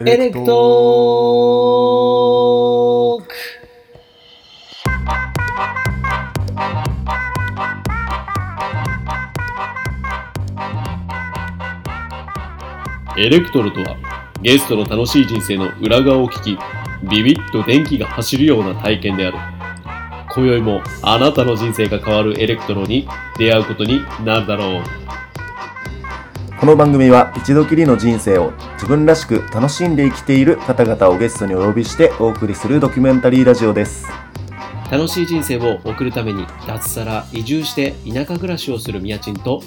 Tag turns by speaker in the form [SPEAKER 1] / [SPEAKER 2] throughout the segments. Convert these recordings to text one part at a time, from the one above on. [SPEAKER 1] エレクトーク
[SPEAKER 2] エレクトロとはゲストの楽しい人生の裏側を聞きビビッと電気が走るような体験である今宵もあなたの人生が変わるエレクトロに出会うことになるだろう
[SPEAKER 3] この番組は一度きりの人生を自分らしく楽しんで生きている方々をゲストにお呼びしてお送りするドキュメンタリーラジオです。
[SPEAKER 2] 楽しい人生を送るために脱サラ移住して田舎暮らしをするみやちんと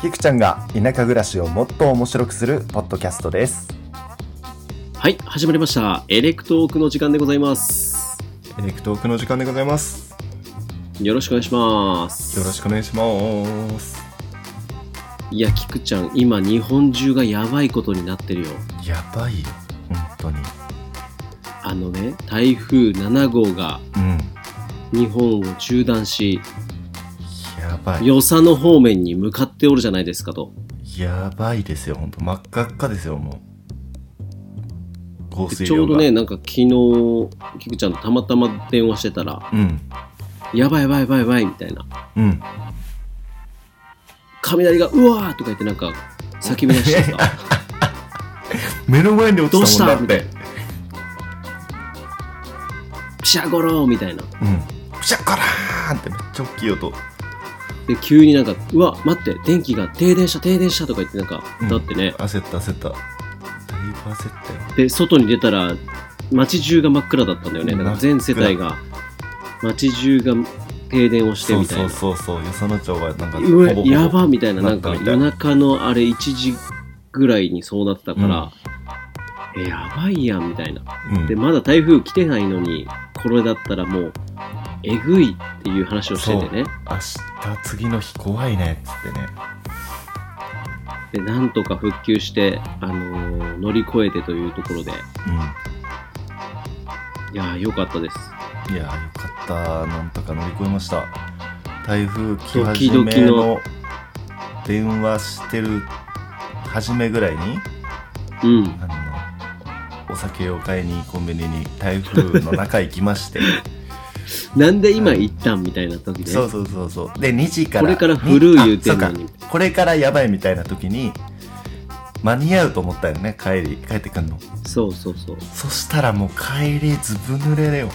[SPEAKER 3] キクちゃんが田舎暮らしをもっと面白くするポッドキャストです。
[SPEAKER 2] はい始まりましたエレクトークの時間でございます
[SPEAKER 3] エレクトークの時間でございます。
[SPEAKER 2] よろしくお願いします
[SPEAKER 3] よろしくお願いします。
[SPEAKER 2] いや菊ちゃん今日本中がやばいことになってるよ
[SPEAKER 3] やばいよ、本当に。
[SPEAKER 2] あのね台風7号が
[SPEAKER 3] うん、
[SPEAKER 2] 日本を中断し
[SPEAKER 3] やばい。
[SPEAKER 2] 与謝野方面に向かっておるじゃないですかと。
[SPEAKER 3] やばいですよ、本当真っ赤っかですよ、もう。降
[SPEAKER 2] で
[SPEAKER 3] 水
[SPEAKER 2] ちょ
[SPEAKER 3] 量
[SPEAKER 2] うど
[SPEAKER 3] が。
[SPEAKER 2] ね、なんか昨日、菊ちゃんとたまたま電話してたら、
[SPEAKER 3] うん、
[SPEAKER 2] やばいやばいやばいやばいみたいな。
[SPEAKER 3] うん。
[SPEAKER 2] 雷が、うわーとか言ってなんか叫び出し てた。
[SPEAKER 3] 目の前に落ちたもんだっ
[SPEAKER 2] どう
[SPEAKER 3] て。
[SPEAKER 2] ピシャゴローみたいな。
[SPEAKER 3] うん。プシャッカラーンってめっちゃ大きい音。
[SPEAKER 2] で、急になんか、うわ、待って、電気が停電した停電したとか言ってなんか、
[SPEAKER 3] うん
[SPEAKER 2] だってね。
[SPEAKER 3] 焦った焦っただいぶ焦ったよ
[SPEAKER 2] で、外に出たら、街中が真っ暗だったんだよね。なんか全世帯が、街中が停電をして
[SPEAKER 3] そう
[SPEAKER 2] みたい
[SPEAKER 3] そ
[SPEAKER 2] な
[SPEAKER 3] う。そうそうよその町はなんか
[SPEAKER 2] うわ
[SPEAKER 3] ほぼほぼ
[SPEAKER 2] やばみたいな、
[SPEAKER 3] な
[SPEAKER 2] な
[SPEAKER 3] っ
[SPEAKER 2] ん
[SPEAKER 3] た
[SPEAKER 2] か
[SPEAKER 3] みたい
[SPEAKER 2] 夜中のあれ1時ぐらいにそうなったから、え、やばいやんみたいな。
[SPEAKER 3] うん
[SPEAKER 2] で、まだ台風来てないのに、これだったらもう、えぐいっていう話をしててね。
[SPEAKER 3] 明日次の日怖いねっつってね
[SPEAKER 2] で、なんとか復旧して、あのー乗り越えてというところで、いやー、よかったです。
[SPEAKER 3] うんいやーよかったなんとか乗り越えました台風来始
[SPEAKER 2] ドキ
[SPEAKER 3] め
[SPEAKER 2] ドキ
[SPEAKER 3] の
[SPEAKER 2] の
[SPEAKER 3] 電話してる初めぐらいに
[SPEAKER 2] うん。
[SPEAKER 3] あのお酒を買いにコンビニに台風の中行きまして
[SPEAKER 2] なんで今行ったんみたいな時で、
[SPEAKER 3] そうそうそうそうで2時から
[SPEAKER 2] これから古い言うて
[SPEAKER 3] あそ
[SPEAKER 2] ん
[SPEAKER 3] か
[SPEAKER 2] のに。
[SPEAKER 3] これからやばいみたいな時に間に合うと思ったよね帰り帰ってくんの
[SPEAKER 2] そうそうそう。
[SPEAKER 3] そしたらもう帰りずぶ濡れだよ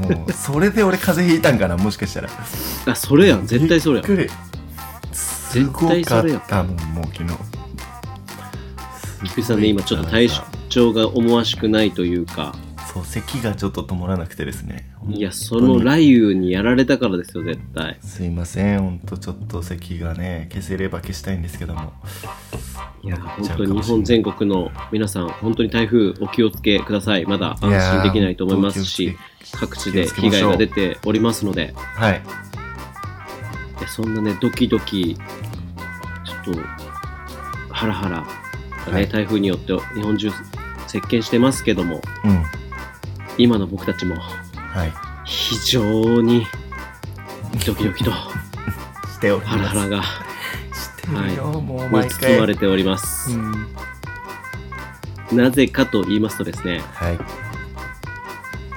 [SPEAKER 3] もうそれで俺風邪ひいたんかなもしかしたら
[SPEAKER 2] あ、それやん。絶対それやん
[SPEAKER 3] び。っくりすご
[SPEAKER 2] 絶対
[SPEAKER 3] か
[SPEAKER 2] そ
[SPEAKER 3] っ
[SPEAKER 2] れや
[SPEAKER 3] たもんもう昨日
[SPEAKER 2] 菊池さんね、今ちょっと体調が思わしくないというか、
[SPEAKER 3] そう咳がちょっと止まらなくてですね
[SPEAKER 2] いや、その雷雨にやられたからですよ、絶対。
[SPEAKER 3] すいませんほんとちょっと咳がね消せれば消したいんですけども
[SPEAKER 2] いや、
[SPEAKER 3] なんか
[SPEAKER 2] 本当に日本全国の皆さん、本当に台風お気をつけください。まだ安心できないと思います
[SPEAKER 3] いや
[SPEAKER 2] し
[SPEAKER 3] ー、
[SPEAKER 2] 各地
[SPEAKER 3] 気を
[SPEAKER 2] で
[SPEAKER 3] つけ
[SPEAKER 2] 被
[SPEAKER 3] まし
[SPEAKER 2] 害
[SPEAKER 3] ょう
[SPEAKER 2] が出ておりますので、
[SPEAKER 3] はい
[SPEAKER 2] いやそんなね、ドキドキ、ちょっと、ハラハラ、ね
[SPEAKER 3] はい
[SPEAKER 2] 台風によって日本中席巻してますけども、
[SPEAKER 3] うん
[SPEAKER 2] 今の僕たちも
[SPEAKER 3] はい
[SPEAKER 2] 非常にドキドキと
[SPEAKER 3] しており
[SPEAKER 2] ハラ
[SPEAKER 3] ま
[SPEAKER 2] ハ
[SPEAKER 3] す
[SPEAKER 2] ラが
[SPEAKER 3] してるよ、もう毎
[SPEAKER 2] に
[SPEAKER 3] 回
[SPEAKER 2] 包まれております
[SPEAKER 3] う。ん
[SPEAKER 2] なぜかと言いますとですね、
[SPEAKER 3] はい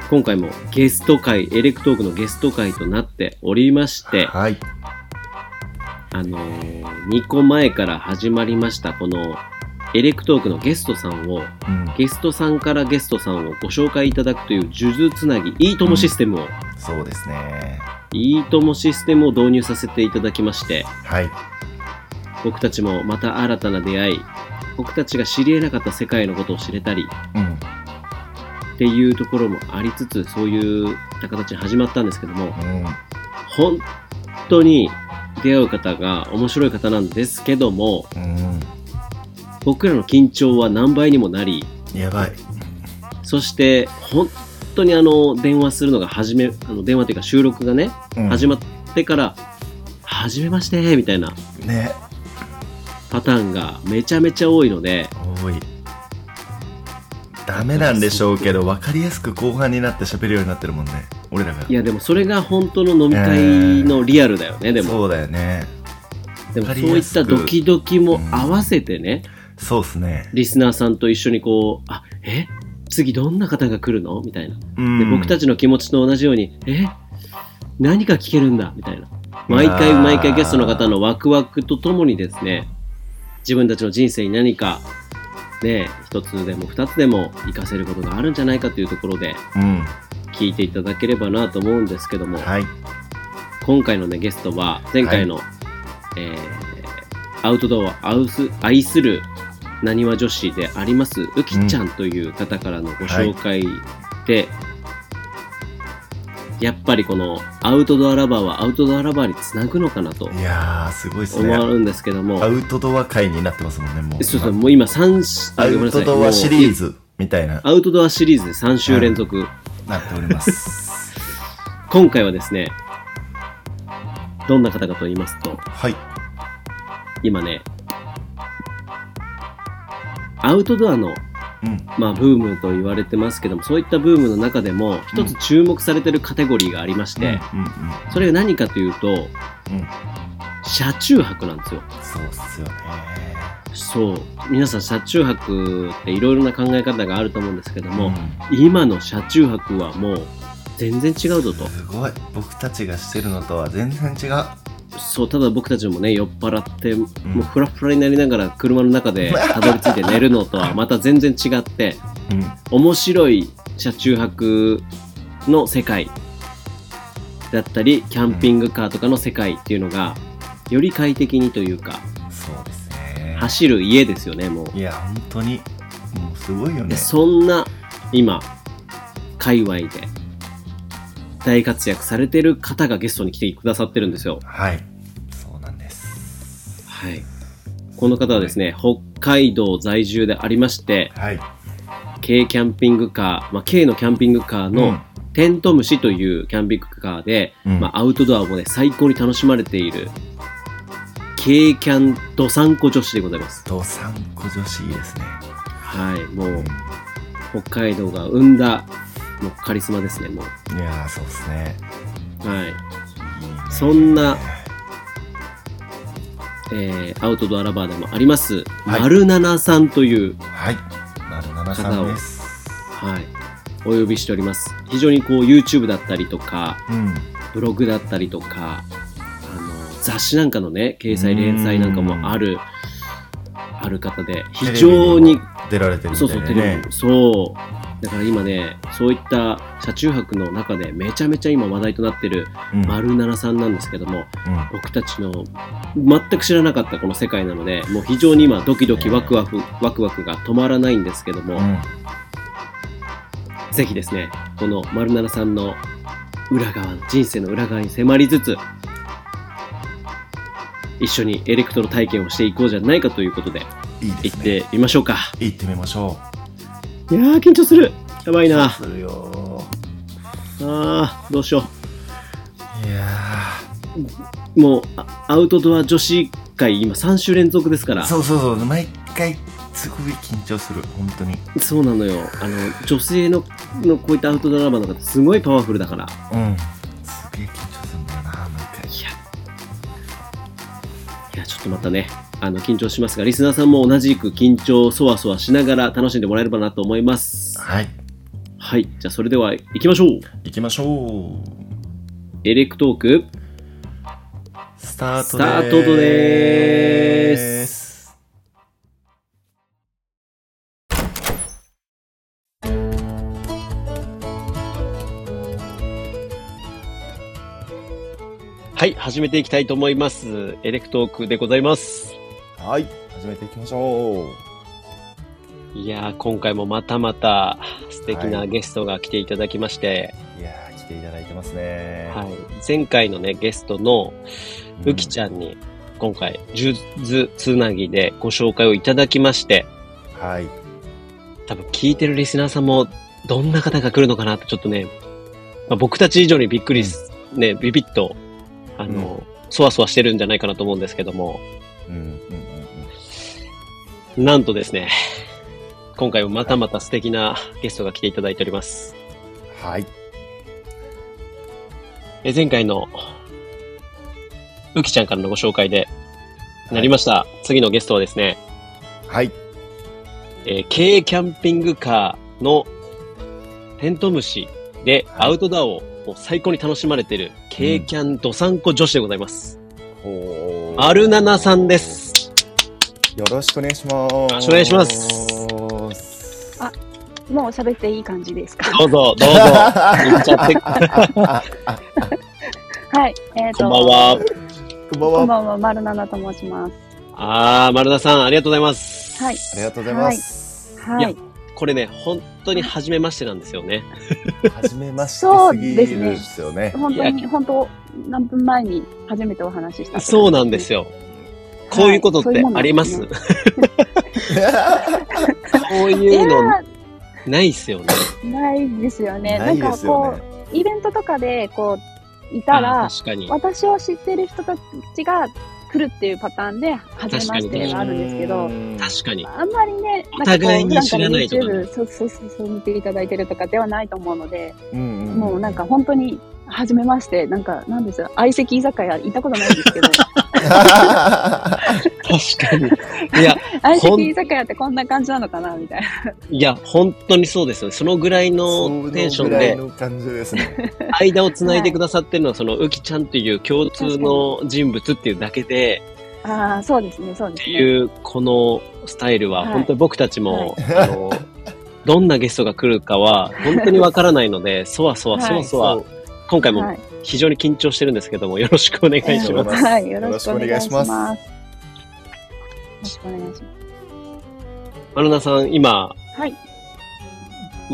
[SPEAKER 2] 今回もゲスト会、エレクトークのゲスト会となっておりまして、あ
[SPEAKER 3] はい
[SPEAKER 2] のー、2個前から始まりました、このエレクトークのゲストさんを、
[SPEAKER 3] うん
[SPEAKER 2] ゲストさんからゲストさんをご紹介いただくという数珠つなぎ、いいともシステムを、
[SPEAKER 3] そうですね
[SPEAKER 2] いいともシステムを導入させていただきまして、
[SPEAKER 3] はい
[SPEAKER 2] 僕たちもまた新たな出会い、僕たちが知り得なかった世界のことを知れたり、
[SPEAKER 3] うん
[SPEAKER 2] っていうところもありつつ、そういった形に始まったんですけども、
[SPEAKER 3] うん
[SPEAKER 2] 本当に出会う方が面白い方なんですけども
[SPEAKER 3] うん
[SPEAKER 2] 僕らの緊張は何倍にもなり
[SPEAKER 3] やばい
[SPEAKER 2] そして本当にあの電話するのが始めあの電話というか収録がね、始まってから「はじめまして」みたいな
[SPEAKER 3] まね
[SPEAKER 2] パターンがめちゃめちゃ多いので
[SPEAKER 3] 多いダメなんでしょうけど分かりやすく後半になって喋るようになってるもんね俺らが
[SPEAKER 2] いやでもそれが本当の飲み会のリアルだよね、でも
[SPEAKER 3] そうだよね
[SPEAKER 2] でも
[SPEAKER 3] わ
[SPEAKER 2] そ
[SPEAKER 3] か
[SPEAKER 2] う
[SPEAKER 3] り
[SPEAKER 2] い
[SPEAKER 3] や
[SPEAKER 2] っ
[SPEAKER 3] すく
[SPEAKER 2] たドキドキも合わせてね、
[SPEAKER 3] そうですね。
[SPEAKER 2] リスナーさんと一緒にこう、あ、え次どんな方が来るのみたいな。
[SPEAKER 3] うん
[SPEAKER 2] で僕たちの気持ちと同じように、え何が聞けるんだみたいな。毎回毎回ゲストの方のワクワクとともにですね、自分たちの人生に何か、ね、一つでも二つでも活かせることがあるんじゃないかというところで
[SPEAKER 3] うん。
[SPEAKER 2] 聞いていただければなと思うんですけども、
[SPEAKER 3] はい。
[SPEAKER 2] 今回のね、ゲストは、前回の、えーアウトドアを愛す愛するなにわ女子であります、うきちゃんという方からのご紹介で、やっぱりこのアウトドアラバーはアウトドアラバーにつなぐのかなと
[SPEAKER 3] いやー、すごいです
[SPEAKER 2] 思
[SPEAKER 3] ね。
[SPEAKER 2] うんですけども、
[SPEAKER 3] アウトドア界になってますもんね、もう。
[SPEAKER 2] そうそう、もう今三
[SPEAKER 3] アウトドアシ
[SPEAKER 2] ーズ。
[SPEAKER 3] リーズみたいな、
[SPEAKER 2] アウトドアシリーズで3週連続。
[SPEAKER 3] なっております。
[SPEAKER 2] 今回はですね、どんな方かと言いますと、
[SPEAKER 3] はい。
[SPEAKER 2] 今ね、アウトドアの、
[SPEAKER 3] うん。
[SPEAKER 2] まあ、ブームと言われてますけども、そういったブームの中でも、一つ注目されてるカテゴリーがありまして、
[SPEAKER 3] うんうん
[SPEAKER 2] それが何かというと、
[SPEAKER 3] うん。うん。
[SPEAKER 2] 車中泊なんですよ。
[SPEAKER 3] そうっすよね。
[SPEAKER 2] そう。皆さん、車中泊っていろいろな考え方があると思うんですけども、
[SPEAKER 3] ん
[SPEAKER 2] 今の車中泊はもう、全然違うぞと。
[SPEAKER 3] すごい。僕たちがしてるのとは全然違う。
[SPEAKER 2] そう、ただ僕たちもね、酔っ払って、
[SPEAKER 3] うん
[SPEAKER 2] もうフラフラになりながら車の中でたどり着いて寝るのとはまた全然違って、
[SPEAKER 3] うん。
[SPEAKER 2] 面白い車中泊の世界だったり、キャンピングカーとかの世界っていうのが、より快適にというか、
[SPEAKER 3] そうですね。
[SPEAKER 2] 走る家ですよね、もう。
[SPEAKER 3] いや、本当に、もうすごいよ
[SPEAKER 2] で
[SPEAKER 3] ね。
[SPEAKER 2] そんな、今、界隈で、大活躍されてる方がゲストに来てくださってるんですよ。
[SPEAKER 3] はい。そうなんです。
[SPEAKER 2] はい。この方はですね、北海道在住でありまして、
[SPEAKER 3] はい。
[SPEAKER 2] 軽キャンピングカー、まあ、軽のキャンピングカーの、テント虫というキャンピングカーで、
[SPEAKER 3] うん
[SPEAKER 2] まあ、アウトドアもね、最高に楽しまれている、軽キャンドサンコ女子でございます。
[SPEAKER 3] ドサンコ女子いいですね。
[SPEAKER 2] はい。も
[SPEAKER 3] うん
[SPEAKER 2] う、北海道が生んだ、もうカリスマですね、もう。
[SPEAKER 3] いやー、そうですね。
[SPEAKER 2] はい。
[SPEAKER 3] いいね
[SPEAKER 2] そんなえー、アウトドアラバーでもあります、
[SPEAKER 3] はい
[SPEAKER 2] 丸七さんという、
[SPEAKER 3] はい。なるななさんです。
[SPEAKER 2] はい、お呼びしております。非常にこう YouTube だったりとか、
[SPEAKER 3] うん。
[SPEAKER 2] ブログだったりとか、あの、雑誌なんかのね、掲載連載なんかもある、ある方で、非常に、
[SPEAKER 3] テレビも出られてるみた
[SPEAKER 2] そ
[SPEAKER 3] いう
[SPEAKER 2] そう、
[SPEAKER 3] で
[SPEAKER 2] テレビも、そう。だから今ね、そういった車中泊の中でめちゃめちゃ今話題となってる
[SPEAKER 3] うん
[SPEAKER 2] 丸七さんなんですけど
[SPEAKER 3] う
[SPEAKER 2] も、
[SPEAKER 3] ん
[SPEAKER 2] 僕たちの全く知らなかったこの世界なので、もう非常に今ドキドキワクワク、ワクワクが止まらないんですけども、
[SPEAKER 3] うん
[SPEAKER 2] ぜひですね、この丸七さんの裏側、人生の裏側に迫りつつ、一緒にエレクトロ体験をしていこうじゃないかということで、
[SPEAKER 3] いいで
[SPEAKER 2] 行
[SPEAKER 3] す
[SPEAKER 2] っ
[SPEAKER 3] ね。
[SPEAKER 2] てみましょうか。
[SPEAKER 3] 行ってみましょ
[SPEAKER 2] いやー、緊張する。やば
[SPEAKER 3] う。
[SPEAKER 2] いな。
[SPEAKER 3] そうするよ
[SPEAKER 2] あー、どうしよ
[SPEAKER 3] ー。いや
[SPEAKER 2] う。もう、あアウトドア女子会、今3週連続ですか
[SPEAKER 3] ー
[SPEAKER 2] ら。
[SPEAKER 3] そうそうそう。毎回、すごい緊張する。本当に。
[SPEAKER 2] そうなのよ。あの、女性の、のこういったアウトドアラバーの方、すごいパワフルだから。
[SPEAKER 3] うん。すげえ緊張するんだよな、毎回。
[SPEAKER 2] いや。いや、ちょっとまたね、あの、緊張しますが、リスナーさんも同じく緊張、そわそわしながら楽しんでもらえればなと思います。
[SPEAKER 3] はい。
[SPEAKER 2] はい。じゃあ、それでは行きましょう。
[SPEAKER 3] 行きましょう。
[SPEAKER 2] エレクトーク。
[SPEAKER 3] スタート
[SPEAKER 2] スタートでー
[SPEAKER 3] す。
[SPEAKER 2] はい。始めていきたいと思います。エレクトークでございます。
[SPEAKER 3] はい。始めていきましょう。
[SPEAKER 2] いやー、今回もまたまた素敵
[SPEAKER 3] は
[SPEAKER 2] ないゲストが来ていただきまして、
[SPEAKER 3] いやー、来ていただいてますね。
[SPEAKER 2] はい。前回のね、ゲストのうきち
[SPEAKER 3] ゃ
[SPEAKER 2] ゃんに今回、数珠つなぎでご紹介をいただきまして、
[SPEAKER 3] ん。はい。
[SPEAKER 2] 多分聞いてるリスナーさんもどんな方が来るのかなってちょっとね、まあ、僕たち以上にびっくりす、ね、ビビッと、あの、そわそわしてるんじゃないかなと思うんですけども、
[SPEAKER 3] うんうんうんうん。
[SPEAKER 2] なんとですね、今回もまたまた素敵なゲストが来ていただいております。
[SPEAKER 3] はい。
[SPEAKER 2] え前回の、うきちゃんからのご紹介でなりました、次のゲストはですね、
[SPEAKER 3] はい。
[SPEAKER 2] えー軽キャンピングカーのテントウムシで
[SPEAKER 4] はい
[SPEAKER 2] アウトドアをもう最高に楽しまれてる、軽キャンドサンコ女子でございます。
[SPEAKER 4] お
[SPEAKER 2] アルナナさんで。す。
[SPEAKER 4] よろしくお願いします。よ。
[SPEAKER 2] ろしくお願いします
[SPEAKER 1] もう喋っていい感じですか。
[SPEAKER 2] どうぞ、どうぞ。 言っちゃって、
[SPEAKER 1] はい。えっ、
[SPEAKER 2] こんばん。は。
[SPEAKER 4] こんばん
[SPEAKER 1] こん
[SPEAKER 4] は。
[SPEAKER 1] ばんは、まるななと申します。
[SPEAKER 2] あー、丸田さん、ありがとうございます。
[SPEAKER 1] はい。
[SPEAKER 4] ありがとうございます。
[SPEAKER 1] はい
[SPEAKER 2] や。これね、本当に初めましてなんですよね。
[SPEAKER 4] はじめましてすぎるんですよね。
[SPEAKER 1] 本当に、本当、何分前に初めてお話しした。
[SPEAKER 2] そうなんです
[SPEAKER 1] よ。
[SPEAKER 2] よ。こういうことっ
[SPEAKER 1] そうい
[SPEAKER 2] て
[SPEAKER 1] うもん
[SPEAKER 2] あ
[SPEAKER 1] なん
[SPEAKER 2] り
[SPEAKER 1] で
[SPEAKER 2] ますす
[SPEAKER 1] ね
[SPEAKER 2] こう
[SPEAKER 1] い
[SPEAKER 2] いうの
[SPEAKER 1] や
[SPEAKER 2] ないっすよね。
[SPEAKER 1] ー、ないですよね。
[SPEAKER 4] な
[SPEAKER 1] なん
[SPEAKER 4] いで
[SPEAKER 1] か
[SPEAKER 4] すよ
[SPEAKER 1] こ
[SPEAKER 4] ね。
[SPEAKER 1] う、イベントとかで、こう、いた
[SPEAKER 2] あ
[SPEAKER 1] ら
[SPEAKER 2] ー、確かに。
[SPEAKER 1] 私を知ってる人たちが来るっていうパターンで、初めましてがあるんですけど、
[SPEAKER 2] 確かに。
[SPEAKER 1] あんまりね、
[SPEAKER 2] お互いに知らないとかね
[SPEAKER 1] んかこう普段から YouTube そうそうそうそう見ていただいてるとかではないと思うので、も
[SPEAKER 4] も
[SPEAKER 1] うなんか本当に、初めまして、なんか、なんですよ、相席居酒屋行ったことないんです けど、
[SPEAKER 2] 確かに。いや、
[SPEAKER 1] 相席居酒屋ってこんな感じなのかな、みたいな。
[SPEAKER 2] いや、本当にそうですよね。そのぐらいのテンションで、
[SPEAKER 4] の感じですね。
[SPEAKER 2] 間をつないでくださってるのは、その、うきちゃんっていう共通の人物っていうだけで、
[SPEAKER 1] ああ、そうですね、そうで
[SPEAKER 2] っ
[SPEAKER 1] す
[SPEAKER 2] て
[SPEAKER 1] ね。
[SPEAKER 2] いう、このスタイルは、
[SPEAKER 1] はい
[SPEAKER 2] 本当に僕たちも、あの、どんなゲストが来るかは、本当にわからないので、そわそわ、
[SPEAKER 1] はい
[SPEAKER 2] そわそわ、今回も
[SPEAKER 1] い、
[SPEAKER 2] 非常に緊張してるんですけども、よろしくお願いします。
[SPEAKER 1] はい、よろしくお願いします。よ
[SPEAKER 4] よ
[SPEAKER 1] ろしくお願いしま
[SPEAKER 2] 丸ルナさん、今
[SPEAKER 1] す。はい、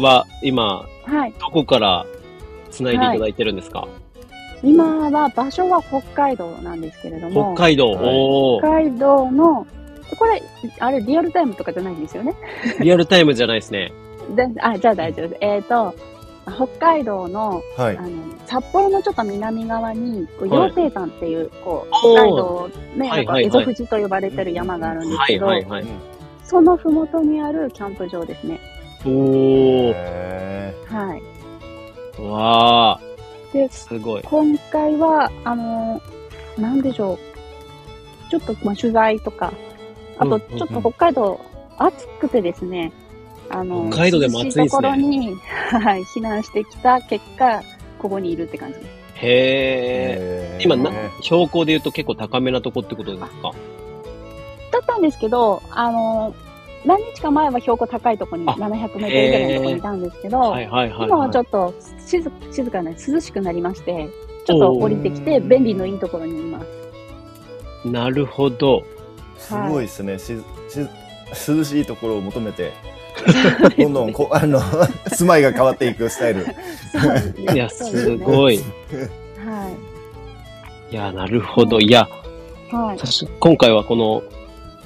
[SPEAKER 2] は、今、
[SPEAKER 1] はい。
[SPEAKER 2] どこから繋いでいただいてるんですか、
[SPEAKER 1] 今は、場所は北海道なんですけれど
[SPEAKER 2] 北
[SPEAKER 1] も、
[SPEAKER 2] 海道、
[SPEAKER 4] はい
[SPEAKER 2] お
[SPEAKER 1] 北海道の、これ、あれ、リアルタイムとかじゃないんですよね。
[SPEAKER 2] ーリアルタイムじゃないですね。
[SPEAKER 1] であ、じゃあ大丈夫です。えっ、と、北海道の、
[SPEAKER 4] はい
[SPEAKER 1] あ。の札幌のちょっと南側に、こう
[SPEAKER 2] はい
[SPEAKER 1] 羊蹄山っていう、こう
[SPEAKER 2] おー
[SPEAKER 1] 北海道、ね、
[SPEAKER 2] は
[SPEAKER 1] ないんか
[SPEAKER 2] はいはい
[SPEAKER 1] 蝦夷富士と呼ばれてる山があるんです
[SPEAKER 2] は
[SPEAKER 1] け
[SPEAKER 2] い
[SPEAKER 1] ど、
[SPEAKER 2] はいはい。
[SPEAKER 1] そのふもとにあるキャンプ場ですね。
[SPEAKER 2] おー、
[SPEAKER 4] え
[SPEAKER 1] はい。
[SPEAKER 2] わー、
[SPEAKER 1] で、
[SPEAKER 2] すごい。
[SPEAKER 1] 今回は、あのーなんでしょう。ちょっと、まあ、取材とか、あ
[SPEAKER 2] う
[SPEAKER 1] と、
[SPEAKER 2] んうんうん
[SPEAKER 1] ちょっと北海道、暑くてですね、あのー、
[SPEAKER 2] 北海道でも暑いですね
[SPEAKER 1] 涼しところに、 はい、避難してきた結果、ここにいるって感じです。
[SPEAKER 2] へ
[SPEAKER 4] え
[SPEAKER 2] ー。今な、標高で言うと結構高めなとこってことですか
[SPEAKER 1] だったんですけど、あのー何日か前は標高高いところに、
[SPEAKER 2] あ
[SPEAKER 1] 700メートルぐらいのところにいたんですけど、
[SPEAKER 2] はいはいはい、
[SPEAKER 1] 今はち
[SPEAKER 2] は
[SPEAKER 1] ょっと静静かな涼しくなりまして、ちょっと降りてきて、
[SPEAKER 4] おー
[SPEAKER 1] 便利のいいところにいます。
[SPEAKER 2] い。なるほど。
[SPEAKER 4] すごいですね。しし涼しいところを求めて、どんどんこ あの住まいが変わっていくスタイル。
[SPEAKER 1] そうですね
[SPEAKER 2] いや、
[SPEAKER 1] そうですね
[SPEAKER 2] ごい。
[SPEAKER 1] はい
[SPEAKER 2] や、なるほど。いや、
[SPEAKER 1] い。はい。
[SPEAKER 2] 確か今回はこの、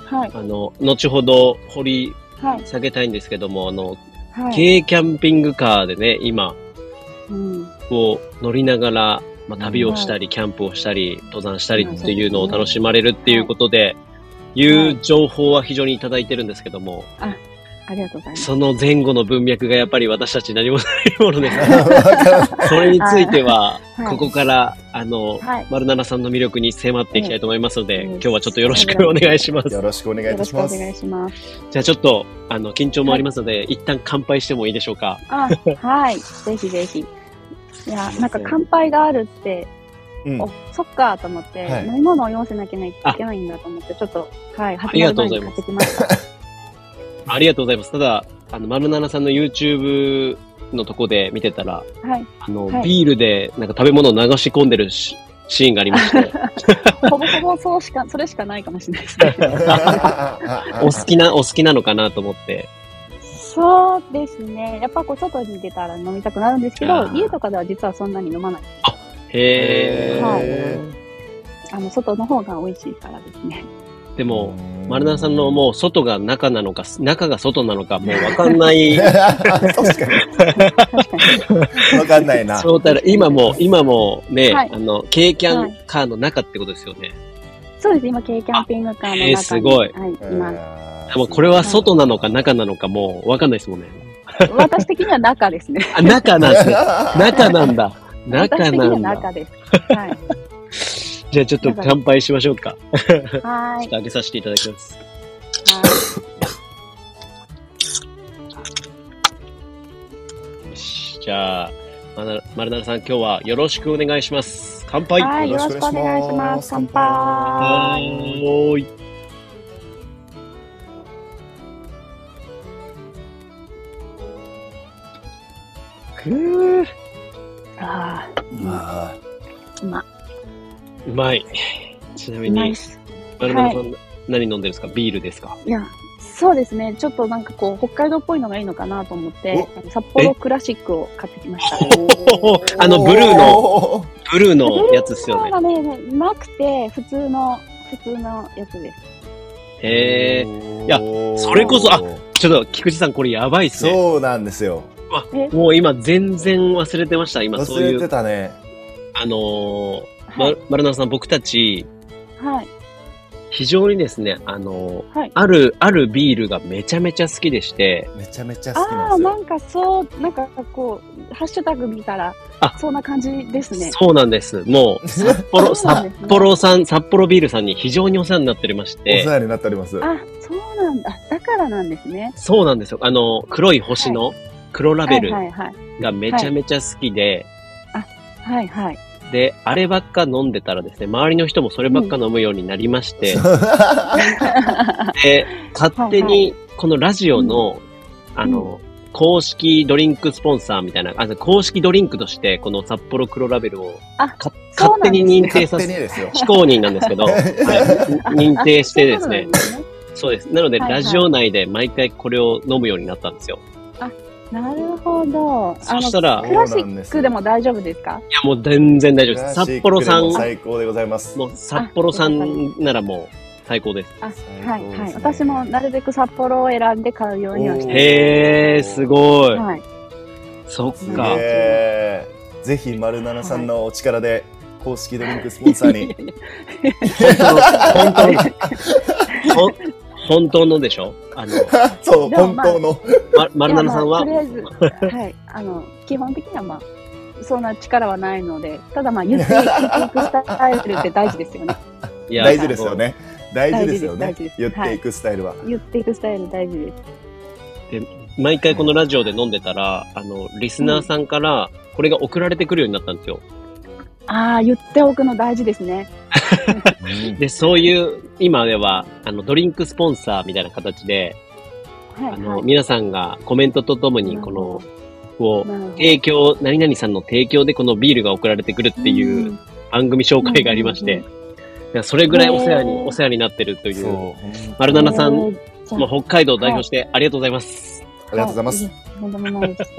[SPEAKER 1] はい。
[SPEAKER 2] あの、後ほど掘り
[SPEAKER 1] はい。
[SPEAKER 2] 下げたいんですけども、あの、
[SPEAKER 1] はい。
[SPEAKER 2] 軽キャンピングカーでね、今、
[SPEAKER 1] うん。
[SPEAKER 2] を乗りながら、まあ、旅をしたり、キャンプをしたり、登山したりっていうのを楽しまれるっていうことで、いう情報は非常にいただいてるんですけども、
[SPEAKER 1] ありがとうございます。
[SPEAKER 2] その前後の文脈がやっぱり私たち何もないものですか
[SPEAKER 4] わからない
[SPEAKER 2] ら、それについては
[SPEAKER 1] は、い
[SPEAKER 2] ここから、あの、
[SPEAKER 1] はい。
[SPEAKER 2] 丸七さんの魅力に迫っていきたいと思いますので、
[SPEAKER 1] うん
[SPEAKER 2] 今日はちょっとよろしくお願いします。
[SPEAKER 4] よろしくお願い
[SPEAKER 1] よ
[SPEAKER 4] い
[SPEAKER 1] ろ
[SPEAKER 4] た
[SPEAKER 1] し
[SPEAKER 4] し
[SPEAKER 1] くお
[SPEAKER 4] ます。
[SPEAKER 1] 願いします。
[SPEAKER 2] じゃあちょっと、あの、緊張もありますので、一旦乾杯してもいいでしょうか。
[SPEAKER 1] あ、はい。ぜひぜひ。いや
[SPEAKER 2] すいませ、ん
[SPEAKER 1] なんか乾杯があるって、
[SPEAKER 4] うん
[SPEAKER 1] お、そっかと思って、
[SPEAKER 4] はい
[SPEAKER 1] 飲み物を用意せなきゃいけないんだと思って、ちょっと、はい、
[SPEAKER 2] ありがとうござい
[SPEAKER 1] 始
[SPEAKER 2] ま
[SPEAKER 1] まする前に買ってきました。
[SPEAKER 2] ありがとうございます。ただ、あの、丸七さんの YouTube のとこで見てたら、
[SPEAKER 1] はい。
[SPEAKER 2] あの、
[SPEAKER 1] はい
[SPEAKER 2] ビールで、なんか食べ物を流し込んでるしシーンがあり まして、
[SPEAKER 1] ほぼほぼそうしか、それしかないかもしれないですね。
[SPEAKER 2] お好きな、お好きなのかなと思って。
[SPEAKER 1] そうですね。やっぱこう、外に出たら飲みたくなるんですけ
[SPEAKER 2] あ
[SPEAKER 1] ど、
[SPEAKER 2] ー
[SPEAKER 1] 家とかでは実はそんなに飲まない。
[SPEAKER 2] へえ、
[SPEAKER 4] は
[SPEAKER 1] あの、外の方が美味しいからです ね。
[SPEAKER 2] でも、
[SPEAKER 4] う
[SPEAKER 2] 丸七さんのもう外が中なのか、中が外なのか、もうわかんな い
[SPEAKER 4] 確か
[SPEAKER 1] 確かに。
[SPEAKER 4] にわかんないな。
[SPEAKER 2] 状態で、今も、今もね、
[SPEAKER 1] はい
[SPEAKER 2] あの、軽キャ
[SPEAKER 1] は
[SPEAKER 2] ンカーの中ってことですよね。
[SPEAKER 1] そうです。今、軽キャンピングカーの中に、
[SPEAKER 2] えーすご
[SPEAKER 1] はい、
[SPEAKER 2] い
[SPEAKER 1] います。
[SPEAKER 4] えー
[SPEAKER 2] もうこれは外なのか
[SPEAKER 4] はい
[SPEAKER 2] 中なのかもうわかんないですもんね。
[SPEAKER 1] 私的には中ですね。
[SPEAKER 2] あ、中なん ですね。 中なんだ。
[SPEAKER 1] 私
[SPEAKER 2] 中
[SPEAKER 1] 的に
[SPEAKER 2] な
[SPEAKER 1] は
[SPEAKER 2] んだ。
[SPEAKER 1] 中です。はい。
[SPEAKER 2] じゃあちょっと乾杯しましょうか。ちょ
[SPEAKER 1] は
[SPEAKER 2] っ
[SPEAKER 1] い。
[SPEAKER 2] と開けさせていただきます。じゃあ、まな丸るさん、今日はよろしくお願いします。乾杯
[SPEAKER 1] はいい、よろしくお願いします。乾杯。
[SPEAKER 2] はーい。
[SPEAKER 1] ふぅ。あ
[SPEAKER 4] あ
[SPEAKER 1] あ、うま、
[SPEAKER 2] うまい。ちなみ
[SPEAKER 1] ナ
[SPEAKER 2] に
[SPEAKER 1] イ、ス。
[SPEAKER 2] 丸るさん、何飲んでるんですかビールですか
[SPEAKER 1] いや、そうですね。ちょっとなんかこう、北海道っぽいのがいいのかなと思って、あの札幌クラシックを買ってきました。
[SPEAKER 2] あの、ブルーの、
[SPEAKER 4] の。
[SPEAKER 2] ブルーのやつっすよね。
[SPEAKER 1] がね、なくて、普通の、普通のやつです。
[SPEAKER 2] へえ。
[SPEAKER 4] ー
[SPEAKER 2] いやそれこそあちょっと、菊池さん、これやばいっすね。
[SPEAKER 4] そうなんですよ。
[SPEAKER 2] もう今、全然忘れてました。今、そう
[SPEAKER 4] 忘
[SPEAKER 2] い
[SPEAKER 4] れて
[SPEAKER 2] う、
[SPEAKER 4] たね。
[SPEAKER 2] あのー、
[SPEAKER 1] は
[SPEAKER 2] ま
[SPEAKER 1] い。、
[SPEAKER 2] 丸るさん、僕たち、
[SPEAKER 1] はい。
[SPEAKER 2] 非常にですね、あのー
[SPEAKER 1] はい
[SPEAKER 2] ある、あるビールがめちゃめちゃ好きでして、
[SPEAKER 4] めちゃめちゃ好き
[SPEAKER 1] あ
[SPEAKER 4] な
[SPEAKER 1] あ、
[SPEAKER 4] んで
[SPEAKER 1] な
[SPEAKER 4] すよ。
[SPEAKER 1] んかそう、なんかこう、ハッシュタグ見たら
[SPEAKER 2] あ、
[SPEAKER 1] そんな感じですね。
[SPEAKER 2] そうなんです。もう、札幌、
[SPEAKER 1] そうなん
[SPEAKER 2] 札
[SPEAKER 1] ですね
[SPEAKER 2] 幌さん、札幌ビールさんに非常にお世話になっておりまし
[SPEAKER 4] お世
[SPEAKER 2] て、
[SPEAKER 4] 話になっております。
[SPEAKER 1] あ、そうなんだ。だからなんですね。
[SPEAKER 2] そうなんですよ。あの、黒い星の黒ラ
[SPEAKER 1] は
[SPEAKER 2] ベ
[SPEAKER 1] い
[SPEAKER 2] ル
[SPEAKER 1] はいはい。
[SPEAKER 2] がめちゃめちゃ好きで、
[SPEAKER 1] はいはい。
[SPEAKER 2] で、あればっか飲んでたらですね、周りの人もそればっか飲むようになり まして、で、勝手にこのラジオの、あの、公式ドリンクスポンサーみたいな、あ公式ドリンクとして、この札幌黒ラベルを
[SPEAKER 1] あそ
[SPEAKER 2] か
[SPEAKER 1] う
[SPEAKER 2] 勝
[SPEAKER 1] な
[SPEAKER 2] 手
[SPEAKER 1] んです
[SPEAKER 2] に
[SPEAKER 1] ね
[SPEAKER 2] 認定
[SPEAKER 4] 勝
[SPEAKER 2] さ
[SPEAKER 4] 手
[SPEAKER 2] せ
[SPEAKER 4] に
[SPEAKER 2] て、
[SPEAKER 4] ですよ。
[SPEAKER 2] 非公認なんですけ ど、はい認定してですね、
[SPEAKER 1] あ。そういうこ
[SPEAKER 2] そうです。なので、
[SPEAKER 1] はいはい
[SPEAKER 2] ラジオ内で毎回これを飲むようになったんですよ。
[SPEAKER 1] となんですねなるほど。
[SPEAKER 2] そしたら
[SPEAKER 1] あのクラシックでも大丈夫ですか
[SPEAKER 2] いや、もう全然大丈夫です。
[SPEAKER 4] クラシッ
[SPEAKER 2] 札
[SPEAKER 4] クでも
[SPEAKER 2] 幌さん、
[SPEAKER 4] 最高でございます。
[SPEAKER 2] もう札幌さんならもう最高です。
[SPEAKER 1] あ、
[SPEAKER 4] 最
[SPEAKER 1] はい
[SPEAKER 4] 高ですね
[SPEAKER 1] はい。私もなるべく札幌を選んで買うようにはして
[SPEAKER 2] へー、すごい。
[SPEAKER 1] はい。
[SPEAKER 2] そっ
[SPEAKER 4] すげ
[SPEAKER 2] か。
[SPEAKER 4] え。ぜひ、丸七さんのお力で、公式ドリンクスポンサーに。
[SPEAKER 2] 本当の、ほん本当のでしょあの、
[SPEAKER 4] そう、
[SPEAKER 1] でも
[SPEAKER 4] 本
[SPEAKER 1] まあ
[SPEAKER 4] 当の。
[SPEAKER 2] ま、丸七さんは、
[SPEAKER 1] いやまあ とりあえず、はい。あの、基本的にはまあ、そんな力はないので、ただまあ、ゆっくり、ゆっくりしたイルって大事です よね。
[SPEAKER 2] いや
[SPEAKER 4] 大事ですよ。ね。大事ですよね
[SPEAKER 1] 大事です。
[SPEAKER 4] 言
[SPEAKER 1] 大事で
[SPEAKER 4] っ
[SPEAKER 1] す
[SPEAKER 4] ていくスタイルは。
[SPEAKER 1] 言っていくスタイル大事です。
[SPEAKER 2] 毎回このラジオで飲んでたら、あの、リスナーさんから、これが送られてくるようになったんですよ。
[SPEAKER 1] ああ、言っておくの大事ですね。
[SPEAKER 4] うん
[SPEAKER 2] で、そういう、今では、あの、ドリンクスポンサーみたいな形で、
[SPEAKER 1] はい、
[SPEAKER 2] あ
[SPEAKER 1] は
[SPEAKER 2] の、
[SPEAKER 1] い。
[SPEAKER 2] 皆さんがコメントとともに、この、を、
[SPEAKER 1] なるほど
[SPEAKER 2] 提供、何々さんの提供でこのビールが送られてくるっていうう番組紹介がありまして、
[SPEAKER 1] うん
[SPEAKER 2] いやそれぐらいお世話に、
[SPEAKER 1] へー
[SPEAKER 2] お世話になってるとい
[SPEAKER 4] そう
[SPEAKER 2] う、
[SPEAKER 4] 本当に
[SPEAKER 2] 丸七さん、もう
[SPEAKER 1] えーじゃあ
[SPEAKER 2] 北海道を代表してありがとうございます。
[SPEAKER 4] ありがとうございます
[SPEAKER 1] は。い。とんでもないです。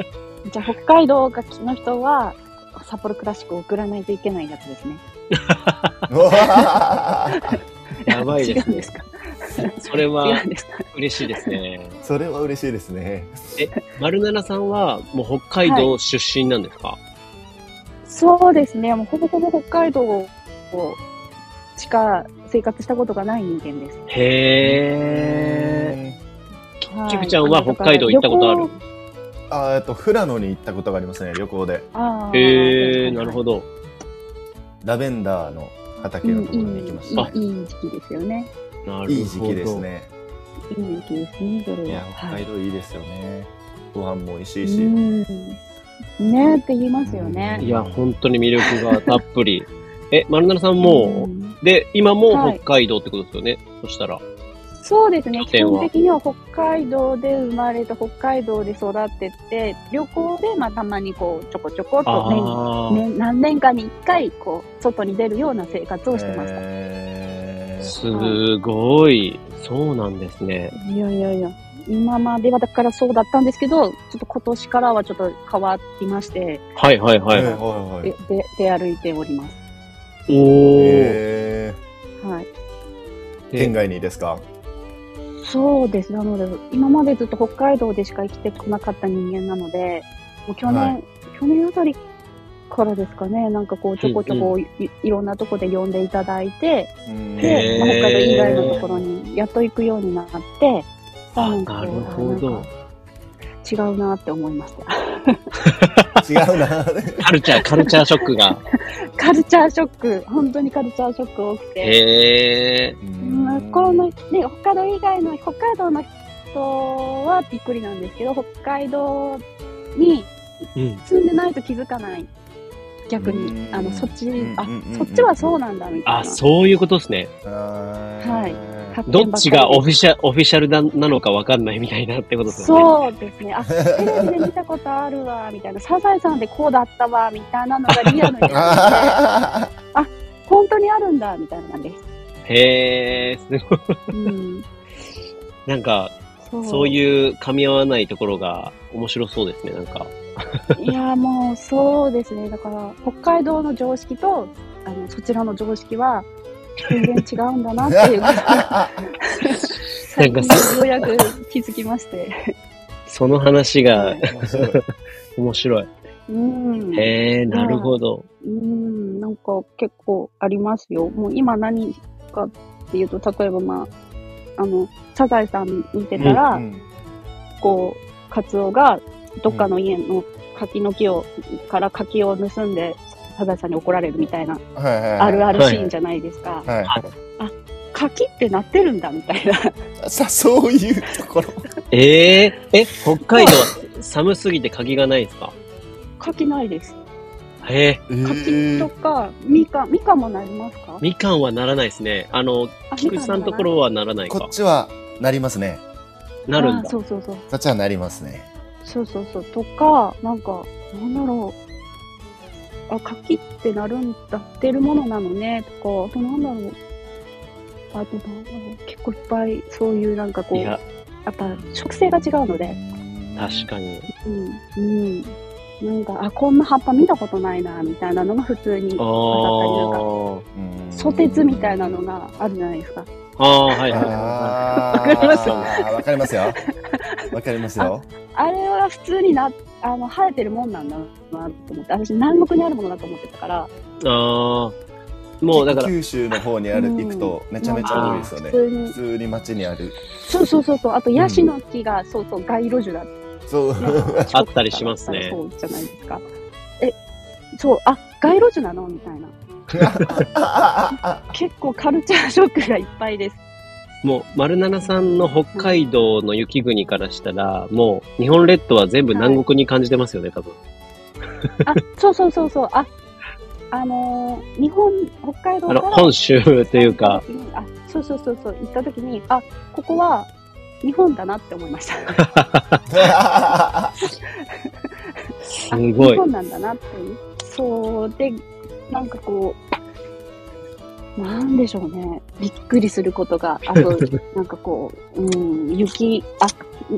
[SPEAKER 1] じゃあ、北海道がの人は、札幌クラシックを送らないといけないやつですね。
[SPEAKER 4] うわー
[SPEAKER 2] やばいで
[SPEAKER 1] 違う
[SPEAKER 2] すね
[SPEAKER 1] んですか
[SPEAKER 2] それは
[SPEAKER 1] 違うんですか
[SPEAKER 2] 嬉しいですね。
[SPEAKER 4] それは嬉しいですね。
[SPEAKER 2] 丸七さんはもう北海道出身なんですか、
[SPEAKER 1] そうですね。もうほぼほぼ北海道をしか生活したことがない人間です。
[SPEAKER 2] へ
[SPEAKER 1] は
[SPEAKER 2] ー。キクちゃんは北海道行ったことある
[SPEAKER 4] あーえっと、富良野に行ったことがありますね、旅行で。
[SPEAKER 1] あ
[SPEAKER 2] へー、なるほ
[SPEAKER 1] ど。
[SPEAKER 2] ど。
[SPEAKER 4] ラベンダーの畑
[SPEAKER 1] うん
[SPEAKER 4] のところに行きましたね。
[SPEAKER 1] いいいい時期ですよね。
[SPEAKER 2] なるほど。
[SPEAKER 4] いい時期です。ね。
[SPEAKER 1] いい時期ですね、それ
[SPEAKER 4] い
[SPEAKER 1] は。
[SPEAKER 4] や、北
[SPEAKER 1] はい
[SPEAKER 4] 海道いいですよね。ご飯も美味しいし。
[SPEAKER 1] うん。ねって言いますよね。
[SPEAKER 2] いや、本当に魅力がたっ ぷり。え、丸七さんもう、
[SPEAKER 1] ん
[SPEAKER 2] で、今も
[SPEAKER 1] はい
[SPEAKER 2] 北海道ってことですよね。そしたら。
[SPEAKER 1] そうですね。
[SPEAKER 2] 拠
[SPEAKER 1] 基
[SPEAKER 2] 点は
[SPEAKER 1] 本的には北海道で生まれて、北海道で育ってて、旅行で、まあ、たまにこう、ちょこちょこっと年
[SPEAKER 2] あー
[SPEAKER 1] ね、何年かに一回、こう、外に出るような生活をしてました。
[SPEAKER 4] えー
[SPEAKER 2] すごい。そうなんですね。
[SPEAKER 1] いやいやいや、今まではだからそうだったんですけど、ちょっと今年からはちょっと変わりまして、
[SPEAKER 2] はいはいは
[SPEAKER 4] はいは
[SPEAKER 2] い。
[SPEAKER 4] いはい
[SPEAKER 1] で、。で出歩いております。
[SPEAKER 2] おー、
[SPEAKER 4] え
[SPEAKER 1] はい。
[SPEAKER 4] ー、県外にですか
[SPEAKER 1] そうです。なので、今までずっと北海道でしか生きてこなかった人間なので、もう去年、
[SPEAKER 4] はい
[SPEAKER 1] 去年あたりからですかね、なんかこう、ちょこちょこ、
[SPEAKER 2] う
[SPEAKER 1] いいろんなとこで呼んでいただいて、
[SPEAKER 2] へ
[SPEAKER 1] で、
[SPEAKER 2] ー
[SPEAKER 1] まあ北海道以外のところにやっと行くようになって、
[SPEAKER 2] あ
[SPEAKER 1] なんか
[SPEAKER 2] な
[SPEAKER 1] こ
[SPEAKER 2] る
[SPEAKER 1] う
[SPEAKER 2] ほ
[SPEAKER 1] なん
[SPEAKER 2] ど
[SPEAKER 1] か。違うなって思いました。
[SPEAKER 4] 違うな。
[SPEAKER 2] カルチャー、カルチャーショック が。
[SPEAKER 1] カルチャーショック、本当にカルチャーショック多くて、
[SPEAKER 2] へ
[SPEAKER 4] う
[SPEAKER 1] 向こうの、ね、北海道以外の、北海道の人はびっくりなんですけど、北海道に
[SPEAKER 2] うん。
[SPEAKER 1] 住んでないと気づかない。逆に
[SPEAKER 4] う、ん
[SPEAKER 1] あの、そっち
[SPEAKER 4] うん、
[SPEAKER 1] あ
[SPEAKER 4] うんうん、
[SPEAKER 1] そっちはそうなんだ、みたいな。
[SPEAKER 2] あ、そういうことですね。
[SPEAKER 4] はい
[SPEAKER 1] 発見ば
[SPEAKER 2] ど
[SPEAKER 1] かり
[SPEAKER 2] っちがオフィシャオフィシャルななのかわかんないみたいなってことですよね。
[SPEAKER 1] そうですね。あ、テレビで見たことあるわ、みたいな。サザエさんでこうだったわ、みたいなのがリアル に。
[SPEAKER 4] あ
[SPEAKER 1] 本当にあるんだ、みたいなんです。
[SPEAKER 2] へえ、すごい。
[SPEAKER 1] うん。
[SPEAKER 2] なんか、
[SPEAKER 1] そう
[SPEAKER 2] そういう噛み合わないところが面白そうですね、なんか。
[SPEAKER 1] いやもうそうですねだから北海道の常識とあのそちらの常識は全然違うんだなって いうことが最
[SPEAKER 2] なんか
[SPEAKER 1] 近ようやく気づきまして
[SPEAKER 2] その話が
[SPEAKER 4] ー面白い
[SPEAKER 2] 面白い。
[SPEAKER 1] うん、
[SPEAKER 2] へえ、なるほど。
[SPEAKER 1] うんなんか結構ありますよもう今何かっていうと例えばまああのサザエさん見てたら、
[SPEAKER 4] うん
[SPEAKER 1] こうカツオがどっかの家の柿の木をから柿を盗んでサザエさんに怒られるみたいな
[SPEAKER 4] はいはいはい
[SPEAKER 1] あるあるシーンじゃないですか。
[SPEAKER 4] はい
[SPEAKER 1] 柿ってなってるんだみたいな。
[SPEAKER 4] さそういうところ
[SPEAKER 2] えええ、北海道寒すぎて鍵がないですか
[SPEAKER 1] 柿ないです。
[SPEAKER 2] へえ、
[SPEAKER 1] 柿とか、みかん、みかんもなりますか
[SPEAKER 2] みかんはならないですね。あの、
[SPEAKER 1] あ
[SPEAKER 2] 菊池さんのところはならない
[SPEAKER 4] こ
[SPEAKER 2] か
[SPEAKER 4] っ。ちはなりますね
[SPEAKER 2] なるん
[SPEAKER 1] あ
[SPEAKER 2] だ。
[SPEAKER 1] そうそうそう。
[SPEAKER 4] こっちはなりますね
[SPEAKER 1] そうそうそう。とか、なんか、なんだろう。あ、柿ってなるんだってるものなのね、とか、あとなんだろう。あとなんだろう。結構いっぱい、そういうなんかこ、
[SPEAKER 2] いう
[SPEAKER 1] や
[SPEAKER 2] や、
[SPEAKER 1] っぱ植生が違うので、
[SPEAKER 2] 確かに。
[SPEAKER 1] うん、うん。なんか、あ、こんな葉っぱ見たことないな、みたいなのが普通に
[SPEAKER 2] あ、あ。
[SPEAKER 4] に
[SPEAKER 1] ソテツみたいなのがあるじゃないですか。
[SPEAKER 2] ああー、はいはいは
[SPEAKER 4] わ
[SPEAKER 1] わかりますよ
[SPEAKER 4] わかりますよわかりますよ
[SPEAKER 1] あれは普通になあの生えてるもんなんだなと思って私南国にあるものだと思ってたから
[SPEAKER 2] い。ああ。もうだから、
[SPEAKER 4] 九州の方にある行くとめちゃめちゃ多いですよね
[SPEAKER 1] 普通に
[SPEAKER 4] 普通に街にある
[SPEAKER 1] そうそうそうそうあとヤシの木が、そうそう街路樹だって
[SPEAKER 4] そう
[SPEAKER 2] あったりしますね
[SPEAKER 1] そうじゃないですかえそうあ街路樹なのみたいな結構カルチャーショックがいっぱいです
[SPEAKER 2] もう、丸七さんの北海道の雪国からしたら、もう、日本列島は全部南国に感じてますよね、多分。
[SPEAKER 1] あそうそうそうそうああのー日本北海道か
[SPEAKER 2] あ
[SPEAKER 1] ら
[SPEAKER 2] の、本州というか、
[SPEAKER 1] 行った時にあそうそうそうそう行った時にあここは日本だなって思いました
[SPEAKER 2] す
[SPEAKER 1] あ
[SPEAKER 2] ご
[SPEAKER 1] 日
[SPEAKER 2] い。
[SPEAKER 1] 本なんだなっていう。そうで、なんかこう、なんでしょうね。びっくりすることが、あ と、なんかこう、うん、雪、あ、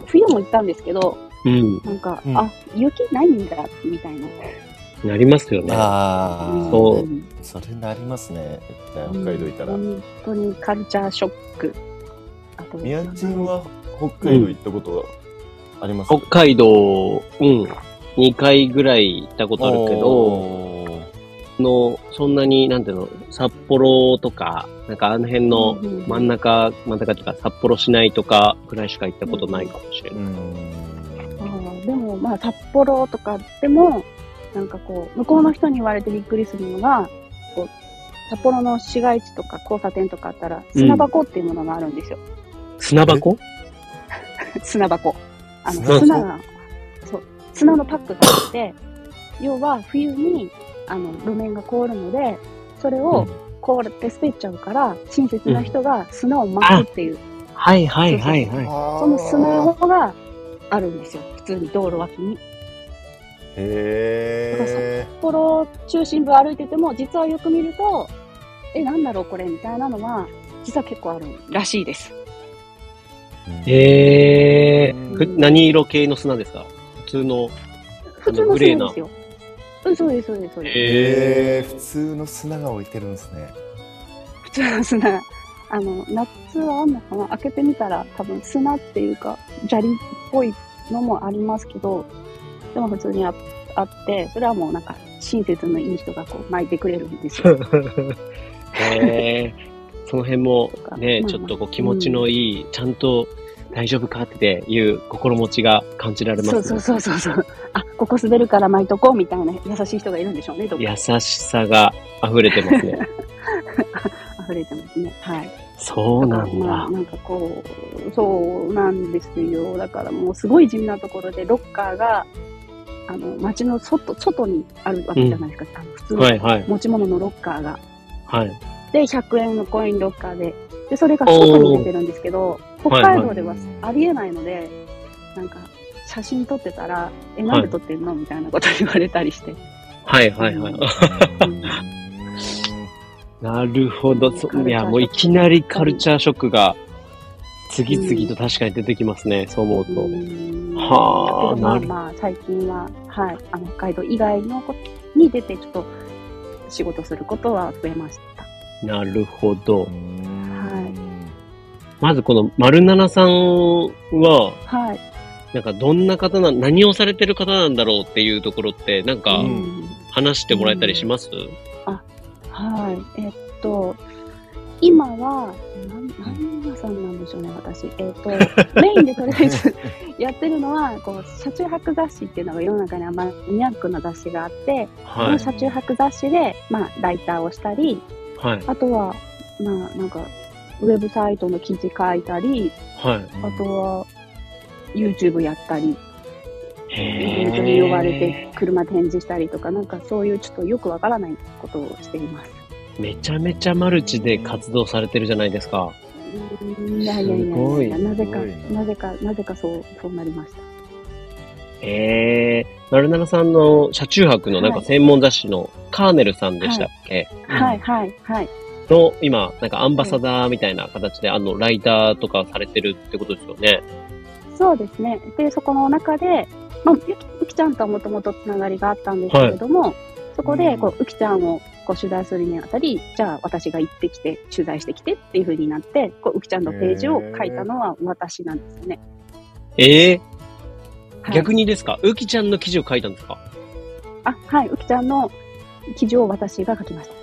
[SPEAKER 1] 冬も行ったんですけど、
[SPEAKER 2] うん。
[SPEAKER 1] なんか、
[SPEAKER 4] うん
[SPEAKER 1] あ、雪ないんだ、みたいな。
[SPEAKER 2] なりますよね。
[SPEAKER 4] ああ
[SPEAKER 1] ん
[SPEAKER 2] そうん
[SPEAKER 4] それなりますね絶対北海道行ったら
[SPEAKER 1] 本当にカルチャーショック。あと、
[SPEAKER 4] 宮人は北海道行ったことはあります
[SPEAKER 2] 北海道、うん、2回ぐらい行ったことあるけど、
[SPEAKER 4] おー
[SPEAKER 2] あの、そんなに、なんていうの、札幌とか、なんかあの辺の真ん
[SPEAKER 1] 中。
[SPEAKER 2] 中、真ん中っていうか札幌市内とかぐらいしか行ったことないかもしれ
[SPEAKER 4] う
[SPEAKER 2] ない。
[SPEAKER 1] あ
[SPEAKER 4] ん
[SPEAKER 1] ーでも、まあ、札幌とかでも、なんかこう、向こうの人に言われてびっくりするのが、こう、札幌の市街地とか交差点とかあったら、砂箱っていうものがあるんですよ。
[SPEAKER 2] 砂箱
[SPEAKER 1] 砂箱。あ
[SPEAKER 4] 砂箱
[SPEAKER 1] の、砂が、そう、砂のパックがあって、要は冬に、あの、路面が凍るので、それを凍って滑っちゃうから、親切な人が砂を巻くっていう、
[SPEAKER 2] はいはいはいはい。
[SPEAKER 1] その砂箱があるんですよ。普通に道路脇に。
[SPEAKER 4] へ
[SPEAKER 1] 札幌中心部歩いてても実はよく見るとえなんだろうこれみたいなのは実は結構あるらしいです
[SPEAKER 2] ええ
[SPEAKER 4] うん
[SPEAKER 2] ふ何色系の砂ですか普通の。
[SPEAKER 1] 普通の
[SPEAKER 2] グレ
[SPEAKER 1] 砂
[SPEAKER 2] ーな
[SPEAKER 1] ですようんそうですそうですそうです、
[SPEAKER 2] え
[SPEAKER 4] え普通の砂が置いてるんですね
[SPEAKER 1] 普通の砂あの夏はあんのかな開けてみたら多分砂っていうか砂利っぽいのもありますけどでも普通にああってそれはもうなんか親切のいい人がこう巻いてくれるんです よ
[SPEAKER 2] えーその辺もね
[SPEAKER 1] ま、あ
[SPEAKER 2] ちょっとこう気持ちのいい、ちゃんと大丈夫かっていう心持ちが感じられます、
[SPEAKER 1] そ
[SPEAKER 2] ね。
[SPEAKER 1] うそうそうそうそうあここ滑るから巻いとこうみたいな優しい人がいるんでしょうねどこか
[SPEAKER 2] 優しさが溢れてま すね。
[SPEAKER 1] 溢れてますねはい
[SPEAKER 2] そうなん
[SPEAKER 1] ま
[SPEAKER 2] だ
[SPEAKER 1] あ、。なんかこう、そうなんですよ。だからもうすごい地味なところで、ロッカーが、ああの、街の外、外にあるわけじゃないですか。あの普通
[SPEAKER 2] は
[SPEAKER 1] の
[SPEAKER 2] いはい。
[SPEAKER 1] 持ち物のロッカーが。
[SPEAKER 2] はい。
[SPEAKER 1] で、100円のコインロッカーで。で、それが外に出てるんですけど、北海道ではありえないので、なんか、写真撮ってたら、え、なんで撮ってんのみたいなこと言われたりして。
[SPEAKER 2] はいはいはい。なるほど。そ
[SPEAKER 1] カルチャーショッ
[SPEAKER 2] い
[SPEAKER 1] ク
[SPEAKER 2] や、もういきなりカルチャーショックが次々と確かに出てきますね。そう思うと。
[SPEAKER 1] うん
[SPEAKER 2] はあ
[SPEAKER 1] けどま
[SPEAKER 2] な
[SPEAKER 1] あ
[SPEAKER 2] る
[SPEAKER 1] まあ、最近は、はい、あの、北海道以外のことに出て、ちょっと、仕事することは増えました。
[SPEAKER 2] なるほど。
[SPEAKER 1] は
[SPEAKER 2] まずこの丸七さんは、
[SPEAKER 1] い。はい。
[SPEAKER 2] なんかどんな方な、何をされてる方なんだろうっていうところって、なんか
[SPEAKER 4] うん
[SPEAKER 2] 話してもらえたりします、
[SPEAKER 1] はい。えっと、今は、なん、なんなさんなんでしょうね、私。えっと、 メインでとりあえずやってるのは、こう、車中泊雑誌っていうのが世の中にあんまマニアックな雑誌があって、そ
[SPEAKER 2] は
[SPEAKER 1] の
[SPEAKER 2] い。
[SPEAKER 1] 車中泊雑誌で、まあ、ライターをしたり、
[SPEAKER 2] はい。
[SPEAKER 1] あとは、まあ、なんか、ウェブサイトの記事書いたり、
[SPEAKER 2] は
[SPEAKER 1] あとは、YouTube やったり、イ
[SPEAKER 2] い。へ
[SPEAKER 1] ベントに呼ばれて車展示したりとか、なんかそういうちょっとよくわからないことをしています。
[SPEAKER 2] めちゃめちゃマルチで活動されてるじゃないですか。
[SPEAKER 1] いやいやい
[SPEAKER 2] すご
[SPEAKER 1] や
[SPEAKER 2] い
[SPEAKER 1] いや、なぜか
[SPEAKER 4] すごいな、
[SPEAKER 1] なぜか、なぜかそう、そうなりました。
[SPEAKER 2] へえ。丸七さんの車中泊のなんか専門雑誌のカーネルさんでしたっけ、
[SPEAKER 1] はいはいはい。
[SPEAKER 2] の、今、なんかアンバサダーみたいな形で、あの、ライターとかされてるってことですよね。
[SPEAKER 1] そうですね。で、そこの中で、まあ、ゆきうきちゃんとはもともとつながりがあったんですけれども、そこでこう、うきちゃんをこう取材するにあたり、じゃあ私が行ってきて、取材してきてっていうふうになって、こううきちゃんのページを書いたのは私なんですよね。
[SPEAKER 2] ええ
[SPEAKER 1] はい
[SPEAKER 2] 逆にですかうきちゃんの記事を書いたんですか
[SPEAKER 1] あ、はい、うきちゃんの記事を私が書きました。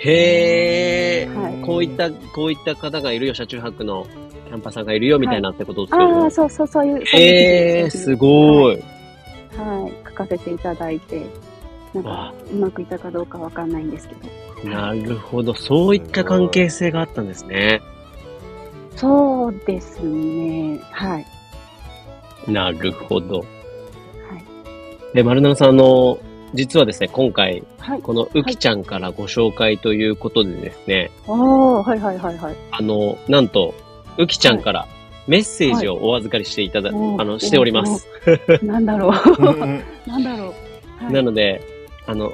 [SPEAKER 2] へえ、
[SPEAKER 1] はい
[SPEAKER 2] こういった、こういった方がいるよ、車中泊のキャンパーさんがいるよ、みたいなってことですよ
[SPEAKER 1] あ
[SPEAKER 2] ね
[SPEAKER 1] あ、。そうそう、そういう、そう
[SPEAKER 2] へ
[SPEAKER 1] いう
[SPEAKER 2] え
[SPEAKER 1] 記事
[SPEAKER 2] す
[SPEAKER 1] は
[SPEAKER 2] ごい。
[SPEAKER 1] い、書かせていただいて、なん
[SPEAKER 2] わ
[SPEAKER 1] かうまくいったかどうかわかんないんですけど。
[SPEAKER 2] なるほど。そういった関係性があったんですね。
[SPEAKER 1] そうですね。はい。
[SPEAKER 2] なるほど。
[SPEAKER 1] はい。
[SPEAKER 2] で、丸七さん、あの、実はですね、今回、
[SPEAKER 1] はい。
[SPEAKER 2] このうきちゃんからご紹介ということでですね、
[SPEAKER 1] おー、はいはいはいはい。
[SPEAKER 2] あの、なんと、うきちゃんからメッセージをお預かりしていただ、
[SPEAKER 1] はい
[SPEAKER 2] あの、しております。
[SPEAKER 1] なんだろ
[SPEAKER 4] うん
[SPEAKER 1] う。なんだろう。はい
[SPEAKER 2] なので、あの、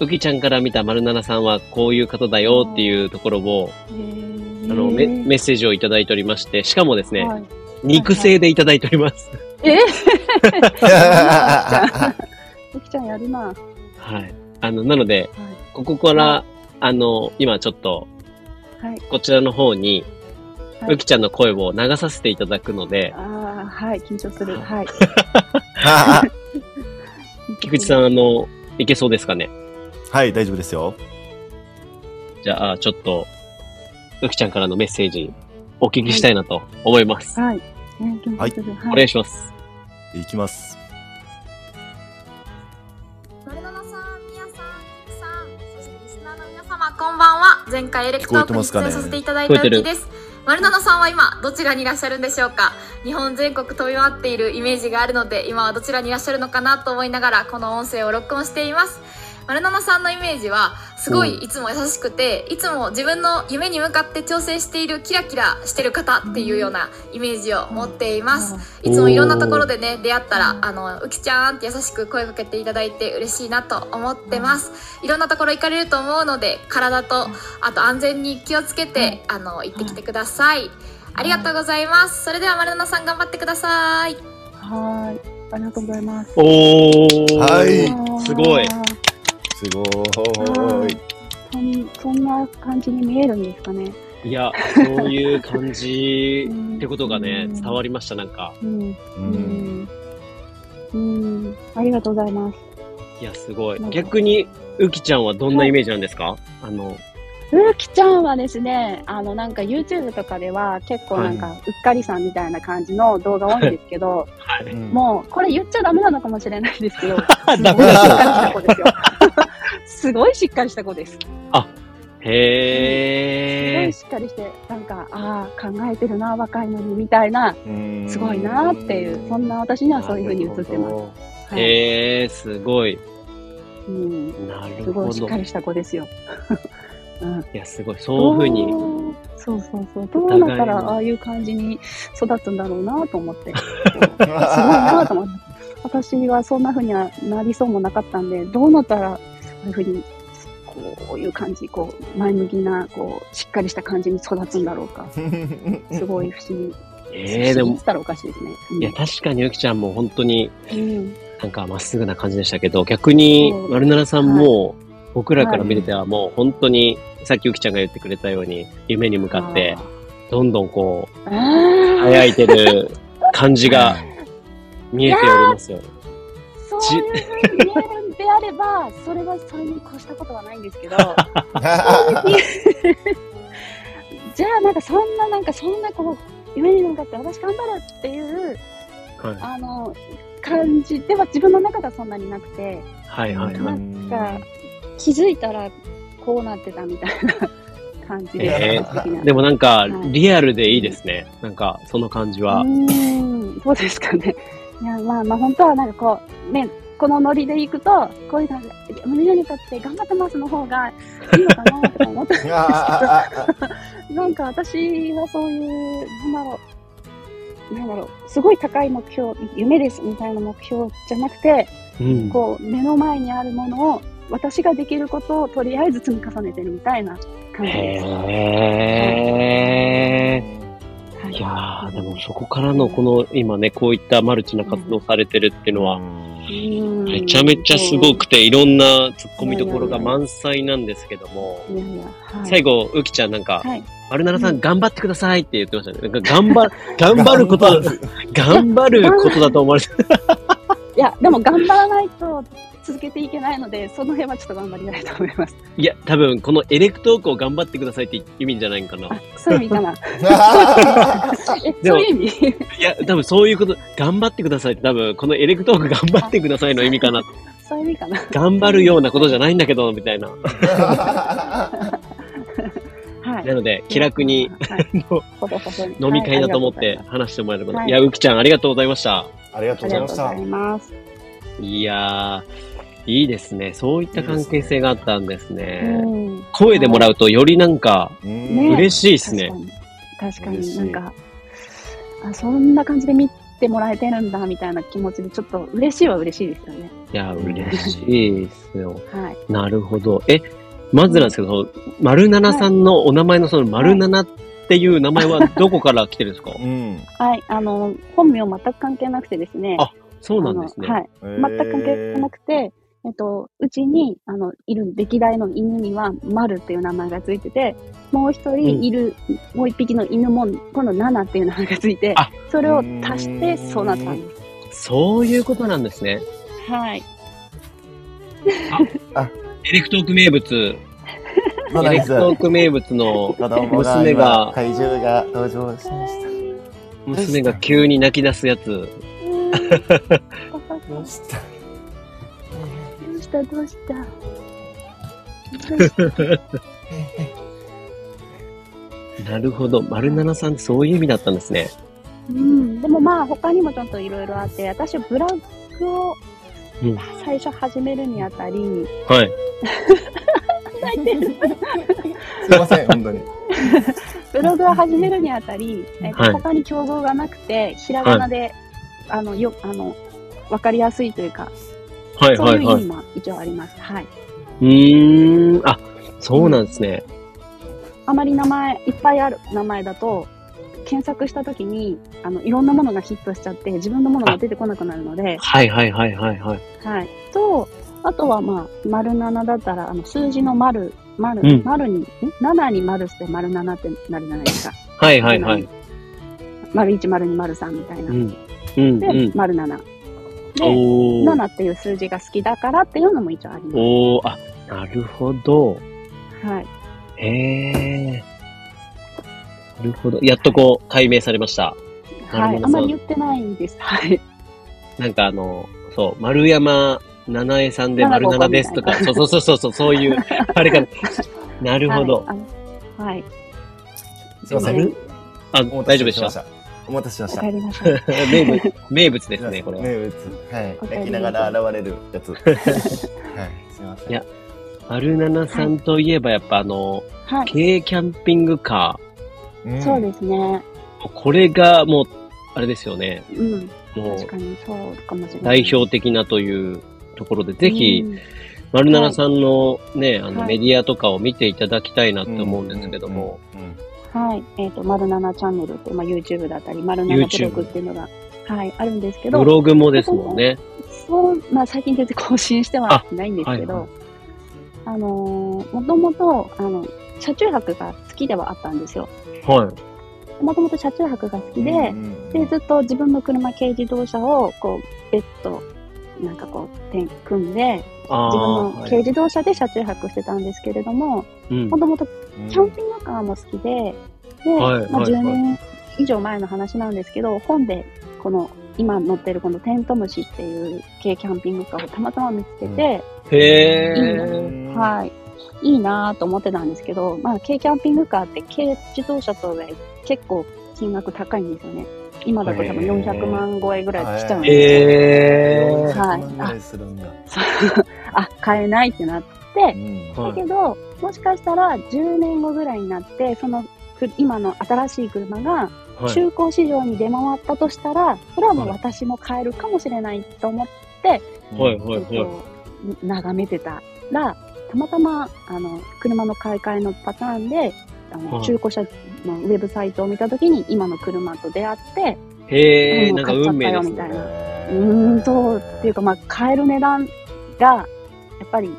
[SPEAKER 2] うきちゃんから見た丸七さんはこういう方だよっていうところを、
[SPEAKER 1] へー
[SPEAKER 2] あの、メメッセージをいただいておりまして、しかもですね、
[SPEAKER 1] はい
[SPEAKER 2] 肉声でいただいております。
[SPEAKER 1] え
[SPEAKER 4] は
[SPEAKER 1] ー、ゆきちゃんやるな。はい。
[SPEAKER 2] はい。あの、なので、ここから、あの、今ちょっと、
[SPEAKER 1] はい。
[SPEAKER 2] こちらの方に、
[SPEAKER 1] はいう
[SPEAKER 2] きちゃんの声を流させていただくので、
[SPEAKER 1] ああ、はい。緊張する。 はい。
[SPEAKER 2] 菊池さん、あの、いけそうですかね。
[SPEAKER 4] い、大丈夫ですよ。
[SPEAKER 2] じゃあ、ちょっと、うきちゃんからのメッセージ、お聞きしたいなと思います。
[SPEAKER 1] はい。ね緊張する。
[SPEAKER 2] お
[SPEAKER 1] は
[SPEAKER 2] 願
[SPEAKER 1] い。
[SPEAKER 2] いします。
[SPEAKER 4] いきます。
[SPEAKER 5] 丸七さん、みやさん、ゆきさん、そしてリスナーの皆様、こんばんは。前回エレクトークに出演させていただいた
[SPEAKER 2] 聞こえ
[SPEAKER 5] う
[SPEAKER 2] て
[SPEAKER 5] き
[SPEAKER 2] ま
[SPEAKER 5] です。丸七さんは今、どちらにいらっしゃるんでしょうか日本全国飛び回っているイメージがあるので、今はどちらにいらっしゃるのかなと思いながら、この音声を録音しています。丸七さんのイメージは、すごいいつも優しくて、いつも自分の夢に向かって挑戦しているキラキラしてる方っていうようなイメージを持っています。いつもいろんなところでね出会ったらあのうきちゃんって優しく声かけていただいて嬉しいなと思ってますいろんなところ行かれると思うので体とあと安全に気をつけてあの行ってきてくださいありがとうございますそれでは丸七さん頑張ってください
[SPEAKER 1] はい。ありがとうございます。
[SPEAKER 2] おー。
[SPEAKER 4] はい
[SPEAKER 2] すごい
[SPEAKER 1] あー
[SPEAKER 4] すごーい。
[SPEAKER 1] そんそんな感じに見えるんですかね。
[SPEAKER 2] いや、そういう感じ
[SPEAKER 1] うん
[SPEAKER 2] ってことがね、
[SPEAKER 1] うん
[SPEAKER 2] 伝わりました、なんか。
[SPEAKER 1] うん。
[SPEAKER 4] う
[SPEAKER 1] うんん。うん。ありがとうございます。
[SPEAKER 2] いや、すごい
[SPEAKER 1] なん。か
[SPEAKER 2] 逆に、うきちゃんはどんなイメージなんですかあの、
[SPEAKER 1] うきちゃんはですね、あの、なんか YouTube とかでは結構なんか、うっかりさんみたいな感じの動画多いんですけど、
[SPEAKER 2] はい。
[SPEAKER 1] もう、これ言っちゃダメなのかもしれないですけ ど、
[SPEAKER 2] あ、
[SPEAKER 1] すごいしっ
[SPEAKER 2] だ。
[SPEAKER 1] かりした子ですよ。すごいしっかりした子 です。すご
[SPEAKER 2] へ
[SPEAKER 1] い
[SPEAKER 2] ー。
[SPEAKER 1] しっかりして、なんか、ああ、考えてるな、若いのに、みたいな、
[SPEAKER 4] うん
[SPEAKER 1] すごいなっていう、そんな私にはそういうふうに映ってます。
[SPEAKER 4] す。
[SPEAKER 1] はい
[SPEAKER 2] えー、すごい。
[SPEAKER 1] うん、
[SPEAKER 2] なる
[SPEAKER 1] すご
[SPEAKER 2] ほ
[SPEAKER 1] いし
[SPEAKER 2] ど
[SPEAKER 1] っ。かりした子ですよ。うん
[SPEAKER 2] いや、すごい。そういうふうに。
[SPEAKER 1] どうそうそうそう。どうだから
[SPEAKER 2] お互いの
[SPEAKER 1] ああいう感じに育つんだろうなと思 って。こうすごいなと思って。私はそんな風にはなりそうもなかったんで、どうなったら、こういう風に、こういう感じ、こう、前向きな、こう、しっかりした感じに育つんだろうか。すごい不思議。
[SPEAKER 2] え
[SPEAKER 1] 不思議って
[SPEAKER 2] ー、で
[SPEAKER 1] 言
[SPEAKER 2] も
[SPEAKER 1] っ、たらおかしいですね。
[SPEAKER 2] いや、確かにゆきちゃんも本当に
[SPEAKER 1] うん
[SPEAKER 2] なんかまっすぐな感じでしたけど、逆に
[SPEAKER 1] うん
[SPEAKER 2] 丸奈良さんも、僕らから見れてはもう本当に、さっきゆきちゃんが言ってくれたように、夢に向かって、どんどんこう、
[SPEAKER 1] あー
[SPEAKER 2] 輝いてる感じが見えておりますよ。
[SPEAKER 1] そういうふうに見えるんであれば、 それはそれに越したことはないんです けど、じゃあなんかそんな、なんかそんなこう、夢に向かって私頑張るっていう、
[SPEAKER 2] はい
[SPEAKER 1] あの、感じでは自分の中ではそんなになくて、
[SPEAKER 2] はいはいはい。
[SPEAKER 1] なんか気づいたらこうなってたみたいな感じで
[SPEAKER 2] え
[SPEAKER 1] す、私的には
[SPEAKER 2] でもなんか
[SPEAKER 1] は、い
[SPEAKER 2] リアルでいいですね。なんか、その感じは
[SPEAKER 1] う。ーん、そうですかね。いや、まあまあ、本当はなんかこう、ね、このノリで行くと、こういうのが、胸に向かって頑張ってますの方がいいのかなとか思って、なんか私はそういう、なんだろう、なんだろう、すごい高い目標、夢ですみたいな目標じゃなくて、
[SPEAKER 2] うん。
[SPEAKER 1] こう、目の前にあるものを、私ができることをとりあえず積み重ねてるみたいな感じです。
[SPEAKER 2] へー。
[SPEAKER 1] はい
[SPEAKER 2] いやー、でもそこからのこの、今ね、こういったマルチな活動されてるっていうのは、
[SPEAKER 1] うん
[SPEAKER 2] めちゃめちゃすごくて、いろんな突っ込みどころが満載なんですけども、
[SPEAKER 1] いやいや、はい、
[SPEAKER 2] 最後、うきちゃんなんか、
[SPEAKER 1] はい
[SPEAKER 2] 丸奈良さ
[SPEAKER 1] うん
[SPEAKER 2] ん頑張ってくださいって言ってましたね。なんか頑 張、頑張ること、頑張ることだと思われて、
[SPEAKER 1] いや、でも頑張らないと続けていけないので、その辺はちょっと頑張りたいと思います。
[SPEAKER 2] いや、多分このエレクトークを頑張ってくださいって意味じゃないんかな。
[SPEAKER 1] あ、そういう意味か な。え
[SPEAKER 2] でも
[SPEAKER 1] そういう意味
[SPEAKER 2] いや、多分そういうこと、頑張ってくださいって多分このエレクトーク頑張ってくださいの意味かな。
[SPEAKER 1] そういう意味かな。
[SPEAKER 2] 頑張るようなことじゃないんだけど、みたいな。
[SPEAKER 1] はい。
[SPEAKER 2] なので、気楽に
[SPEAKER 1] はい、
[SPEAKER 2] 飲み会だと思って
[SPEAKER 1] はい
[SPEAKER 2] 話してもらえればな。
[SPEAKER 1] はい
[SPEAKER 2] いや、うきちゃんありがとうございました。
[SPEAKER 4] ありがと
[SPEAKER 1] あ
[SPEAKER 4] うご
[SPEAKER 1] り
[SPEAKER 4] ざ
[SPEAKER 1] が
[SPEAKER 4] い
[SPEAKER 1] とう
[SPEAKER 4] まし
[SPEAKER 1] ござ
[SPEAKER 4] た
[SPEAKER 1] い。ます。
[SPEAKER 2] いやー、いいですね。そういった関係性があったんですね。
[SPEAKER 1] うん
[SPEAKER 2] 声でもらうとよりなんか、嬉しいですね。
[SPEAKER 1] 確かに。
[SPEAKER 4] 嬉し
[SPEAKER 1] 確
[SPEAKER 4] い
[SPEAKER 1] かになんか、あ、そんな感じで見てもらえてるんだ、みたいな気持ちで、ちょっと嬉しいは嬉しいですよね。
[SPEAKER 2] いや、嬉しいですよ。
[SPEAKER 1] はい。
[SPEAKER 2] なるほど。え、まずなんですけど、丸七さんのお名前のその丸七っていう名前はどこから来てるんですか、
[SPEAKER 4] うん。
[SPEAKER 1] はい。あの、本名全く関係なくてですね。
[SPEAKER 2] あそうなんですね。
[SPEAKER 1] あのはい。全く関係なくて、えっと、うちに、あの、いる歴代の犬には、丸っていう名前がついてて、もう一人いる、もう一匹の犬も、このナナっていう名前がついて
[SPEAKER 2] あ、
[SPEAKER 1] それを足して、そうなったんです。
[SPEAKER 2] そういうことなんですね。
[SPEAKER 1] はい。
[SPEAKER 2] エレクトーク名物、
[SPEAKER 4] ま
[SPEAKER 2] エ
[SPEAKER 4] だ
[SPEAKER 2] レ
[SPEAKER 4] い
[SPEAKER 2] ク
[SPEAKER 4] ず、
[SPEAKER 2] トーク名物の
[SPEAKER 4] 子供が
[SPEAKER 2] 娘
[SPEAKER 4] 今
[SPEAKER 2] が、
[SPEAKER 4] 怪獣が登場しました。
[SPEAKER 2] 娘が急に泣き出すやつ。
[SPEAKER 4] どうした
[SPEAKER 1] どうしたどうした
[SPEAKER 2] なるほど。丸七さんってそういう意味だったんですね。
[SPEAKER 1] うん、でもまあ他にもちょっといろいろあって私ブラックを
[SPEAKER 2] うん
[SPEAKER 1] 最初始めるにあたり、
[SPEAKER 2] はい。
[SPEAKER 4] すいません、本当に。
[SPEAKER 1] ブログを始めるにあたり、えっと
[SPEAKER 2] はい
[SPEAKER 1] 他に競合がなくて、ひらがなで、あの、よ、あの、わかりやすいというか、
[SPEAKER 2] はい
[SPEAKER 1] そう
[SPEAKER 2] はいいう
[SPEAKER 1] 意
[SPEAKER 2] はい。
[SPEAKER 1] 味も一応あります。はい。
[SPEAKER 2] うーん。あ、そうなんですね。
[SPEAKER 1] あまり名前、いっぱいある名前だと、検索したときに、あの、いろんなものがヒットしちゃって、自分のものが出てこなくなるので、
[SPEAKER 2] はいはいはいはいはい。
[SPEAKER 1] はい。と、あとはまあ、丸七だったら、あの、数字の丸、丸、
[SPEAKER 2] うん
[SPEAKER 1] 丸に、ん七に丸して丸七ってなるじゃないですか。
[SPEAKER 2] はいはいはい。。
[SPEAKER 1] 丸一、丸二、丸三みたいな。
[SPEAKER 2] うん。うん
[SPEAKER 1] で、
[SPEAKER 2] うん。
[SPEAKER 1] 丸七。で、
[SPEAKER 2] おー。
[SPEAKER 1] 7っていう数字が好きだからっていうのも一応ありま
[SPEAKER 2] おー。あ、なるほど。
[SPEAKER 1] す。はい。
[SPEAKER 2] へえ。なるほど。やっとこう、解明されました。な
[SPEAKER 1] は
[SPEAKER 2] るほど
[SPEAKER 1] い。あまり言ってないんです。はい。
[SPEAKER 2] なんかあの、そう、丸山七重さんで丸七ですとか、そうそうそうそうそう、そういう、あ れかな。なるほど。
[SPEAKER 1] はい。あのはい。
[SPEAKER 4] すいませ
[SPEAKER 2] 丸
[SPEAKER 4] ん。
[SPEAKER 2] あ、大丈夫でした。
[SPEAKER 4] た。お待たせしま
[SPEAKER 1] お
[SPEAKER 4] した。
[SPEAKER 1] かえりなさ い。
[SPEAKER 2] 名物、名物ですね、これは。
[SPEAKER 4] 名物。はい。
[SPEAKER 1] おかえり
[SPEAKER 4] 泣きながら現れるやつ。 はい。すいません。
[SPEAKER 2] いやアルナナさんといえば、やっぱあの、
[SPEAKER 1] はい。
[SPEAKER 2] 軽キャンピングカ
[SPEAKER 4] うん
[SPEAKER 1] そうですね。
[SPEAKER 2] ー。これがもう、あれですよね。
[SPEAKER 1] うん。
[SPEAKER 2] も
[SPEAKER 1] 確
[SPEAKER 2] う、
[SPEAKER 1] かにそうかもしれない。
[SPEAKER 2] 代表的なというところで、ぜひ
[SPEAKER 1] う、ん
[SPEAKER 2] 丸七さんのね、あの、
[SPEAKER 1] はい
[SPEAKER 2] メディアとかを見ていただきたいなって思うんですけども、
[SPEAKER 4] うん。うん
[SPEAKER 1] はい。えっ、と、丸七チャンネルって、まあ、YouTube だったり、丸七ブログっていうのが、はい、あるんですけ
[SPEAKER 2] ブ
[SPEAKER 1] ど、
[SPEAKER 2] ログもですもんね。
[SPEAKER 1] そう、まあ、最近全然更新してはないんですけ
[SPEAKER 2] あは
[SPEAKER 1] ど
[SPEAKER 2] い、
[SPEAKER 1] あ,、のーもともと、あの、車中泊が好きではあったんですよ。
[SPEAKER 2] はい。
[SPEAKER 1] もともと車中泊が好きで、
[SPEAKER 4] うん
[SPEAKER 1] で、ずっと自分の車、軽自動車を、こう、ベッド、なんかこう、点組んで、
[SPEAKER 2] あ
[SPEAKER 1] 自分
[SPEAKER 2] あ
[SPEAKER 1] の
[SPEAKER 2] ー、
[SPEAKER 1] 軽自動車で車中泊してたんですけれども、
[SPEAKER 2] うん
[SPEAKER 1] もともと
[SPEAKER 4] うん
[SPEAKER 1] キャンピングカーも好きで、で、
[SPEAKER 2] はい
[SPEAKER 1] まあ、
[SPEAKER 2] はい
[SPEAKER 1] 10年以上前の話なんですけど、本でこの今乗ってるこのテントムシっていう軽キャンピングカーをたまたま見つけて、
[SPEAKER 2] へ
[SPEAKER 4] う
[SPEAKER 2] ー
[SPEAKER 4] ん
[SPEAKER 1] はい、いいなぁと思ってたんですけど、まあ、軽キャンピングカーって軽自動車とで結構金額高いんですよね。今だと多分400万超えぐらいしちゃうんで、
[SPEAKER 4] 400
[SPEAKER 1] はい
[SPEAKER 2] へー
[SPEAKER 4] 万ぐらいするんだ。
[SPEAKER 1] あ、買えないってなって、
[SPEAKER 4] うん
[SPEAKER 2] は
[SPEAKER 1] だけど、もしかしたら10年後ぐらいになって、そのく今の新しい車が
[SPEAKER 2] はい。
[SPEAKER 1] 中古市場に出回ったとしたら、それはもう私も買えるかもしれないと思って、
[SPEAKER 2] はい、はい、
[SPEAKER 1] えっ
[SPEAKER 2] は
[SPEAKER 1] と眺めてたら、たまたまあの車の買い替えのパターンで、あの
[SPEAKER 2] はい
[SPEAKER 1] 中古車のウェブサイトを見たときに、今の車と出会って、
[SPEAKER 2] い。へー
[SPEAKER 1] もうん
[SPEAKER 2] なか
[SPEAKER 1] 買っちゃ
[SPEAKER 2] 運
[SPEAKER 1] った
[SPEAKER 2] 命で
[SPEAKER 1] よ
[SPEAKER 2] す
[SPEAKER 1] みた
[SPEAKER 2] ね
[SPEAKER 1] い。な。うーん、そうっていうか、まあ、買える値段が、やっぱりね、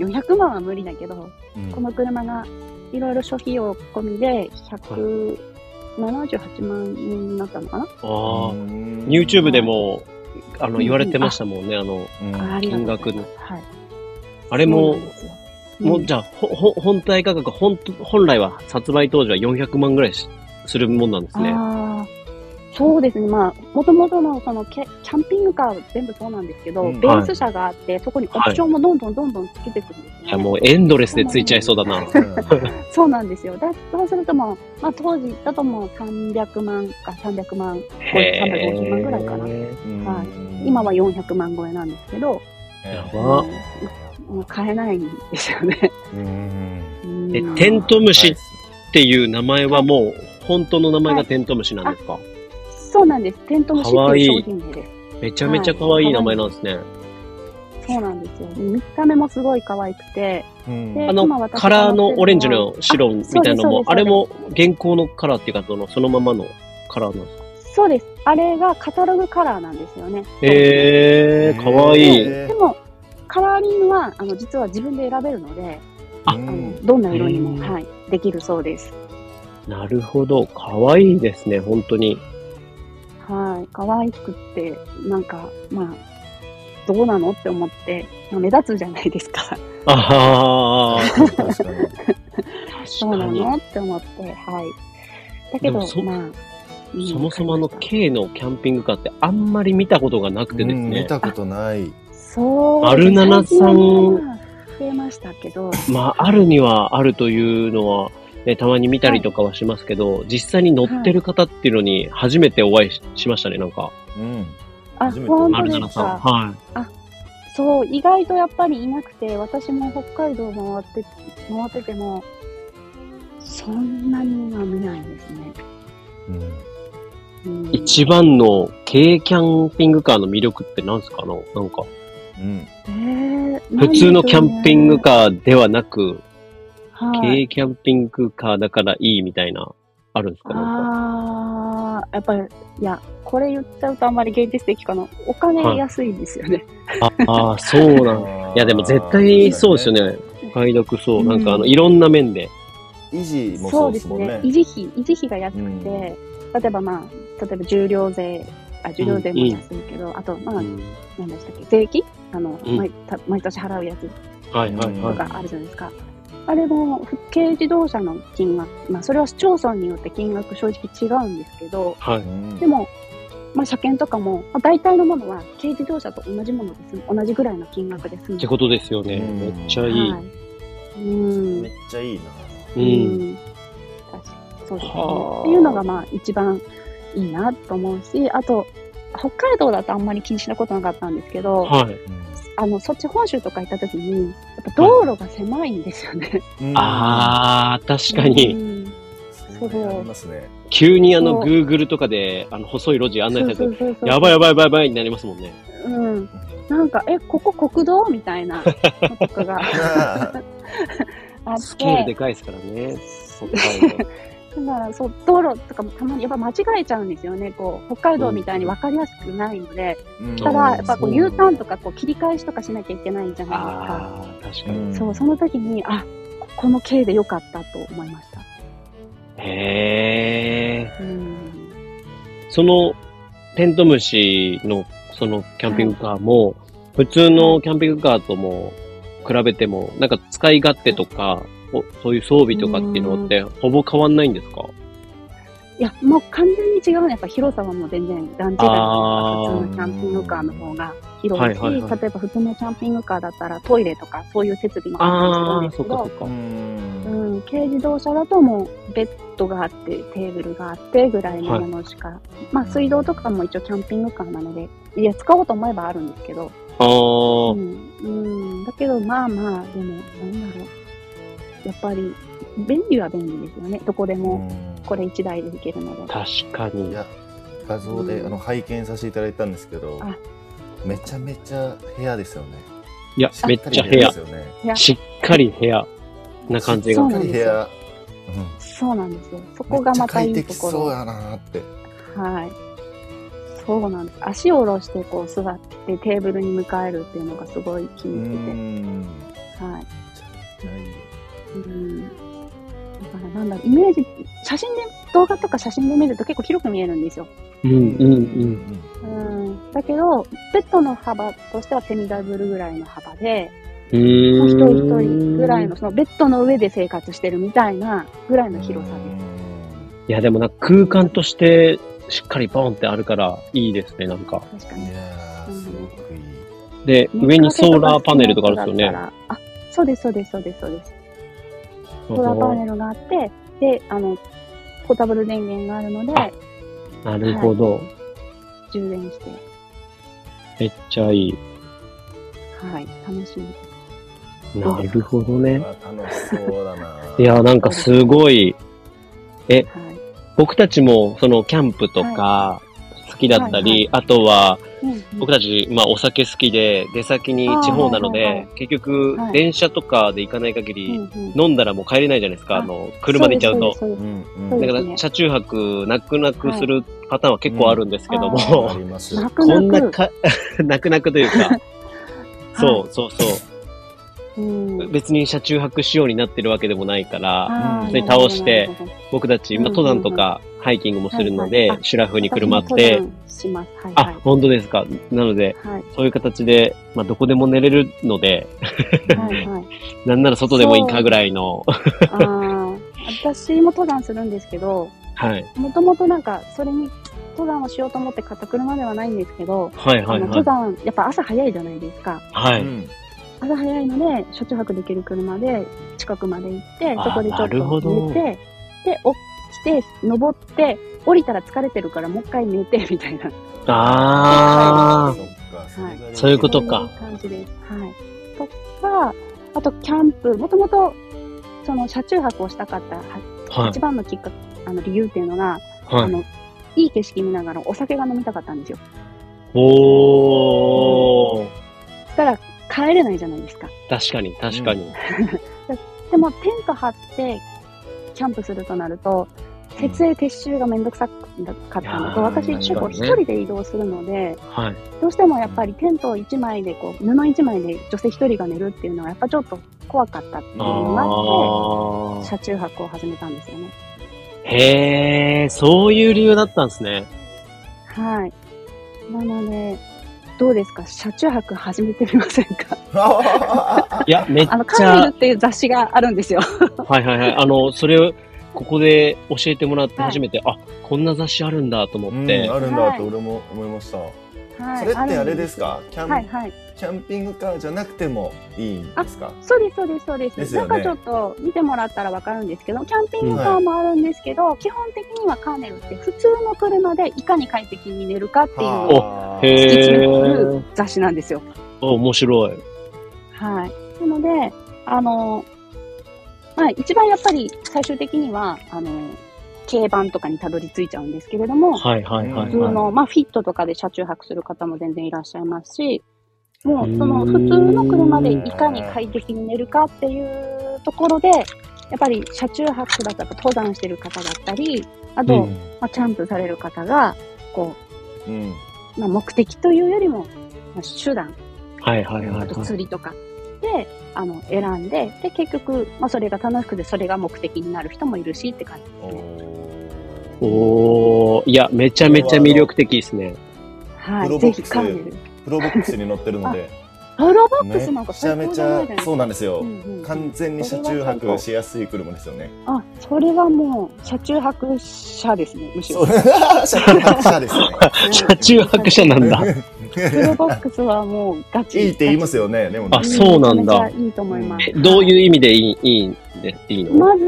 [SPEAKER 1] 400万は無理だけど、
[SPEAKER 4] うん
[SPEAKER 1] この車がいろいろ諸費用込みで178万円になったのかな、
[SPEAKER 2] ああ。
[SPEAKER 4] うん
[SPEAKER 2] YouTube でも、あの、
[SPEAKER 1] うん
[SPEAKER 2] 言われてましたもんね。あの、
[SPEAKER 4] うん
[SPEAKER 1] ありがとうございますはい、
[SPEAKER 2] あれ
[SPEAKER 1] そ
[SPEAKER 2] も
[SPEAKER 1] うなんですようん
[SPEAKER 2] もう、じゃあ、ほ、ほ、本体価格、本当、本来は、殺売当時は400万ぐらいしするもんなんですね。
[SPEAKER 1] あーそうですね、まあ、もともとのそのキャキャンピングカー全部そうなんですけど、
[SPEAKER 4] うん
[SPEAKER 1] ベース車があって、そこにオプションもどんどんどんどんつけていくんです
[SPEAKER 2] い
[SPEAKER 1] よ
[SPEAKER 2] や、
[SPEAKER 1] ね。
[SPEAKER 2] もうエンドレスでついちゃいそうだな。
[SPEAKER 1] そうなんですよ。だそうするともう、まあ、当時だともう300万か300万、350万ぐらいかな。
[SPEAKER 4] うん
[SPEAKER 1] は今は400万超えなんですけど、
[SPEAKER 2] や
[SPEAKER 1] も
[SPEAKER 2] ばあ
[SPEAKER 1] う買えないんですよね。
[SPEAKER 4] うん
[SPEAKER 2] え
[SPEAKER 1] うん
[SPEAKER 2] テントムシっていう名前はもう、本当の名前がテントムシなんですか、
[SPEAKER 1] そうなんです。テントムシっていう商品名です。
[SPEAKER 2] めちゃめちゃ可愛い名前なんですね。
[SPEAKER 1] そうなんですよ。見た目もすごい可愛くて。
[SPEAKER 4] うん
[SPEAKER 1] で
[SPEAKER 2] あ
[SPEAKER 1] 今
[SPEAKER 2] の、
[SPEAKER 1] 私が
[SPEAKER 2] カラーのオレンジの白みたいなのも、あ
[SPEAKER 1] あそう
[SPEAKER 2] れ
[SPEAKER 1] ですそ
[SPEAKER 2] も現行のカラーっていうか、そのそのままのカラーなんですか
[SPEAKER 1] そうです。あれがカタログカラーなんですよね。
[SPEAKER 2] へー、可愛い
[SPEAKER 1] でも、カラーリングは、あの、実は自分で選べるので、
[SPEAKER 4] う
[SPEAKER 2] あ
[SPEAKER 1] あの、
[SPEAKER 4] ん
[SPEAKER 1] どんな色に
[SPEAKER 2] へ
[SPEAKER 1] も、
[SPEAKER 2] ー
[SPEAKER 1] はい、できるそうです。
[SPEAKER 2] なるほど。可愛いですね、本当に。
[SPEAKER 1] はい。可愛くって、なんか、まあ、どうなのって思って、まあ目立つじゃないですか。
[SPEAKER 2] あはは
[SPEAKER 4] 確かに
[SPEAKER 1] どう
[SPEAKER 2] 確か
[SPEAKER 1] な
[SPEAKER 2] に。
[SPEAKER 1] のって思って、はい。だけ
[SPEAKER 2] で
[SPEAKER 1] ど
[SPEAKER 2] もそ、
[SPEAKER 1] まあ、うん
[SPEAKER 2] そもそもあの
[SPEAKER 1] わかりました
[SPEAKER 2] K のキャンピングカーってあんまり見たことがなくて
[SPEAKER 4] う
[SPEAKER 2] です
[SPEAKER 4] ん見
[SPEAKER 2] ね。
[SPEAKER 4] たことない。
[SPEAKER 1] そう。
[SPEAKER 2] 丸七さん
[SPEAKER 1] 最近は増えましたけど、
[SPEAKER 2] まあ、あるにはあるというのは、ね、たまに見たりとかはしますけど、実際に乗ってる方っていうのに初めてお会いししましたね、なんか。
[SPEAKER 4] うん。
[SPEAKER 1] あ、
[SPEAKER 4] 初めて
[SPEAKER 1] 本当
[SPEAKER 2] 丸
[SPEAKER 1] で
[SPEAKER 2] 七
[SPEAKER 1] す
[SPEAKER 2] さん。
[SPEAKER 1] か。
[SPEAKER 2] はい。
[SPEAKER 1] そう、意外とやっぱりいなくて、私も北海道回って、回ってても、そんなには見ないですね。
[SPEAKER 4] うん
[SPEAKER 1] うん、
[SPEAKER 2] 一番の軽キャンピングカーの魅力って何ですかのなんか、
[SPEAKER 4] うん。
[SPEAKER 1] えー
[SPEAKER 2] 普通のキャンピングカーではなく、
[SPEAKER 1] なんでしょうねはい、
[SPEAKER 2] 軽キャンピングカーだからいいみたいな、あるんですかなんか。
[SPEAKER 1] あーやっぱり、いや、これ言っちゃうとあんまり現実的かな。お金安いんですよね。
[SPEAKER 2] ああー、そうなんだ。いや、でも絶対そうですよ
[SPEAKER 4] ね。
[SPEAKER 2] ね。お買い得そう。なんかあの、
[SPEAKER 1] うん
[SPEAKER 2] いろんな面で。
[SPEAKER 4] 維持もそ
[SPEAKER 1] そうう
[SPEAKER 4] で
[SPEAKER 1] ですす
[SPEAKER 4] もんね
[SPEAKER 1] ね。。維持費、維持費が安くて、
[SPEAKER 4] うん
[SPEAKER 1] 例えばまあ、例えば重量税、あ、重量税も安いけど、あと、まあ、
[SPEAKER 2] うん
[SPEAKER 1] 何でしたっけ、税金あの、
[SPEAKER 2] うん
[SPEAKER 1] 毎た毎年払うやつ
[SPEAKER 2] はいはい
[SPEAKER 1] と
[SPEAKER 2] はい。
[SPEAKER 1] かあるじゃないですか。あれも、軽自動車の金額、まあ、それは市町村によって金額正直違うんですけど、
[SPEAKER 2] はい。
[SPEAKER 4] うん
[SPEAKER 1] でも、まあ、車検とかも、まあ、大体のものは軽自動車と同じものです。同じぐらいの金額です。
[SPEAKER 2] ってことですよね。
[SPEAKER 4] うん
[SPEAKER 2] めっちゃい。
[SPEAKER 1] はいい。うん
[SPEAKER 4] めっ。ちゃいいな。
[SPEAKER 2] うん。
[SPEAKER 1] 確かそうですね
[SPEAKER 2] はあ
[SPEAKER 1] っていうのがまあ一番いいなと思うしあと北海道だとあんまり気にしたことなかったんですけど、
[SPEAKER 2] はい。
[SPEAKER 1] あのそっち本州とか行った時にやっぱ道路が狭いんですよね。
[SPEAKER 2] あー、確か
[SPEAKER 1] う
[SPEAKER 2] に。
[SPEAKER 1] ん
[SPEAKER 4] あそれありますね。
[SPEAKER 2] 急にあの、
[SPEAKER 1] そう
[SPEAKER 2] Google とかで、あの、細い路地案内されて
[SPEAKER 1] そう、そうそうそう
[SPEAKER 2] やばいやばいやばいやばいになりますもんね。
[SPEAKER 1] うん、なんか、え、ここ国道みたいなのとかが
[SPEAKER 4] あ
[SPEAKER 1] あっ
[SPEAKER 2] スケール
[SPEAKER 1] て
[SPEAKER 2] で、かいですから ね。北海道
[SPEAKER 1] だからそう、道路とかもたまにやっぱ間違えちゃうんですよね、こう、北海道みたいに分かりやすくないので、
[SPEAKER 4] ー
[SPEAKER 1] た
[SPEAKER 2] うん
[SPEAKER 1] だ、やっぱこ
[SPEAKER 2] そううなん
[SPEAKER 1] U ターンとかこう切り返しとかしなきゃいけないじゃない
[SPEAKER 2] あー、確
[SPEAKER 4] う
[SPEAKER 2] かに。
[SPEAKER 4] ん
[SPEAKER 1] ですか。そう、その時に、あ、ここの系で良かったと思いました。
[SPEAKER 2] へー。
[SPEAKER 1] うん。
[SPEAKER 2] そのテントウムシのそのキャンピングカーも、普通のキャンピングカーとも比べても、なんか使い勝手とか、おそういう装備とかっていうのって、ほぼ変わんないんですか
[SPEAKER 1] いや、もう完全に違うのはやっぱ広さはもう全然段違いです
[SPEAKER 2] あー
[SPEAKER 1] 普通のキャンピングカーの方が広いし、
[SPEAKER 2] はいはいはい
[SPEAKER 1] 例えば普通のキャンピングカーだったらトイレとかそういう設備もあった
[SPEAKER 2] ああ
[SPEAKER 1] り
[SPEAKER 2] ー、
[SPEAKER 1] する
[SPEAKER 2] そっ
[SPEAKER 1] んですけど、
[SPEAKER 2] かそっか。
[SPEAKER 1] うん、軽自動車だともうベッドがあってテーブルがあってぐらいのものしか、まあ水道とかも一応キャンピングカーなのでいや使おうと思えばあるんですけど、
[SPEAKER 2] あ
[SPEAKER 1] う
[SPEAKER 2] あ、
[SPEAKER 1] んうん、だけどまあまあでもなんだろうやっぱり便利は便利ですよねどこでもこれ1台で行けるので、
[SPEAKER 2] 確か
[SPEAKER 4] い
[SPEAKER 2] に。
[SPEAKER 4] や画像で、
[SPEAKER 1] うん
[SPEAKER 4] あの拝見させていただいたんですけど
[SPEAKER 1] あ
[SPEAKER 4] めちゃめちゃ部屋ですよね
[SPEAKER 2] いや、めっちゃ部
[SPEAKER 4] で
[SPEAKER 2] 屋
[SPEAKER 4] す。よね
[SPEAKER 2] しっかり部屋な感じ
[SPEAKER 1] そ
[SPEAKER 2] が
[SPEAKER 1] う。
[SPEAKER 4] しっかり部屋うん
[SPEAKER 1] そうなんですよそこ
[SPEAKER 4] め
[SPEAKER 1] が
[SPEAKER 4] っちゃ
[SPEAKER 1] またい
[SPEAKER 4] 快
[SPEAKER 1] い
[SPEAKER 4] 適
[SPEAKER 1] とこ
[SPEAKER 4] そう
[SPEAKER 1] ろ
[SPEAKER 4] やなーって
[SPEAKER 1] はいそうなんです足を下ろしてこう座ってテーブルに迎えるっていうのがすごい気
[SPEAKER 4] う
[SPEAKER 1] に入って
[SPEAKER 4] ん
[SPEAKER 1] て、はい
[SPEAKER 4] いやいい
[SPEAKER 1] うんだからなんだろうイメージ写真で動画とか写真で見ると結構広く見えるんですよ、
[SPEAKER 2] うんうんうん。
[SPEAKER 1] うん、だけどベッドの幅としてはセミダブルぐらいの幅で
[SPEAKER 2] う
[SPEAKER 1] まあ一人一
[SPEAKER 2] ー
[SPEAKER 1] 人
[SPEAKER 2] ん。
[SPEAKER 1] ぐらいの。そのベッドの上で生活してるみたいなぐらいの広さ
[SPEAKER 4] う
[SPEAKER 1] で
[SPEAKER 4] ん
[SPEAKER 2] いや、でもなんか空間としてしっかりボンってあるからいいですね、なんか。
[SPEAKER 1] す確か
[SPEAKER 4] い
[SPEAKER 1] に
[SPEAKER 4] やーすごくいい
[SPEAKER 2] で、上にソーラーパネルとかあるんですよね。
[SPEAKER 1] あそうですそうですそうですそうですソーラーパネルがあってであのポータブル電源があるの
[SPEAKER 2] あ
[SPEAKER 1] で
[SPEAKER 2] なるほど。
[SPEAKER 1] 充電して
[SPEAKER 2] めっちゃいい。
[SPEAKER 1] はい楽しみ
[SPEAKER 2] なるほどね。
[SPEAKER 4] あ楽しそうだな
[SPEAKER 2] いや、なんかすごい、
[SPEAKER 1] はい
[SPEAKER 2] 僕たちもそのキャンプとか好きだったり、
[SPEAKER 1] はい
[SPEAKER 2] あとは
[SPEAKER 1] うんうん
[SPEAKER 2] 僕たち、まあお酒好きで、出先に地方なので、
[SPEAKER 1] あーはいはい
[SPEAKER 2] 結局
[SPEAKER 1] はい
[SPEAKER 2] 電車とかで行かない限り、
[SPEAKER 1] うんうん
[SPEAKER 2] 飲んだらもう帰れないじゃないですか、
[SPEAKER 1] あ
[SPEAKER 2] あの、車で行っちゃうと。
[SPEAKER 1] そうですそうですそうです
[SPEAKER 4] ん
[SPEAKER 1] そうで
[SPEAKER 2] だか
[SPEAKER 1] す
[SPEAKER 2] ら車中泊泣く泣くするパターンは結構あるんですけど
[SPEAKER 1] はい
[SPEAKER 2] も、
[SPEAKER 4] あります
[SPEAKER 1] 泣く
[SPEAKER 2] こんな
[SPEAKER 1] 泣く。
[SPEAKER 2] か、 泣く泣くというか、そうそうそうう。
[SPEAKER 1] ん。
[SPEAKER 2] 別に車中泊仕様になってるわけでもないから、
[SPEAKER 1] あー
[SPEAKER 4] 普通
[SPEAKER 2] に倒し
[SPEAKER 1] なる
[SPEAKER 2] て。
[SPEAKER 1] ほどなるほど
[SPEAKER 2] 僕たち、まあ、
[SPEAKER 1] うんうん
[SPEAKER 2] 登
[SPEAKER 1] うん
[SPEAKER 2] 山とかハイキングもするの
[SPEAKER 1] はい
[SPEAKER 2] で
[SPEAKER 1] はい、あ
[SPEAKER 2] シュラフに車っ
[SPEAKER 1] 私
[SPEAKER 2] て
[SPEAKER 1] も、登山します。はい
[SPEAKER 2] あ
[SPEAKER 1] は、
[SPEAKER 2] 本当ですか。なので、
[SPEAKER 1] い。はい
[SPEAKER 2] そういう形で、まあ、どこでも寝れるので、
[SPEAKER 1] はいはい。
[SPEAKER 2] なんなら外でもいいかぐらいの、
[SPEAKER 1] あー私も登山するんですけど、
[SPEAKER 2] はい。
[SPEAKER 1] もともとなんか、それに登山をしようと思って買った車ではないんですけど、
[SPEAKER 2] はい
[SPEAKER 1] あの
[SPEAKER 2] はいは
[SPEAKER 1] 登
[SPEAKER 2] い。
[SPEAKER 1] 山、やっぱ朝早いじゃないですか。
[SPEAKER 2] は
[SPEAKER 4] う
[SPEAKER 2] い。
[SPEAKER 4] ん
[SPEAKER 1] 朝早いので、車中泊できる車で近くまで行って、
[SPEAKER 2] あー
[SPEAKER 1] そこで
[SPEAKER 2] なる
[SPEAKER 1] ちょ
[SPEAKER 2] ほ
[SPEAKER 1] っと
[SPEAKER 2] ど
[SPEAKER 1] 寝て、で、起きて、登って、降りたら疲れてるからもう一回寝て、 みたいな。
[SPEAKER 2] あ
[SPEAKER 4] そっかそれができる
[SPEAKER 2] そういうことか
[SPEAKER 1] そういう感 じです。はい。とか、あとキャンプ、もともと、その車中泊をしたかった、は
[SPEAKER 2] ー。はい
[SPEAKER 1] 一。番のきっかけ、あの理由っていうのが、あ
[SPEAKER 2] はい。
[SPEAKER 1] の、いい景色見ながらお酒が飲みたかったんですよ。
[SPEAKER 2] おー。
[SPEAKER 1] そしたら帰れないじゃないですか。
[SPEAKER 2] 確かに、確かに。
[SPEAKER 1] でもテント張ってキャンプするとなると、設営撤収がめんどくさかったのと、
[SPEAKER 2] いやー
[SPEAKER 1] 私結構
[SPEAKER 2] 確
[SPEAKER 1] 一
[SPEAKER 2] かにね
[SPEAKER 1] 人で移動するので、
[SPEAKER 2] はい。
[SPEAKER 1] どうしてもやっぱりテント1枚でこう、布1枚で女性一人が寝るっていうのはやっぱちょっと怖かったっていう
[SPEAKER 2] あ
[SPEAKER 1] のもあって、
[SPEAKER 2] ー。
[SPEAKER 1] 車中泊を始めたんですよね。
[SPEAKER 2] へー、そういう理由だったんですね。
[SPEAKER 1] はい。なので、どうですか車中泊始めてみませんか
[SPEAKER 2] いや、めっ
[SPEAKER 1] あの、
[SPEAKER 2] ち
[SPEAKER 1] カン
[SPEAKER 2] ゃ
[SPEAKER 1] ベル、っていう雑誌があるんですよ。
[SPEAKER 2] はいはいはい。あの、それを、ここで教 えてもらって初めて、あ、こんな雑誌あるんだと思っ
[SPEAKER 4] う
[SPEAKER 2] て、
[SPEAKER 4] んあるんだって俺も思いました
[SPEAKER 1] はい、
[SPEAKER 4] それってあれ
[SPEAKER 1] るん
[SPEAKER 4] ですかキャン、
[SPEAKER 1] はいはい。
[SPEAKER 4] キャンピングカーじゃなくてもいいんですか
[SPEAKER 1] そうです、そうです、そうです。
[SPEAKER 4] ですよ
[SPEAKER 1] な
[SPEAKER 4] ね
[SPEAKER 1] んかちょっと見てもらったらわかるんですけど、キャンピングカーもあるんですけど、基本的にはカーネルって普通の車でいかに快適に寝るかっていうのを
[SPEAKER 4] はあ
[SPEAKER 2] へ
[SPEAKER 1] 突き詰め
[SPEAKER 2] え
[SPEAKER 1] る雑誌なんですよ。
[SPEAKER 2] あ面白い。
[SPEAKER 1] はい。なので、あの、まあ、一番やっぱり最終的には、あの、軽バンとかにたどり着いちゃうんですけれども、
[SPEAKER 2] はいはいはい、はい。
[SPEAKER 1] 普通の、まあ、フィットとかで車中泊する方も全然いらっしゃいますし、もう、そうの、
[SPEAKER 2] ー
[SPEAKER 1] 普
[SPEAKER 2] ん
[SPEAKER 1] 通の車でいかに快適に寝るかっていうところで、やっぱり車中泊だったり、登山してる方だったり、あと、
[SPEAKER 6] うん
[SPEAKER 1] まあ、キャンプされる方が、こ
[SPEAKER 4] うん
[SPEAKER 1] う、まあ、目的というよりも、まあ手段、
[SPEAKER 2] はいはいは
[SPEAKER 1] あ
[SPEAKER 2] い、
[SPEAKER 1] と
[SPEAKER 2] はい。
[SPEAKER 1] 釣りとかで、あの、選んで、で、結局、まあ、それが楽しくて、それが目的になる人もいるしって感じですね。
[SPEAKER 4] おー
[SPEAKER 2] おー、いや、めちゃめちゃ魅力的ですね。
[SPEAKER 1] は
[SPEAKER 4] プロボ
[SPEAKER 1] い。ぜ
[SPEAKER 4] ック
[SPEAKER 1] ひ、
[SPEAKER 4] ス
[SPEAKER 1] カーネル。
[SPEAKER 4] プロボックスに乗ってるので
[SPEAKER 1] プロボックスなん
[SPEAKER 4] め
[SPEAKER 1] か
[SPEAKER 4] ちゃ
[SPEAKER 1] 最
[SPEAKER 4] め
[SPEAKER 1] 高
[SPEAKER 4] ち
[SPEAKER 1] じゃな
[SPEAKER 4] ゃ
[SPEAKER 1] いじゃないですか。
[SPEAKER 4] そうなんですよ、
[SPEAKER 1] うんうん
[SPEAKER 4] 完全に車中泊しやすい車ですよね
[SPEAKER 1] あ、それはもう、車中泊車ですね、むし
[SPEAKER 4] そう
[SPEAKER 1] ろ。
[SPEAKER 4] 車中泊車ですね
[SPEAKER 2] 車中泊者なん だ。
[SPEAKER 1] プロボックスはもうガチ。
[SPEAKER 4] いいって言いますよねでもね
[SPEAKER 2] あそうなんだ
[SPEAKER 1] めちゃめちゃいいと思います
[SPEAKER 2] え。どういう意味でいいいいんでいいの、
[SPEAKER 1] まず、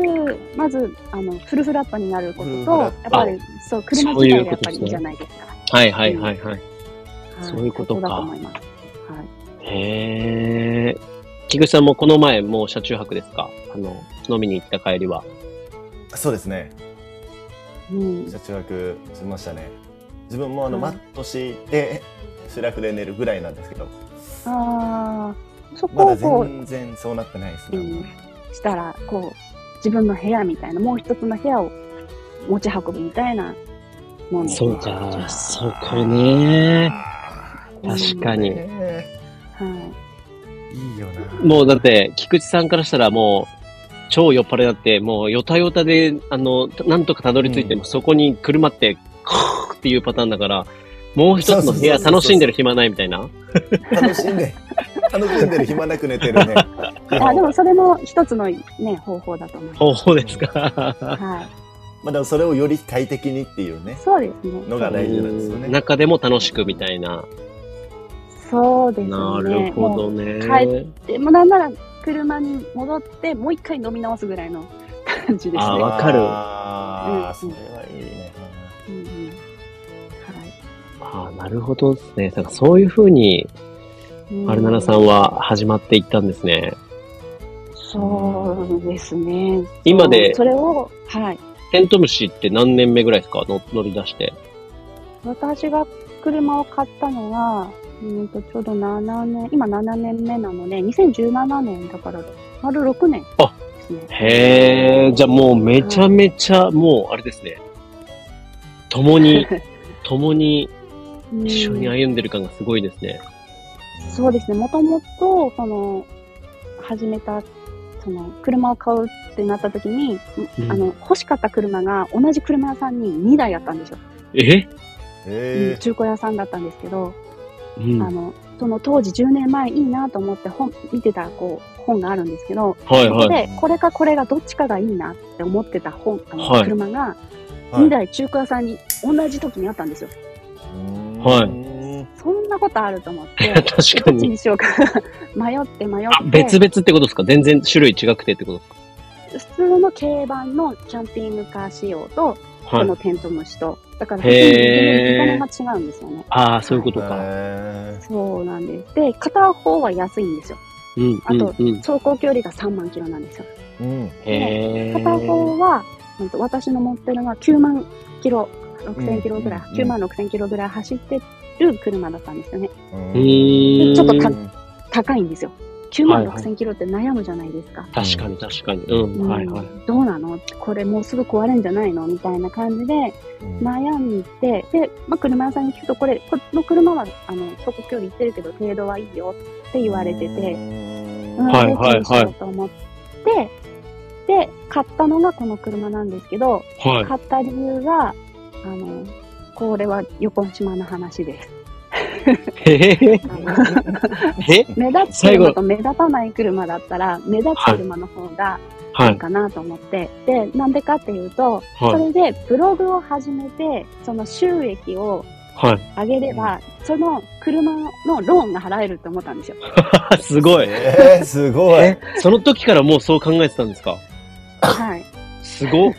[SPEAKER 1] まず、あの、フルフラットになること
[SPEAKER 4] フルフ
[SPEAKER 1] と、や
[SPEAKER 4] ラ
[SPEAKER 1] っ
[SPEAKER 4] ット
[SPEAKER 1] ぱり、そう、車
[SPEAKER 2] そう
[SPEAKER 1] 自
[SPEAKER 2] いう
[SPEAKER 1] 体が
[SPEAKER 2] こ
[SPEAKER 1] やっ
[SPEAKER 2] と
[SPEAKER 1] ぱ
[SPEAKER 2] で
[SPEAKER 1] り
[SPEAKER 2] すね
[SPEAKER 1] いいじゃないですか。
[SPEAKER 2] はいはいはいはい。
[SPEAKER 1] は
[SPEAKER 2] そういうこと
[SPEAKER 1] 最高
[SPEAKER 2] か
[SPEAKER 1] だと思います。はい。
[SPEAKER 2] へえ。菊池さんもこの前もう車中泊ですかあの、飲みに行った帰りは。
[SPEAKER 4] そうですね
[SPEAKER 1] うん。
[SPEAKER 4] 車中泊しましたね自分もあの、
[SPEAKER 1] うん
[SPEAKER 4] マット敷いて主楽で寝るぐらいなんですけど
[SPEAKER 1] ああ、そ
[SPEAKER 4] ま
[SPEAKER 1] こ
[SPEAKER 4] だ
[SPEAKER 1] をこう、
[SPEAKER 4] 全然そうなってないですね、
[SPEAKER 1] うんしたら、こう、自分の部屋みたいな、もう一つの部屋を持ち運ぶみたいなもんです
[SPEAKER 2] そ
[SPEAKER 1] ね
[SPEAKER 2] うか、そこね。
[SPEAKER 4] あ
[SPEAKER 1] うん
[SPEAKER 2] 確かに
[SPEAKER 4] ー。ね
[SPEAKER 1] はい。
[SPEAKER 4] えいいよな
[SPEAKER 2] もうだって、菊池さんからしたらもう、超酔っ払いだって、もう、よたよたで、あの、なんとかたどり着いて、
[SPEAKER 4] うん
[SPEAKER 2] そこに車って、クーっていうパターンだから、もう一つ
[SPEAKER 4] そ
[SPEAKER 2] の部屋
[SPEAKER 4] うそうそうそう
[SPEAKER 2] 楽しんでる暇ないみたいな。
[SPEAKER 4] 楽しんで楽しんでる暇なく寝て るね
[SPEAKER 1] あでもそれも一つのね方法だと思います。
[SPEAKER 2] 方法ですか。
[SPEAKER 1] はい、
[SPEAKER 4] まあでもそれをより快適にっていうね
[SPEAKER 1] そうですね。
[SPEAKER 4] のが大事なんですよね
[SPEAKER 2] 中でも楽しくみたいな。
[SPEAKER 1] そうですね。
[SPEAKER 2] なるほ
[SPEAKER 1] も
[SPEAKER 2] どね。
[SPEAKER 1] 帰うでもなんなら車に戻ってもう一回飲み直すぐらいの感じです
[SPEAKER 2] あ
[SPEAKER 1] ね。
[SPEAKER 2] わかる
[SPEAKER 4] ああ、
[SPEAKER 1] うん
[SPEAKER 4] それはいいね。
[SPEAKER 1] うんうんは
[SPEAKER 2] ああ、なるほどですね。なんかそういうふうに、
[SPEAKER 1] い。うん
[SPEAKER 2] アルナナさん。は始まっていったんですね。
[SPEAKER 1] そうですね。
[SPEAKER 2] 今で
[SPEAKER 1] それをはい。
[SPEAKER 2] テントウムシって何年目ぐらいですかの乗り出して。
[SPEAKER 1] 私が車を買ったのは。うんとちょうど7年、今7年目なので、2017年だから、丸6年
[SPEAKER 2] あ
[SPEAKER 1] ですね。
[SPEAKER 2] へえ、じゃあもうめちゃめちゃ、もうあれですね。共 に、共に
[SPEAKER 1] うん
[SPEAKER 2] 一緒に歩んでる感がすごいですね。
[SPEAKER 1] そうですね、もともと、その、始めた、その、車を買うってなった時に、
[SPEAKER 2] うん
[SPEAKER 1] あの、欲しかった車が同じ車屋さんに2台あったんですよ。
[SPEAKER 2] え
[SPEAKER 4] え
[SPEAKER 1] 中古屋さんだったんですけど、
[SPEAKER 2] うん。
[SPEAKER 1] あ
[SPEAKER 2] は
[SPEAKER 1] の、その当時10年前いいなと思って本、見てた、こう、本があるんですけど、
[SPEAKER 2] い
[SPEAKER 1] そこ
[SPEAKER 2] はい。
[SPEAKER 1] で、これかこれがどっちかがいいなって思ってた本、あの
[SPEAKER 2] はい
[SPEAKER 1] 車が、
[SPEAKER 4] ー
[SPEAKER 1] 2台中古屋さんに同じ時にあったんですよ。
[SPEAKER 2] はい
[SPEAKER 4] い。
[SPEAKER 1] そんなことあると思って、
[SPEAKER 2] 確か
[SPEAKER 1] どっち
[SPEAKER 2] に。
[SPEAKER 1] にしようか 迷って迷って
[SPEAKER 2] あ、。別々ってことですか全然種類違くてってことで
[SPEAKER 1] 普通の軽バンのキャンピングカー仕様と、
[SPEAKER 2] すか
[SPEAKER 1] こ
[SPEAKER 2] はい
[SPEAKER 1] の。テント虫と、だから、
[SPEAKER 2] へー
[SPEAKER 1] 見た目が違うんですよね。
[SPEAKER 2] ああ、そういうことか。
[SPEAKER 4] え
[SPEAKER 1] そうなんです。で、片方は安いんですよ。
[SPEAKER 2] うん、
[SPEAKER 1] あと
[SPEAKER 2] うん、うん。
[SPEAKER 1] 走行距離が3万キロなんですよ。
[SPEAKER 4] ーうん。
[SPEAKER 2] へえ。
[SPEAKER 1] 片方は、うんと私の持ってるのは9万キロ、6000キロぐらい、
[SPEAKER 4] うんうん
[SPEAKER 1] 9万6000キロぐらい走ってる車だったんですよね。
[SPEAKER 4] うん
[SPEAKER 2] うーん。
[SPEAKER 1] ちょっと
[SPEAKER 4] う
[SPEAKER 1] か
[SPEAKER 4] ん
[SPEAKER 1] 高いんですよ。9万
[SPEAKER 2] はい
[SPEAKER 1] 6000キロって悩むじゃないですか。
[SPEAKER 2] 確かに確かに。うん、はい
[SPEAKER 1] う
[SPEAKER 2] はい。
[SPEAKER 1] んどうなのこれもうすぐ壊れんじゃないのみたいな感じで、悩んで、で、まあ、車屋さんに聞くと、これ、この車は、あの、走行距離行ってるけど、程度はいいよって言われてて、うん
[SPEAKER 2] はいはいはい
[SPEAKER 1] どっちにしようと思って、で、買ったのがこの車なんですけど、
[SPEAKER 2] はい。
[SPEAKER 1] 買った理由が、あの、これは横島の話です。あの
[SPEAKER 2] へへ へ。え
[SPEAKER 1] 目立つ
[SPEAKER 2] 最後
[SPEAKER 1] 車と目立たない車だったら、目立つ車の方が
[SPEAKER 2] はい
[SPEAKER 1] い
[SPEAKER 2] い。
[SPEAKER 1] かなと思って、で、なんでかっていうと、
[SPEAKER 2] は
[SPEAKER 1] そ
[SPEAKER 2] い。
[SPEAKER 1] れでブログを始めて、その収益を
[SPEAKER 2] はい。
[SPEAKER 1] あげれば、その車のローンが払えるって思ったん ですよ。
[SPEAKER 2] すごい。
[SPEAKER 3] えー、すごい。
[SPEAKER 2] え、その時からもうそう考えてたんですか
[SPEAKER 1] はい。
[SPEAKER 2] すごっ。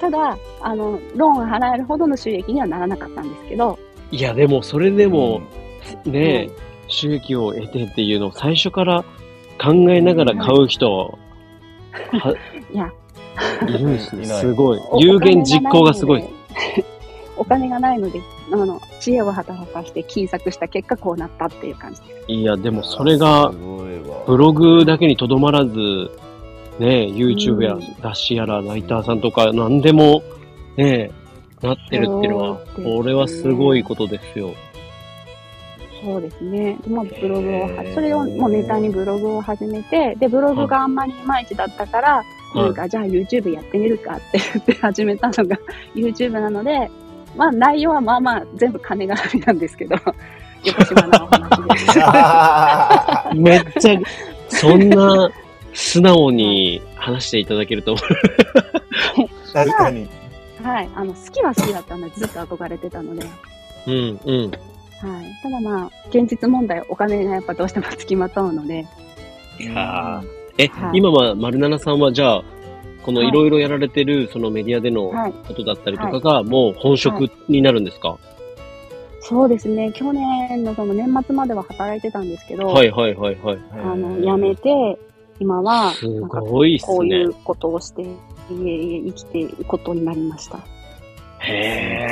[SPEAKER 1] ただ、あの、ローンが払えるほどの収益にはならなかったんですけど、
[SPEAKER 2] いや、でも、それでも、ねえ、収益を得てっていうのを最初から考えながら買う人、
[SPEAKER 1] いや、
[SPEAKER 2] いるんですね。
[SPEAKER 3] いない
[SPEAKER 2] すごい。
[SPEAKER 1] お
[SPEAKER 2] 有言実行がすごい。。
[SPEAKER 1] お金がないのでお金がないので、あの、知恵を働かして金策した結果こうなったっていう感じです。
[SPEAKER 2] いや、でも、それが
[SPEAKER 3] す、ごいわ
[SPEAKER 2] ブログだけにとどまらず、ねえ、YouTube や
[SPEAKER 1] うん
[SPEAKER 2] 雑誌やら、ライターさんとか、何でも、ねえ、なってるっていうのは
[SPEAKER 1] そうです、ね
[SPEAKER 2] これはすごいことですよ。
[SPEAKER 1] そうですね。でまあ、ブログを
[SPEAKER 3] へー
[SPEAKER 1] は、それをもうネタにブログを始めて、で、ブログがあんまりいまいちだったから、なんか、じゃあ YouTube やってみるかって言って始めたのが YouTube なので、まあ内容はまあまあ全部金絡みなんですけど、 よくしまなお 話です。
[SPEAKER 3] あ
[SPEAKER 2] めっちゃ、そんな、素直に話していただけると思
[SPEAKER 3] ー確かに。、
[SPEAKER 1] はい。あの、好きは好きだったんで、ずっと憧れてたので、は
[SPEAKER 2] う。うん、うん。
[SPEAKER 1] い。ただまあ、現実問題、お金がやっぱどうしても付きまとうので、
[SPEAKER 2] いやーえ、
[SPEAKER 1] はい
[SPEAKER 2] 今は丸七さんはじゃあ、この
[SPEAKER 1] はい
[SPEAKER 2] いろいろやられてるそのメディアでの
[SPEAKER 1] はい。
[SPEAKER 2] ことだったりとかがもう本職になるんですか、
[SPEAKER 1] そうですね、去年のその年末までは働いてたんですけど、
[SPEAKER 2] はい、はいはいはい
[SPEAKER 1] あの、辞めて、今は、
[SPEAKER 2] すごいっす
[SPEAKER 1] こうい
[SPEAKER 2] ね
[SPEAKER 1] う。ことをして、いえいえ生きていくことになりました。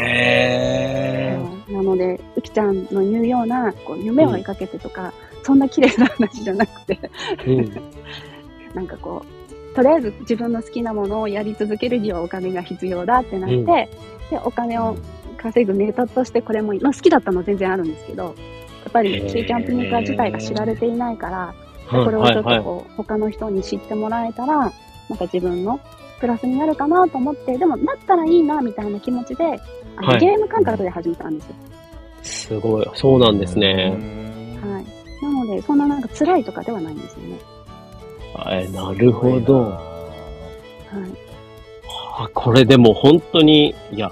[SPEAKER 2] へー。
[SPEAKER 1] なので、うきちゃんの言うような、こう、夢を追いかけてとか、そんな綺麗な話じゃなくて、
[SPEAKER 2] うん、
[SPEAKER 1] なんかこう、とりあえず自分の好きなものをやり続けるにはお金が必要だってなって、
[SPEAKER 2] うん
[SPEAKER 1] で、お金を稼ぐネタとしてこれも、まあ、好きだったのは全然あるんですけど、やっぱ
[SPEAKER 2] へ
[SPEAKER 1] り
[SPEAKER 2] ー
[SPEAKER 1] シーキャンピングカー自体が知られていないから、これを
[SPEAKER 2] はい
[SPEAKER 1] ちょっと
[SPEAKER 2] はいは
[SPEAKER 1] こう、他の人に知ってもらえたら、なんか自分のプラスになるかなと思って、でもなったらいいなみたいな気持ちで、あの
[SPEAKER 2] はい
[SPEAKER 1] ゲーム感覚で始めたんですよ。
[SPEAKER 2] い。すごい。そうなんですね。
[SPEAKER 1] はい。なので、そんななんか辛いとかではないんですよね。
[SPEAKER 2] えなるほど。
[SPEAKER 1] はい。
[SPEAKER 2] あこれでも本当に、いや、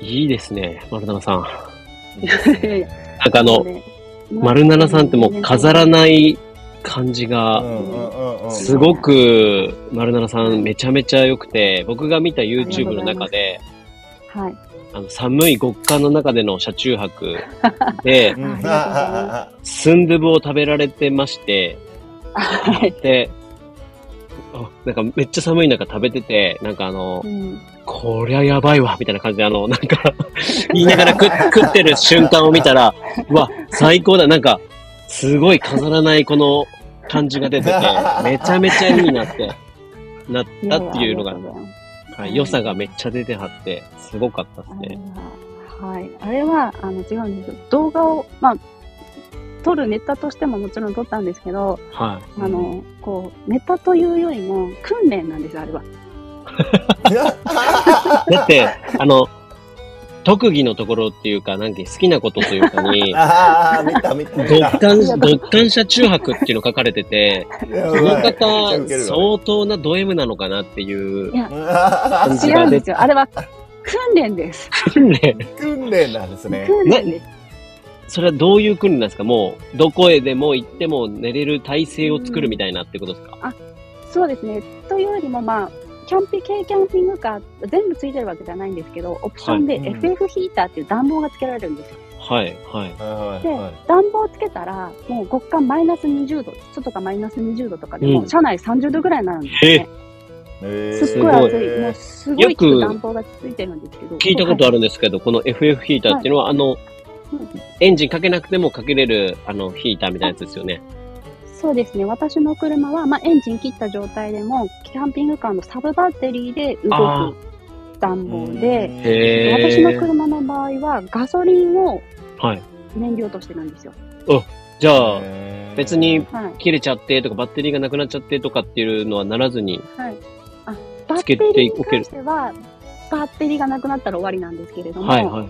[SPEAKER 2] いいですね、丸七さん。なんかあの、丸七さんってもう飾ら
[SPEAKER 1] い。
[SPEAKER 2] ない感じが、すごく、丸七さんめちゃめちゃ良くて、僕が見た YouTube の中で、
[SPEAKER 1] はい。
[SPEAKER 2] あの、寒い極寒の中での車中泊で、スンドゥブを食べられてまして、
[SPEAKER 1] はい。
[SPEAKER 2] で、あなんかめっちゃ寒い中食べてて、なんかあの
[SPEAKER 1] う、ん。
[SPEAKER 2] こりゃやばいわ、みたいな感じで、あの、なんか、 言いながら食食ってる瞬間を見たら、うわ、最高だ、なんか、すごい飾らないこの感じが出てて、めちゃめちゃいいなって、なったっていう
[SPEAKER 1] ややありと
[SPEAKER 2] のが
[SPEAKER 1] うございます
[SPEAKER 2] はい、良さがめっちゃ出てはって、すごかったです
[SPEAKER 1] あれ
[SPEAKER 2] ね。
[SPEAKER 1] は、はい。あれは、あの、違うんですよ。動画を、まあ、撮るネタとしてももちろん撮ったんですけど、
[SPEAKER 2] は
[SPEAKER 1] あの、こう、ネタというよりも、訓練なんですよ、あれは。
[SPEAKER 2] い。だって、あの、特技のところっていうか、なんか好きなことというか に
[SPEAKER 3] ああ、見た見た見
[SPEAKER 2] 独
[SPEAKER 3] た。
[SPEAKER 2] 感、独感車中泊っていうの書かれてて、この方、相当なド M なのかなっていう
[SPEAKER 1] いや
[SPEAKER 2] 感じ
[SPEAKER 1] 違
[SPEAKER 2] が
[SPEAKER 1] うん
[SPEAKER 2] 出
[SPEAKER 1] です
[SPEAKER 2] て
[SPEAKER 1] よ。あれは、訓練です。
[SPEAKER 2] くるね。
[SPEAKER 3] 訓練なんですね。
[SPEAKER 1] 訓練です。
[SPEAKER 2] それはどういう訓練なんですかもう、どこへでも行っても寝れる体制を作るみたいなってことですか、
[SPEAKER 1] そうですね。というよりも、まあ、キャンピ、軽キャンピングカー、全部ついてるわけじゃないんですけど、オプションで
[SPEAKER 3] はいうん
[SPEAKER 1] FF ヒーターっていう暖房がつけられるんですよ。
[SPEAKER 2] はい、はい。
[SPEAKER 1] で、暖房つけたら、もう極寒マイナス20度、外がマイナス20度とかで
[SPEAKER 2] う
[SPEAKER 1] も、
[SPEAKER 2] ん
[SPEAKER 1] 車内30度ぐらいになるんですよね。すっごい暑い。もうすごい
[SPEAKER 2] よく
[SPEAKER 1] 暖房がついてるんですけど。
[SPEAKER 2] 聞いたことあ
[SPEAKER 1] る。
[SPEAKER 2] るんですけど、この FF ヒーターっていうのは、あの
[SPEAKER 1] うん、
[SPEAKER 2] エンジンかけなくてもかけれる、あの、ヒーターみたいなやつですよね。
[SPEAKER 1] そうですね。私の車は、まあ、エンジン切った状態でも、キャンピングカーのサブバッテリーで
[SPEAKER 2] あ
[SPEAKER 1] 動く暖房で、
[SPEAKER 2] へー
[SPEAKER 1] 私の車の場合はガソリンを
[SPEAKER 2] はい。
[SPEAKER 1] 燃料としてなんですよ。
[SPEAKER 2] じゃあ、別に
[SPEAKER 1] はい。
[SPEAKER 2] 切れちゃってとか、バッテリーがなくなっちゃってとかっていうのはならずに。
[SPEAKER 1] はい。あ、バッ
[SPEAKER 2] つけ
[SPEAKER 1] テ
[SPEAKER 2] ておけ
[SPEAKER 1] リーに関
[SPEAKER 2] る
[SPEAKER 1] しては、バッテリーがなくなったら終わりなんですけれども、
[SPEAKER 2] はいはい。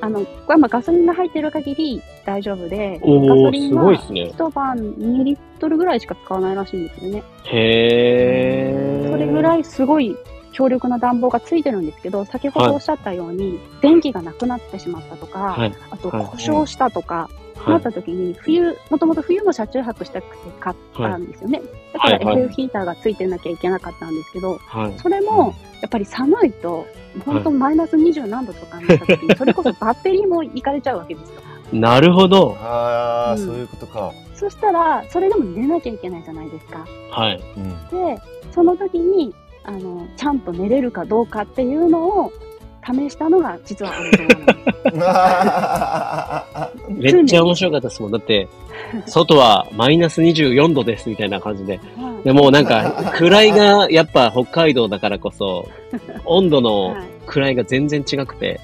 [SPEAKER 1] あの、これはまあガソリンが入ってる限り大丈夫で、ガ
[SPEAKER 2] お
[SPEAKER 1] ソ
[SPEAKER 2] ー、
[SPEAKER 1] リン
[SPEAKER 2] すごい
[SPEAKER 1] は
[SPEAKER 2] ですね。
[SPEAKER 1] 一晩2リットルぐらいしか使わないらしいんですよね。
[SPEAKER 2] へー。
[SPEAKER 1] それぐらいすごい強力な暖房がついてるんですけど、先ほどおっしゃったように、電気がなくなってしまったとか、
[SPEAKER 2] はい
[SPEAKER 1] あと
[SPEAKER 2] はい
[SPEAKER 1] 故障したとか、
[SPEAKER 2] は
[SPEAKER 1] ないった時に、冬、もともと冬の車中泊したくて買ったんですよね。だから
[SPEAKER 2] はいはい
[SPEAKER 1] FF ヒーターがついてなきゃいけなかったんですけど、
[SPEAKER 2] はい。
[SPEAKER 1] それも、やっぱり寒いと、本当マイナス20何度とかになった時 に、それこそバッテリーもいかれちゃうわけですよ。
[SPEAKER 2] なるほど。
[SPEAKER 3] ああ、
[SPEAKER 1] うん
[SPEAKER 3] そういうことか。
[SPEAKER 1] そしたら、それでも寝なきゃいけないじゃないですか。
[SPEAKER 2] はい。
[SPEAKER 3] うん。
[SPEAKER 1] で、その時に、あの、ちゃんと寝れるかどうかっていうのを試したのが、実は俺となんです。
[SPEAKER 2] めっちゃ面白かったですもん。だって、外はマイナス24度ですみたいな感じで。
[SPEAKER 1] はい
[SPEAKER 2] でもうなんか、位がやっぱ北海道だからこそ、温度 の
[SPEAKER 1] はい
[SPEAKER 2] 位が全然違くて。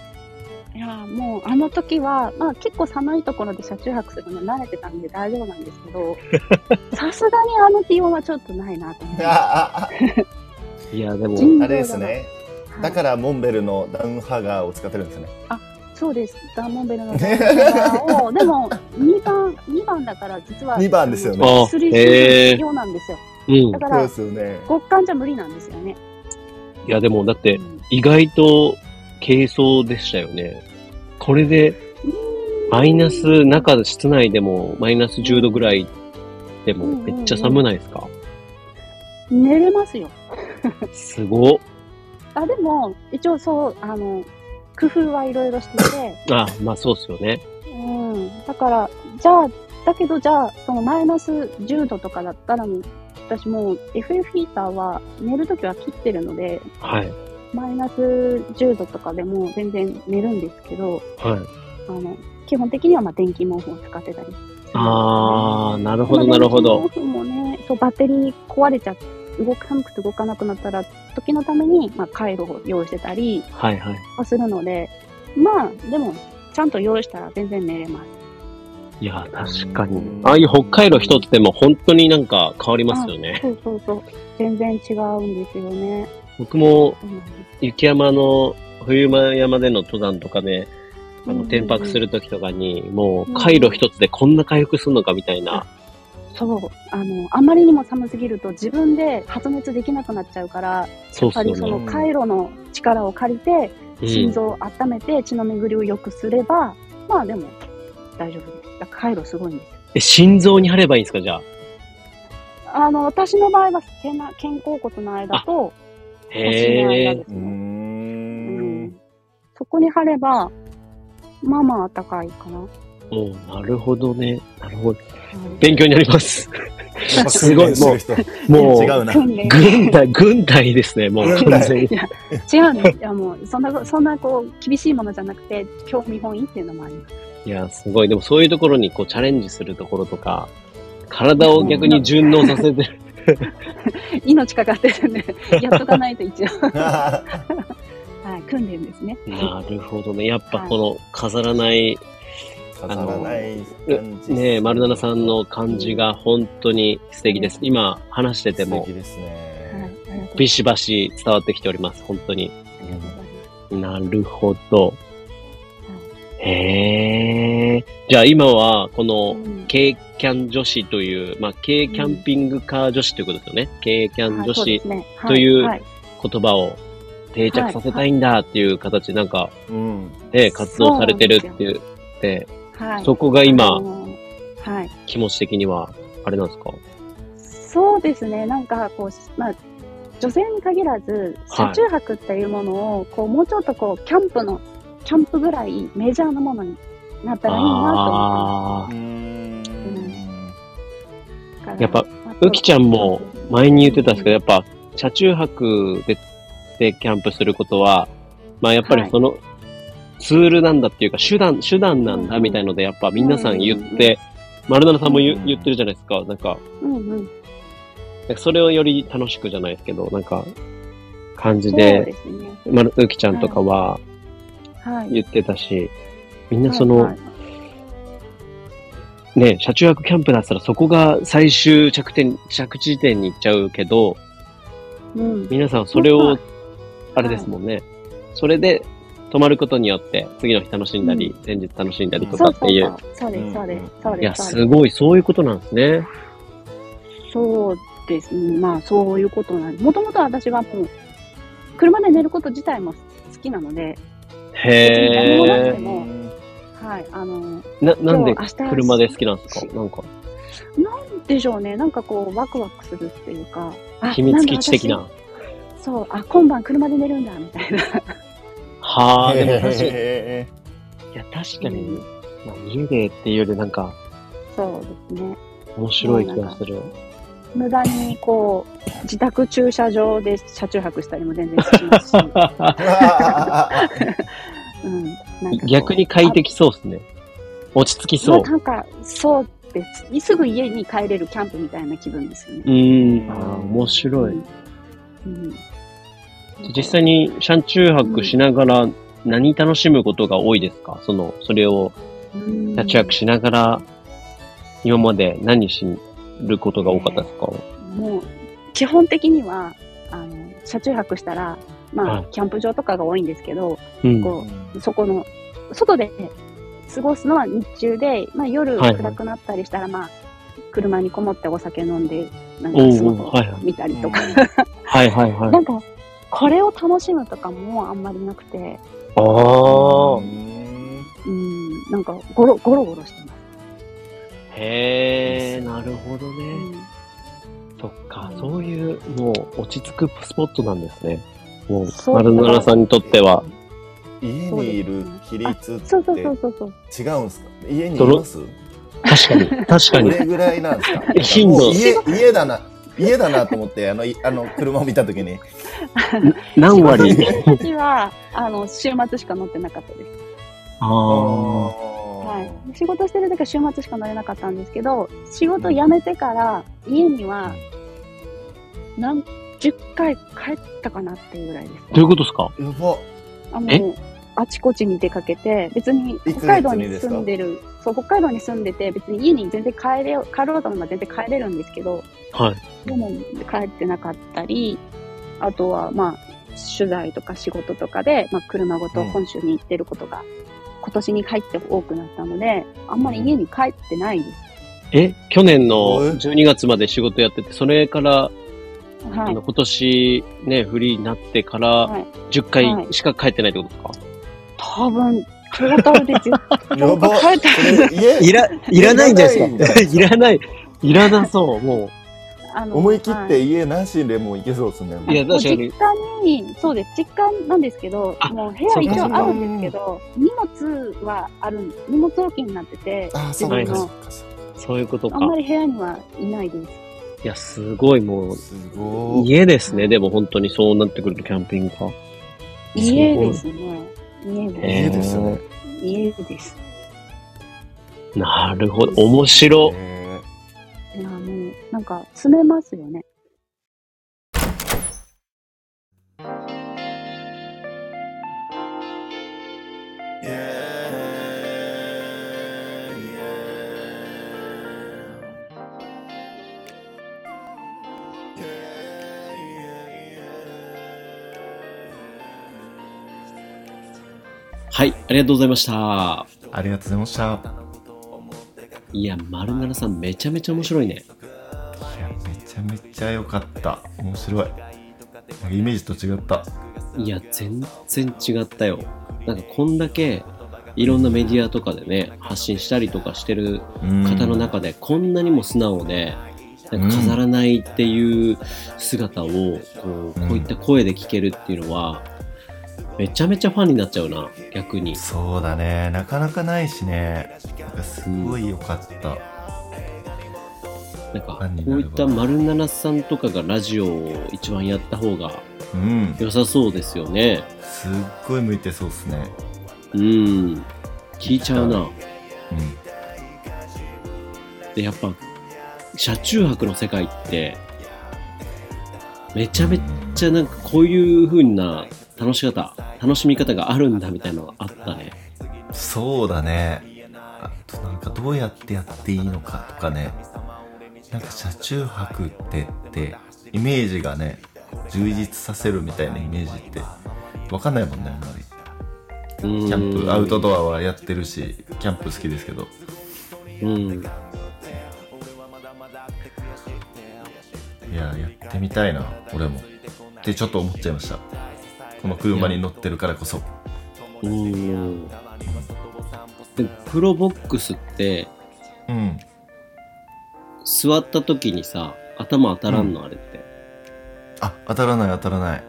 [SPEAKER 1] いやーもうあの時は、まあ、結構寒いところで車中泊するの慣れてたんで大丈夫なんですけどさすがにあの気温はちょっとないなと思って
[SPEAKER 3] あ
[SPEAKER 2] いや、でも、
[SPEAKER 1] 人
[SPEAKER 3] ー
[SPEAKER 1] 造
[SPEAKER 3] あれですね。
[SPEAKER 1] はい
[SPEAKER 3] だからモンベルのダウンハガーを使ってるんですね。
[SPEAKER 1] そうですダンモンベルのダンモンベルをでも2番二番だから実は
[SPEAKER 3] 二番ですよね
[SPEAKER 1] あのスリーシ
[SPEAKER 2] へー
[SPEAKER 1] ーズン用なんですよ
[SPEAKER 2] うん
[SPEAKER 1] だ。か
[SPEAKER 3] そうで
[SPEAKER 1] ら
[SPEAKER 3] すよね。
[SPEAKER 1] 極寒じゃ無理なんですよね、
[SPEAKER 2] いや、でもだっ
[SPEAKER 1] う
[SPEAKER 2] て、
[SPEAKER 1] ん
[SPEAKER 2] 意外と軽装でしたよね。これで、マイナス、中、室内でもマイナス10度ぐらいでもめっちゃ寒ないですか、
[SPEAKER 1] 寝れますよ
[SPEAKER 2] すごっ。
[SPEAKER 1] あでも一応そうあの工夫はいろいろしてて
[SPEAKER 2] あ、まあそうっすよね。
[SPEAKER 1] うん、だから、じゃあ、だけどじゃあ、そのマイナス10度とかだったら、私もう FF ヒーターは寝るときは切ってるので、
[SPEAKER 2] はい。
[SPEAKER 1] マイナス10度とかでも全然寝るんですけど、
[SPEAKER 2] はい。
[SPEAKER 1] あの、基本的にはまあ電気毛布を使ってたり。
[SPEAKER 2] あー、なるほど、
[SPEAKER 1] ま
[SPEAKER 2] な
[SPEAKER 1] あ
[SPEAKER 2] るほど
[SPEAKER 1] 電。気毛布もね、そう、バッテリー壊れちゃって、動かなくて動かなくなったら、時のために、まあ、回路を用意してたり
[SPEAKER 2] はいはい。
[SPEAKER 1] はするので、まあ、でも、ちゃんと用意したら全然寝れます。
[SPEAKER 2] いや、確かに。ああいう北海道一つでも本当になんか変わりますよね。
[SPEAKER 1] そうそうそう。全然違うんですよね。
[SPEAKER 2] 僕も
[SPEAKER 1] うん
[SPEAKER 2] 雪山の冬間山での登山とかで、あ
[SPEAKER 1] うんうんう
[SPEAKER 2] の、
[SPEAKER 1] ん
[SPEAKER 2] 転泊するときとかに、もう回路一つでこんな回復するのかみたいな。
[SPEAKER 1] そう。あの、あまりにも寒すぎると自分で発熱できなくなっちゃうから、
[SPEAKER 2] そう
[SPEAKER 1] や
[SPEAKER 2] っ
[SPEAKER 1] っ
[SPEAKER 2] す
[SPEAKER 1] ぱ
[SPEAKER 2] よ
[SPEAKER 1] りそ
[SPEAKER 2] ね。
[SPEAKER 1] の回路の力を借りて、
[SPEAKER 2] うん
[SPEAKER 1] 心臓を温めて血の巡りを良くすれば、まあでも大丈夫です。だから回路すごいんですよ。
[SPEAKER 2] え、心臓に貼ればいいんですかじゃあ。
[SPEAKER 1] あの、私の場合は肩な肩甲骨の間と腰の
[SPEAKER 2] へ
[SPEAKER 1] 間
[SPEAKER 2] え
[SPEAKER 1] で。す
[SPEAKER 3] うー
[SPEAKER 1] ね。うん
[SPEAKER 3] ん。
[SPEAKER 1] そこに貼れば、まあまあ暖かいかな。はい
[SPEAKER 2] おうなるほどね。なるほど。勉強になります。す ごいもう
[SPEAKER 3] う。
[SPEAKER 2] もう、
[SPEAKER 3] 違うな。
[SPEAKER 1] 訓練
[SPEAKER 2] 軍隊、軍隊ですね、もう
[SPEAKER 3] 軍
[SPEAKER 2] 完
[SPEAKER 3] 隊
[SPEAKER 2] 全に。
[SPEAKER 1] 違うんです。いやもうそんなそんなこう厳しいものじゃなくて興味本位っていうのもあります。
[SPEAKER 2] いや、すごい。でもそういうところにこうチャレンジするところとか、体を逆に順応させてる。
[SPEAKER 1] 命かかってるん でやっとかないと一応はい訓練ですね。
[SPEAKER 2] なるほどね。やっぱこの飾らない、
[SPEAKER 3] 飾らない感じ。
[SPEAKER 2] ねえ、丸七さんの感じが本当に素敵です。今話してて
[SPEAKER 3] 素
[SPEAKER 2] も
[SPEAKER 3] 敵、です
[SPEAKER 1] はい
[SPEAKER 3] ね。
[SPEAKER 1] ありがとうございます
[SPEAKER 2] ビシバシ伝わってきております。本当に。
[SPEAKER 1] ありがとうございます
[SPEAKER 2] なるほど。へえ。じゃあ今はこの
[SPEAKER 1] うん
[SPEAKER 2] 軽キャン女子という、まあ軽キャンピングカー女子ということですよね。軽キャン
[SPEAKER 1] はい
[SPEAKER 2] 女
[SPEAKER 1] そうで
[SPEAKER 2] 子
[SPEAKER 1] すねは
[SPEAKER 2] という
[SPEAKER 1] はい
[SPEAKER 2] 言葉を定着させたいんだっていう形でなんか
[SPEAKER 3] うん。
[SPEAKER 2] ね、活動されてるって言って、
[SPEAKER 1] はい
[SPEAKER 2] そこが今
[SPEAKER 1] あ、のーはい
[SPEAKER 2] 気持ち的には、あれなんですか
[SPEAKER 1] そうですねなんかこうまあ女性に限らず車中泊っていうものをこうもうちょっとこうキャンプのキャンプぐらいメジャーなものになったらいいなと思ってます。
[SPEAKER 2] あ
[SPEAKER 3] うーん。
[SPEAKER 2] やっぱ、うきちゃんも前に言ってたんですけど、やっぱ、車中泊で、でキャンプすることは、まあやっぱりその、ツールなんだっていうか、手段、手段なんだみたいので、やっぱ皆さん言って、丸七さんも言う言ってるじゃないですか。なんか、
[SPEAKER 1] うんうん、
[SPEAKER 2] なんかそれをより楽しくじゃないですけど、なんか、感じ
[SPEAKER 1] そう
[SPEAKER 2] で、
[SPEAKER 1] ですね。
[SPEAKER 2] まるうきちゃんとかは
[SPEAKER 1] はい。
[SPEAKER 2] 言ってたし、みんなその、
[SPEAKER 1] はいはい
[SPEAKER 2] ね、車中泊キャンプだったらそこが最終着点、着地点に行っちゃうけど、
[SPEAKER 1] うん、
[SPEAKER 2] 皆さんそれを、
[SPEAKER 1] はい
[SPEAKER 2] あれですもんね。それで泊まることによって、次の日楽しんだり、前日楽しんだりとか
[SPEAKER 1] そう
[SPEAKER 2] って
[SPEAKER 1] そう
[SPEAKER 2] い。
[SPEAKER 1] そうう。そうです、そうです、そう
[SPEAKER 2] いや、
[SPEAKER 1] です。
[SPEAKER 2] すごい、そういうことなんですね。
[SPEAKER 1] そうです。まあ、そういうことなんです。もともと私はもう、車で寝ること自体も好きなので、何
[SPEAKER 2] へ
[SPEAKER 1] もなく
[SPEAKER 2] え
[SPEAKER 1] て。もはい、あの、
[SPEAKER 2] な、なんで
[SPEAKER 1] 今日明日
[SPEAKER 2] 車で好きなんですかなんか、
[SPEAKER 1] なんでしょうね、なんかこう、ワクワクするっていうか、あ
[SPEAKER 2] 秘密基地的。
[SPEAKER 1] ん
[SPEAKER 2] な
[SPEAKER 1] だ。私そう、あ、今晩車で寝るんだ、みたいな。
[SPEAKER 2] はあ、でも確かに、い
[SPEAKER 3] へ
[SPEAKER 2] や、確かに、まあ、家でっていうよりなんか、
[SPEAKER 1] そうですね。
[SPEAKER 2] 面白い気がする。
[SPEAKER 1] 無駄にこう、自宅駐車場で車中泊したりも全然し ますし、
[SPEAKER 3] ーあ
[SPEAKER 1] うん。なんかこう
[SPEAKER 2] 逆に快適そうですね。落ち着きそう
[SPEAKER 1] まあ。なんか、そうです。すぐ家に帰れるキャンプみたいな気分ですよね
[SPEAKER 2] う。ーん、あー面白い。
[SPEAKER 1] うん。
[SPEAKER 2] 実際に車中泊しながら何楽しむことが多いですかその、それを
[SPEAKER 1] に
[SPEAKER 2] 車中泊しながら、今まで何しることが多かったですか
[SPEAKER 1] もう、基本的には、あの、車中泊したら、まあ、
[SPEAKER 2] はい
[SPEAKER 1] キャンプ場とかが多いんですけど、
[SPEAKER 2] うん。
[SPEAKER 1] こう、そこの、外で過ごすのは日中で、まあ夜
[SPEAKER 2] はいはい
[SPEAKER 1] 暗くなったりしたら、まあ、車にこもってお酒飲んで、なんか
[SPEAKER 2] おうおう
[SPEAKER 1] スマホ
[SPEAKER 2] はいはい
[SPEAKER 1] 見たりとか、
[SPEAKER 2] はいはいはい。
[SPEAKER 1] なんか、これを楽しむとかもあんまりなくて、
[SPEAKER 2] ああ。
[SPEAKER 1] うん、なんかゴロ、ゴロゴロしてます。
[SPEAKER 2] へえ、なるほどね。そっか、そういう、もう、落ち着くスポットなんですね。もう、
[SPEAKER 1] そう
[SPEAKER 2] 丸奈々さんにとっては、
[SPEAKER 3] 家にいる比率っ
[SPEAKER 1] そうそう
[SPEAKER 3] て
[SPEAKER 1] そうそうそう。
[SPEAKER 3] 違うんすか家にいます
[SPEAKER 2] 確かに、確か
[SPEAKER 3] ど
[SPEAKER 2] に。
[SPEAKER 3] れぐらいなんですか
[SPEAKER 2] 頻度
[SPEAKER 3] もう家家だな家だなと思ってあのい あの車を見た時に
[SPEAKER 2] 何割
[SPEAKER 1] 私は、あの、週末しか乗ってなかったです。
[SPEAKER 2] ああ。
[SPEAKER 1] はい。仕事してる時は週末しか乗れなかったんですけど、仕事辞めてから家には、何十回帰ったかなっていうぐらいです。
[SPEAKER 2] どういうことですか
[SPEAKER 3] やば
[SPEAKER 1] あ
[SPEAKER 2] え
[SPEAKER 1] の、あちこちに出かけて、別に
[SPEAKER 3] い
[SPEAKER 1] 北
[SPEAKER 3] つ
[SPEAKER 1] 海道に
[SPEAKER 3] いつにですか
[SPEAKER 1] 住んでる、そう、北海道に住んでて、別に家に全然帰れよ、帰ろうと思えば全然帰れるんですけど、
[SPEAKER 2] はい。
[SPEAKER 1] でも帰ってなかったり、あとはまあ、取材とか仕事とかで、まあ、車ごと本州に行ってることが、今年に入って多くなったので、あんまり家に帰ってないです。
[SPEAKER 2] え、去年の
[SPEAKER 3] え
[SPEAKER 2] 12月まで仕事やってて、それから、
[SPEAKER 1] は
[SPEAKER 2] あ
[SPEAKER 1] い
[SPEAKER 2] の。今年ね、フリーになってから
[SPEAKER 1] はい、
[SPEAKER 2] 10
[SPEAKER 1] は
[SPEAKER 2] 回
[SPEAKER 1] い
[SPEAKER 2] しか帰ってないってことですか、
[SPEAKER 1] 多分、トータルで10
[SPEAKER 3] やば
[SPEAKER 1] 帰って
[SPEAKER 3] それ家
[SPEAKER 7] いら、いらないんじゃないですか。
[SPEAKER 2] いらない、いらなそう、も
[SPEAKER 1] あの
[SPEAKER 3] 思い切っ
[SPEAKER 1] は
[SPEAKER 3] て家なしでもう行けそうですね。
[SPEAKER 2] いや確かに
[SPEAKER 1] もう実家に、そうです、実家なんですけど
[SPEAKER 2] あ、
[SPEAKER 1] もう部屋一
[SPEAKER 2] そう
[SPEAKER 1] 応
[SPEAKER 2] か、
[SPEAKER 1] あるんですけど、荷物はあるん荷物置きになってて、
[SPEAKER 3] あ、
[SPEAKER 1] 自
[SPEAKER 3] そう
[SPEAKER 1] 分
[SPEAKER 3] か
[SPEAKER 1] の、
[SPEAKER 3] そう
[SPEAKER 2] そういうこと
[SPEAKER 1] あ
[SPEAKER 2] か
[SPEAKER 1] ん。まり部屋にはいないです。
[SPEAKER 2] いや、すごい、も
[SPEAKER 3] うか。
[SPEAKER 2] う、
[SPEAKER 3] すごい。
[SPEAKER 2] 家ですね。でも本当にそうなってくると、キャンピングカー。
[SPEAKER 1] 家ですね。家です。
[SPEAKER 2] え
[SPEAKER 3] 家ですよね。
[SPEAKER 1] 家です。
[SPEAKER 2] なるほど、面白。
[SPEAKER 3] え
[SPEAKER 1] いや、もう、なんか、詰めますよね。
[SPEAKER 6] はい、ありがとうございました。
[SPEAKER 3] ーありがとうございました。
[SPEAKER 6] いや、丸奈々さん、めちゃめちゃ面白いね。
[SPEAKER 3] いや、めちゃめちゃ良かった。面白い。なんかイメージと違った。
[SPEAKER 6] いや、全然違ったよ。なんか、こんだけ、いろんなメディアとかでね、発信したりとかしてる
[SPEAKER 3] うん
[SPEAKER 6] 方の中で、こんなにも素直で、なんか飾らないっていう姿を、こう、こういった声で聞けるっていうのは、めちゃめちゃファンになっちゃうな、逆に。
[SPEAKER 3] そうだね。なかなかないしね。なんかすごい良かった。
[SPEAKER 6] なんか
[SPEAKER 3] 何に、
[SPEAKER 6] こ
[SPEAKER 3] な
[SPEAKER 6] う
[SPEAKER 3] れ
[SPEAKER 6] いっ
[SPEAKER 3] ば
[SPEAKER 6] た丸奈々さんとかがラジオを一番やった方が
[SPEAKER 3] うん。
[SPEAKER 6] 良さそうですよね。
[SPEAKER 3] すっごい向いてそうですね。
[SPEAKER 6] うん。聞いちゃうな。
[SPEAKER 3] うん。
[SPEAKER 6] で、やっぱ、車中泊の世界って、めちゃめちゃなんかこういう風な楽し方、楽しみ方があるんだみたいなのがあったね。
[SPEAKER 3] そうだね。あとなんかどうやってやっていいのかとかね。なんか車中泊ってって、イメージがね、充実させるみたいなイメージって、わかんないもんね、あんまり。
[SPEAKER 6] キ
[SPEAKER 3] キャンプ、アウト
[SPEAKER 6] ア。
[SPEAKER 3] ドアはやってるし、キャンプ好きですけど。
[SPEAKER 6] うん。
[SPEAKER 3] いや、やってみたいな、俺も。ってちょっと思っちゃいました。この車に乗ってるからこそ
[SPEAKER 2] うん。でもプロボックスって、
[SPEAKER 3] うん
[SPEAKER 2] 座った時にさ、頭当たらんの、あれって。
[SPEAKER 3] あ当たらない当たらない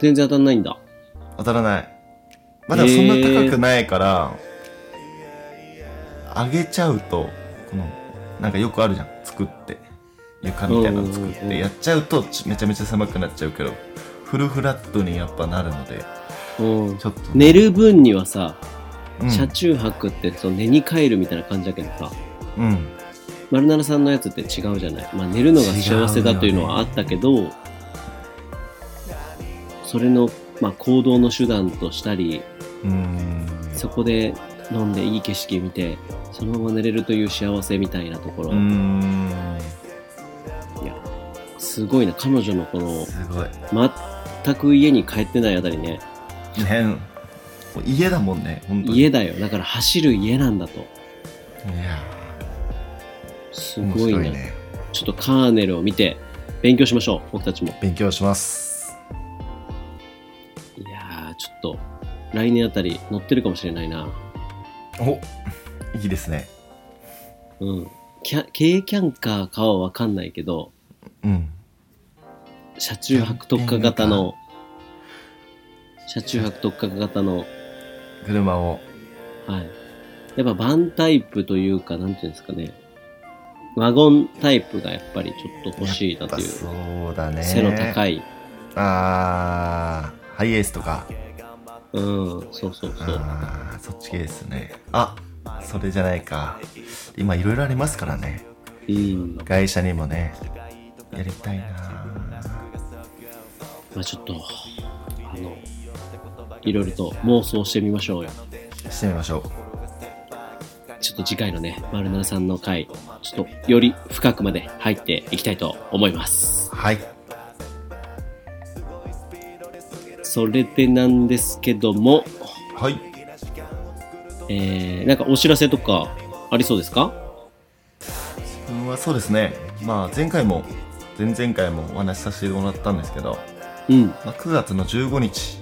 [SPEAKER 2] 全然当たんないんだ。
[SPEAKER 3] 当たらないまだそんな高くないから、上げちゃうとこのなんかよくあるじゃん作って床みたいなの作っ
[SPEAKER 2] うんうんうん
[SPEAKER 3] てやっちゃうとちめちゃめちゃ狭くなっちゃうけどフルフラットにやっぱなるので
[SPEAKER 2] うん。
[SPEAKER 3] ちょっと
[SPEAKER 2] 寝る分にはさ、
[SPEAKER 3] うん
[SPEAKER 2] 車中泊ってその寝に帰るみたいな感じだけどさ、
[SPEAKER 3] うん
[SPEAKER 2] 丸七さんのやつって違うじゃない。まあ寝るのが幸せだというのはあったけど、それの、まあ、行動の手段としたり、
[SPEAKER 3] うん
[SPEAKER 2] そこで飲んでいい景色見て、そのまま寝れるという幸せみたいなところ、
[SPEAKER 3] うん
[SPEAKER 2] すごいな。彼女のこの、
[SPEAKER 3] すごい
[SPEAKER 2] 全く家に帰ってないあたりね、
[SPEAKER 3] ねもう家だもんね本当に
[SPEAKER 2] 家だよ。だから走る家なんだと。
[SPEAKER 3] いや
[SPEAKER 2] す
[SPEAKER 3] ー面
[SPEAKER 2] ごい
[SPEAKER 3] 白
[SPEAKER 2] な。
[SPEAKER 3] いね
[SPEAKER 2] ちょっとカーネルを見て、勉強しましょう。僕たちも。
[SPEAKER 3] 勉強します
[SPEAKER 2] いやー、ちょっと、来年あたり乗ってるかもしれないな。
[SPEAKER 3] おいいですね
[SPEAKER 2] うん。キャ軽キャンカーかはわかんないけど、
[SPEAKER 3] うん
[SPEAKER 2] 車中泊特化型の、車中泊特化型の、
[SPEAKER 3] 車を
[SPEAKER 2] はい。やっぱバンタイプというか、なんていうんですかね。ワゴンタイプがやっぱりちょっと欲しいなとい
[SPEAKER 3] やっぱ
[SPEAKER 2] う。
[SPEAKER 3] そうだね
[SPEAKER 2] 背の高
[SPEAKER 3] い
[SPEAKER 2] い。
[SPEAKER 3] あーハイエースとか
[SPEAKER 2] うん、そうそうそう。
[SPEAKER 3] あーそっち系ですねあそれじゃないか今いろいろありますからね
[SPEAKER 2] うん。
[SPEAKER 3] 会社にもねやりたいな
[SPEAKER 2] まあちょっと、あの、いろいろと妄想してみましょうよ。
[SPEAKER 3] してみましょう
[SPEAKER 2] ちょっと次回のね、丸七さんの回、ちょっとより深くまで入っていきたいと思います。
[SPEAKER 3] はい
[SPEAKER 2] それでなんですけども、
[SPEAKER 3] はい
[SPEAKER 2] えー、なんかお知らせとかありそうですか
[SPEAKER 3] うんまあそうですねまあ前回も前々回もお話しさせてもらったんですけど、
[SPEAKER 2] うん。
[SPEAKER 3] まあ、9月の15日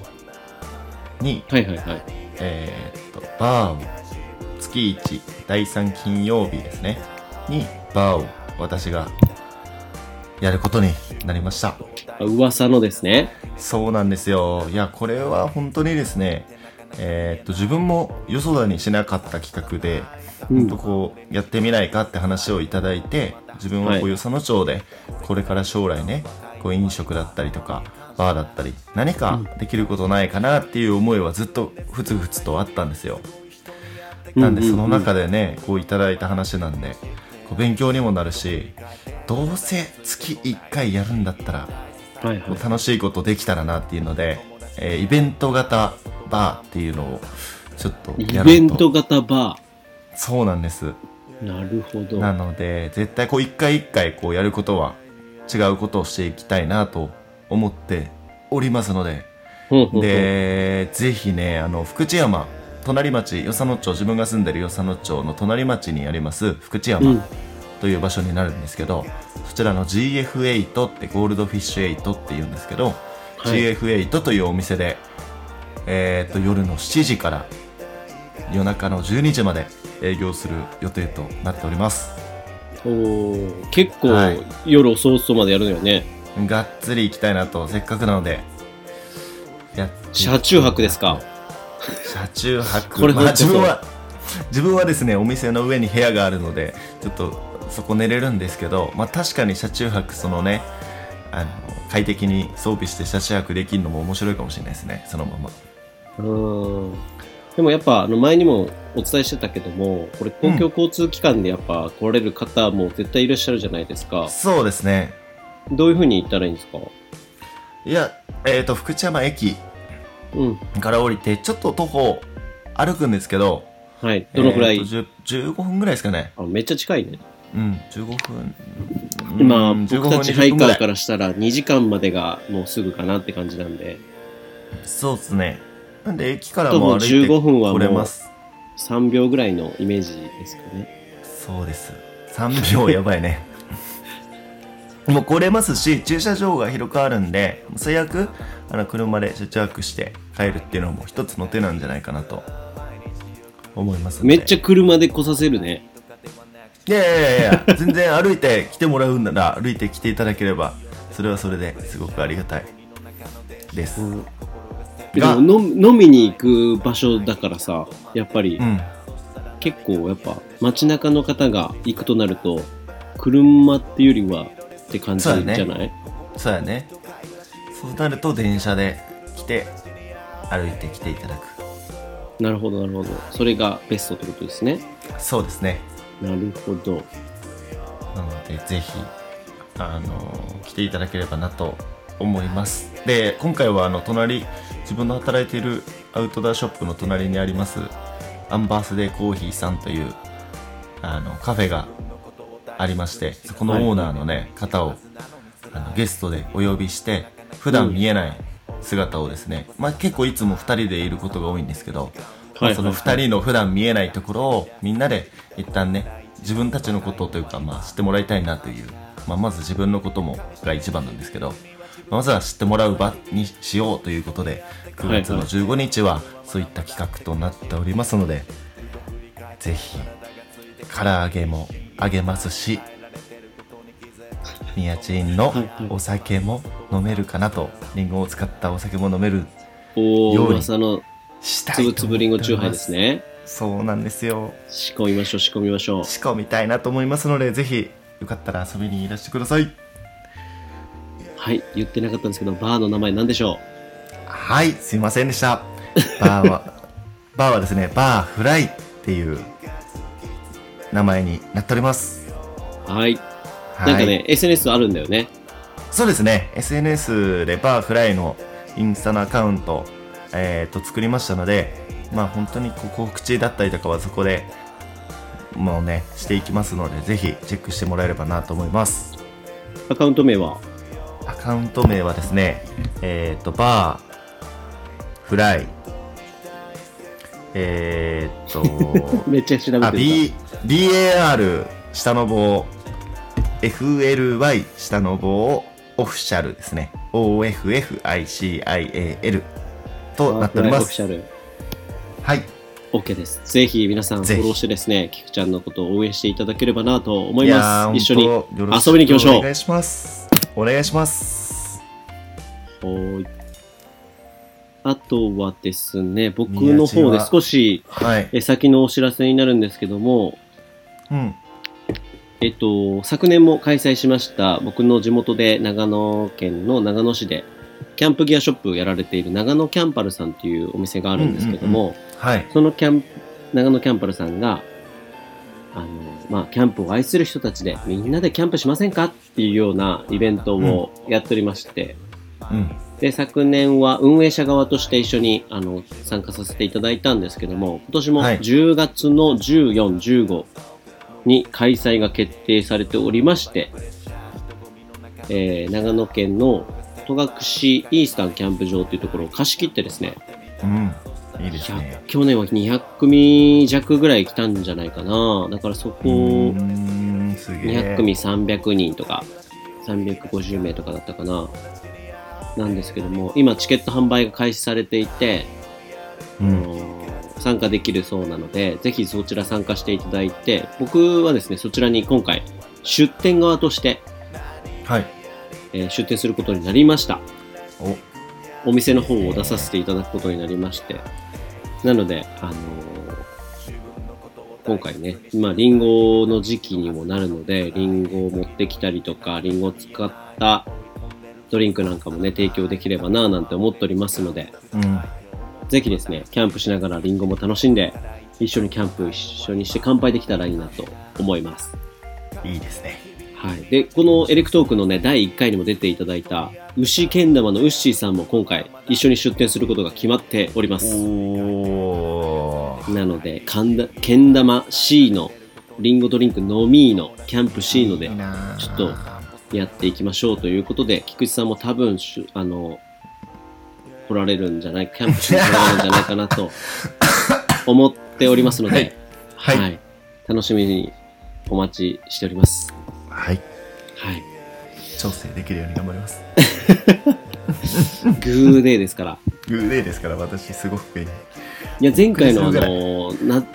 [SPEAKER 3] に
[SPEAKER 2] はいはいはい。
[SPEAKER 3] えーっと、バーを、月1、第3金曜日ですね、に、バーを私がやることになりました。
[SPEAKER 2] あ噂のですね。
[SPEAKER 3] そうなんですよ。いや、これは本当にですね、えーっと、自分もよそだにしなかった企画で、
[SPEAKER 2] う
[SPEAKER 3] ほん
[SPEAKER 2] ん
[SPEAKER 3] と。こう、やってみないかって話をいただいて、自分はこ
[SPEAKER 2] は
[SPEAKER 3] う、
[SPEAKER 2] い
[SPEAKER 3] よその町で、これから将来ね、こう、飲食だったりとか、バーだったり、何かできることないかなっていう思いはずっと、ふつふつとあったんですよ。なんで、
[SPEAKER 2] うう
[SPEAKER 3] そうの中でね、こういただいた話なんで、こう勉強にもなるし、どうせ月1回やるんだったら、
[SPEAKER 2] はいは
[SPEAKER 3] こ。
[SPEAKER 2] いう
[SPEAKER 3] 楽しいことできたらなっていうので、えーイベント型バーっていうのを、ちょっと
[SPEAKER 2] イ
[SPEAKER 3] やろうと。
[SPEAKER 2] ベント型バ
[SPEAKER 3] そうなんです。
[SPEAKER 2] ー。なるほど。
[SPEAKER 3] なので、絶対こう一回一回こうやることは、違うことをしていきたいなと思っておりますので、
[SPEAKER 2] ほんほんほん、
[SPEAKER 3] で、ぜひね、あの、福知山、隣町、与謝野町、自分が住んでる与謝野町の隣町にあります福知
[SPEAKER 2] う
[SPEAKER 3] 山
[SPEAKER 2] ん。
[SPEAKER 3] という場所になるんですけど、そちらの GF8 ってゴールドフィッシュ8って言うんですけど、
[SPEAKER 2] はい
[SPEAKER 3] GF8 というお店で、えー、と夜の7時から夜中の12時まで営業する予定となっております。
[SPEAKER 2] おー結構、
[SPEAKER 3] はい
[SPEAKER 2] 夜遅々までやるのよね。
[SPEAKER 3] がっつり行きたいなと、せっかくなので。やって
[SPEAKER 2] 車中泊ですか
[SPEAKER 3] 車中泊。
[SPEAKER 2] これどう
[SPEAKER 3] まあ
[SPEAKER 2] いうこと
[SPEAKER 3] 自分は、自分はですね、お店の上に部屋があるので、ちょっとそこ寝れるんですけど、まあ確かに車中泊、そのね、あの、快適に装備して車中泊できるのも面白いかもしれないですね、そのまま。
[SPEAKER 2] うんでもやっぱあの前にもお伝えしてたけども、これ公共交通機関でやっぱ来られる方も絶対いらっしゃるじゃないですか。
[SPEAKER 3] そうですね。
[SPEAKER 2] どういうふうに行ったらいいんですか
[SPEAKER 3] いや、えっ、と、福知山駅
[SPEAKER 2] うん。
[SPEAKER 3] から降りて、ちょっと徒歩歩くんですけど、
[SPEAKER 2] はい。どのくらい、
[SPEAKER 3] えーと10 ?15 分ぐらいですかね。
[SPEAKER 2] あめっちゃ近いね。
[SPEAKER 3] うん、15分。
[SPEAKER 2] 今、
[SPEAKER 3] うん
[SPEAKER 2] 僕たち
[SPEAKER 3] 15
[SPEAKER 2] ハ
[SPEAKER 3] 分20
[SPEAKER 2] イ
[SPEAKER 3] 分
[SPEAKER 2] カ
[SPEAKER 3] ぐら
[SPEAKER 2] ー
[SPEAKER 3] い
[SPEAKER 2] からしたら2時間までがもうすぐかなって感じなんで、
[SPEAKER 3] そうですね。なんで駅から
[SPEAKER 2] 徒歩
[SPEAKER 3] も歩いて
[SPEAKER 2] 15分は
[SPEAKER 3] 来れ
[SPEAKER 2] もう
[SPEAKER 3] ます。
[SPEAKER 2] 3秒ぐらいのイメージですかね。
[SPEAKER 3] そうです。3秒やばいね。 もう来れますし、駐車場が広くあるんで、最悪、あの、車で車泊して帰るっていうのも一つの手なんじゃないかなと、思いますんで
[SPEAKER 2] めっちゃ車で来させるね。
[SPEAKER 3] いやいやいやいや、全然歩いて来てもらうんなら、歩いて来ていただければ、それはそれですごくありがたいです。うん。
[SPEAKER 2] でも飲飲みに行く場所だからさ、やっぱり結構やっぱ街中の方が行くとなると、車っていうよりはって感じじゃない
[SPEAKER 3] そうだそうやね。そうなると、電車で来て、歩いて来ていただく。
[SPEAKER 2] なるほど、なるほど。それがベストってことですね。
[SPEAKER 3] そうですね。
[SPEAKER 2] なるほど。
[SPEAKER 3] なのでぜひあの来ていただければなと思いますで今回はあの隣自分の働いているアウトドアショップの隣にありますアンバースデーコーヒーさんというあのカフェがありましてそこのオーナーのね、方をあのゲストでお呼びして普段見えない姿をですね、まあ結構いつも2人でいることが多いんですけど、まあその2人の普段見えないところをみんなで一旦ね自分たちのことというか、まあ、知ってもらいたいなという、まあ、まず自分のこともが一番なんですけどまずは知ってもらう場にしようということで9月の15日はそういった企画となっておりますので、ぜひ唐揚げもあげますし宮地院のお酒も飲めるかなとりんごを使ったお酒も飲める
[SPEAKER 2] お
[SPEAKER 3] 料
[SPEAKER 2] ー、
[SPEAKER 3] 理
[SPEAKER 2] 噂の
[SPEAKER 3] した
[SPEAKER 2] つ
[SPEAKER 3] いと思っております
[SPEAKER 2] ぶつぶりんごチューハイですね。
[SPEAKER 3] そうなんですよ
[SPEAKER 2] 仕込みましょう、仕込みましょう。
[SPEAKER 3] 仕込みたいなと思いますのでぜひよかったら遊びにいらしてください
[SPEAKER 2] はい、言ってなかったんですけど、バーの名前なんでしょ
[SPEAKER 3] はいすいませんでしたバーは バーはですねバーフライっていう名前になっております
[SPEAKER 2] うはい。
[SPEAKER 3] はい
[SPEAKER 2] なんかね、SNS あるんだよね。
[SPEAKER 3] そうですね SNS でバーフライのインスタのアカウント、えー、と作りましたのでまあ本当にこう告知だったりとかはそこでもうねしていきますのでぜひチェックしてもらえればなと思います
[SPEAKER 2] アカウント名は。
[SPEAKER 3] アカウント名はですね、えっ、と、バー、フライ、えっ、 と、
[SPEAKER 2] めっちゃ調べ
[SPEAKER 3] あ、
[SPEAKER 2] て
[SPEAKER 3] B、BAR、下の棒、FLY、下の棒、オフィシャルですね。OFFICIAL
[SPEAKER 2] た。
[SPEAKER 3] となっておりま
[SPEAKER 2] オフィシ
[SPEAKER 3] す
[SPEAKER 2] ャ。ル。
[SPEAKER 3] はい。
[SPEAKER 2] OK です。ぜひ皆さんフ
[SPEAKER 3] ぜひ
[SPEAKER 2] ォローしてですね、キクちゃんのことを応援していただければなと思
[SPEAKER 3] い
[SPEAKER 2] い
[SPEAKER 3] や
[SPEAKER 2] ま
[SPEAKER 3] ー
[SPEAKER 2] す。一緒に。は
[SPEAKER 3] 本当よろしく
[SPEAKER 2] 遊びに行きましょう
[SPEAKER 3] お願いします。お願いします。
[SPEAKER 2] ーい。あとはですね、僕の方で少し
[SPEAKER 3] はい。
[SPEAKER 2] え先のお知らせになるんですけども、
[SPEAKER 3] うん。
[SPEAKER 2] えっと、昨年も開催しました、僕の地元で長野県の長野市で、キャンプギアショップをやられている長野キャンパルさんというお店があるんですけども、
[SPEAKER 3] はい。
[SPEAKER 2] そのキャンプ、長野キャンパルさんが、あの、まあ、キャンプを愛する人たちで、みんなでキャンプしませんかっていうようなイベントをやっておりまして、
[SPEAKER 3] うん。
[SPEAKER 2] で、昨年は運営者側として一緒に、あの、参加させていただいたんですけども、今年も
[SPEAKER 3] はい
[SPEAKER 2] 10月の14、15に開催が決定されておりまして、えー長野県の戸隠イースタンキャンプ場というところを貸し切ってですね、
[SPEAKER 3] うん。いいですね。
[SPEAKER 2] 100去年は200組弱ぐらい来たんじゃないかなだからそこ
[SPEAKER 3] うーんすげえ
[SPEAKER 2] 200組300人とか350名とかだったかななんですけども今チケット販売が開始されていて、
[SPEAKER 3] うん
[SPEAKER 2] 参加できるそうなのでぜひそちら参加していただいて僕はですねそちらに今回出店側として、
[SPEAKER 3] はい
[SPEAKER 2] えー出店することになりました
[SPEAKER 3] お
[SPEAKER 2] お店の方を出させていただくことになりまして、なので、あのー今回ね、まあ、リンゴの時期にもなるので、リンゴを持ってきたりとか、リンゴを使ったドリンクなんかもね、提供できればなぁなんて思っておりますので、
[SPEAKER 3] うん
[SPEAKER 2] ぜひですね、キャンプしながらリンゴも楽しんで、一緒にキャンプ一緒にして乾杯できたらいいなと思います。
[SPEAKER 3] いいですね
[SPEAKER 2] はい。で、このエレクトークのね、第1回にも出ていただいた、牛けん玉のウッシーさんも今回、一緒に出店することが決まっております。
[SPEAKER 3] おー
[SPEAKER 2] なので、かんだ、けん玉 C の、リンゴドリンクのみーの、キャンプ C ので
[SPEAKER 3] いい、なー
[SPEAKER 2] ちょっやっていきましょうということで、菊池さんも多分しゅ、あの、来られるんじゃない、キャンプしに来られるんじゃないか なと思っておりますので、
[SPEAKER 3] はい
[SPEAKER 2] 楽しみにお待ちしております。
[SPEAKER 3] はい
[SPEAKER 2] はい。
[SPEAKER 3] 調整できるように頑張ります。
[SPEAKER 2] グーデーですから。
[SPEAKER 3] グーデーですから、私、すごく便利。
[SPEAKER 2] いや、前回のあ
[SPEAKER 3] びっくりするぐらい
[SPEAKER 2] の、な、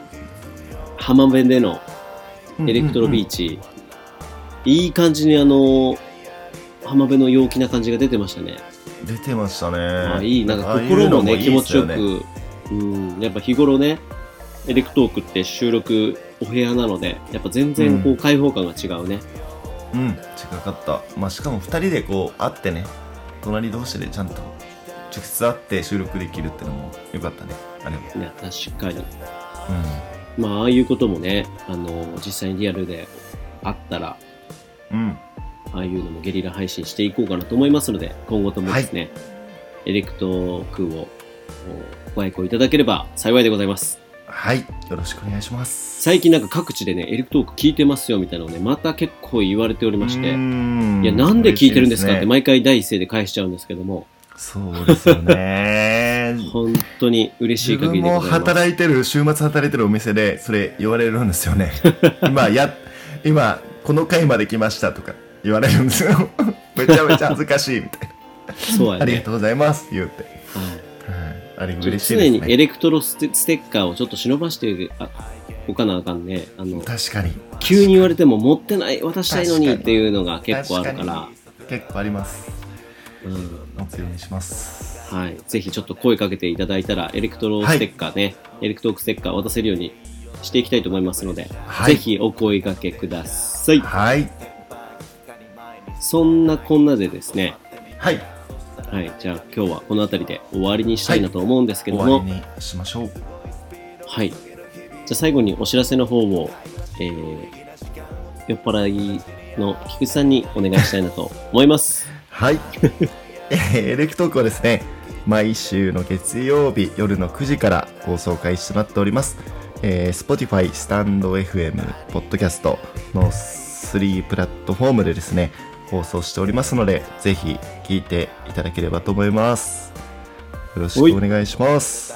[SPEAKER 2] 浜辺でのエレクトロビー
[SPEAKER 3] チ。
[SPEAKER 2] チ、いい感じにあの、浜辺の陽気な感じが出てましたね。
[SPEAKER 3] 出てましたね。
[SPEAKER 2] まあいい、なん
[SPEAKER 3] あ
[SPEAKER 2] か
[SPEAKER 3] あいう
[SPEAKER 2] 心
[SPEAKER 3] の
[SPEAKER 2] も
[SPEAKER 3] も
[SPEAKER 2] ね、
[SPEAKER 3] い
[SPEAKER 2] 気
[SPEAKER 3] いっ
[SPEAKER 2] 持
[SPEAKER 3] す
[SPEAKER 2] ちよ
[SPEAKER 3] よね
[SPEAKER 2] く、うん、やっぱ日頃ね、エレクトークって収録お部屋なので、やっぱ全然こ
[SPEAKER 3] う
[SPEAKER 2] う開放感が違うね。
[SPEAKER 3] うん、近かった。まあ、しかも2人でこう、会ってね、隣同士でちゃんと、直接会って収録できるってのも良かったね。あれも。
[SPEAKER 2] いや、確かに。
[SPEAKER 3] う
[SPEAKER 2] まあ、ああいうこともね、あの、実際にリアルであったら、
[SPEAKER 3] ん。うん。
[SPEAKER 2] ああいうのもゲリラ配信していこうかなと思いますので、今後ともですね、エレクトークをおご愛顧いただければ幸いでございます。
[SPEAKER 3] はい。よろしくお願いします。
[SPEAKER 2] 最近なんか各地でね、エレクトーク聞いてますよみたいなのをね、また結構言われておりまして、いや、なんで聞いてるんですかって
[SPEAKER 3] 毎
[SPEAKER 2] 毎回第一声で返しちゃうんですけども、
[SPEAKER 3] そうですよね。
[SPEAKER 2] 本当に 嬉し
[SPEAKER 3] 自
[SPEAKER 2] い限
[SPEAKER 3] 分
[SPEAKER 2] りで
[SPEAKER 3] も
[SPEAKER 2] ございます。
[SPEAKER 3] 働いてる、週末働いてるお店で、それ言われるんですよ ね。今、や、今、この回まで来ましたとか言われるんですよ。 めちゃめちゃ恥ずかしいみたいな。
[SPEAKER 2] そう
[SPEAKER 3] あ
[SPEAKER 2] や
[SPEAKER 3] りが
[SPEAKER 2] ね。
[SPEAKER 3] とうございます、言うて。
[SPEAKER 2] はい
[SPEAKER 3] はい。あれ
[SPEAKER 2] ちょっと
[SPEAKER 3] 嬉しい
[SPEAKER 2] 常
[SPEAKER 3] で
[SPEAKER 2] に
[SPEAKER 3] す
[SPEAKER 2] エ
[SPEAKER 3] ね。
[SPEAKER 2] レクトロステステッカーをちょっと忍ばしてあおかなあかんね。あの、
[SPEAKER 3] 確かに。
[SPEAKER 2] 急に言われても持ってない、渡したいのに
[SPEAKER 3] 確かに
[SPEAKER 2] っていうのが結構あるか
[SPEAKER 3] 確
[SPEAKER 2] ら、
[SPEAKER 3] かに。結構あります。
[SPEAKER 2] うん、
[SPEAKER 3] 持つようにします。
[SPEAKER 2] はい、ぜひちょっと声かけていただいたら、エレクトロステッカーね、エレクトークステッカー渡せるようにしていきたいと思いますので、
[SPEAKER 3] はい
[SPEAKER 2] ぜひお声掛けください。
[SPEAKER 3] はい。
[SPEAKER 2] そんなこんなでですね、
[SPEAKER 3] はい。
[SPEAKER 2] はい、じゃあ今日はこの辺りで終わりにしたいなと思うんですけ
[SPEAKER 3] 終
[SPEAKER 2] ど
[SPEAKER 3] わり
[SPEAKER 2] も、
[SPEAKER 3] にしましょう。
[SPEAKER 2] はい、じゃあ最後にお知らせの方を、えー、酔っ払いの菊池さんにお願いしたいなと思 います。
[SPEAKER 3] はい。えーエレクトークはですね、毎週の月曜日夜の9時から放送開始となっております。えー Spotify、スタンド FM、ポッドキャストの3プラットフォームでですね、放送しておりますので、ぜひ聞いていただければと思います。よろしくお願いします。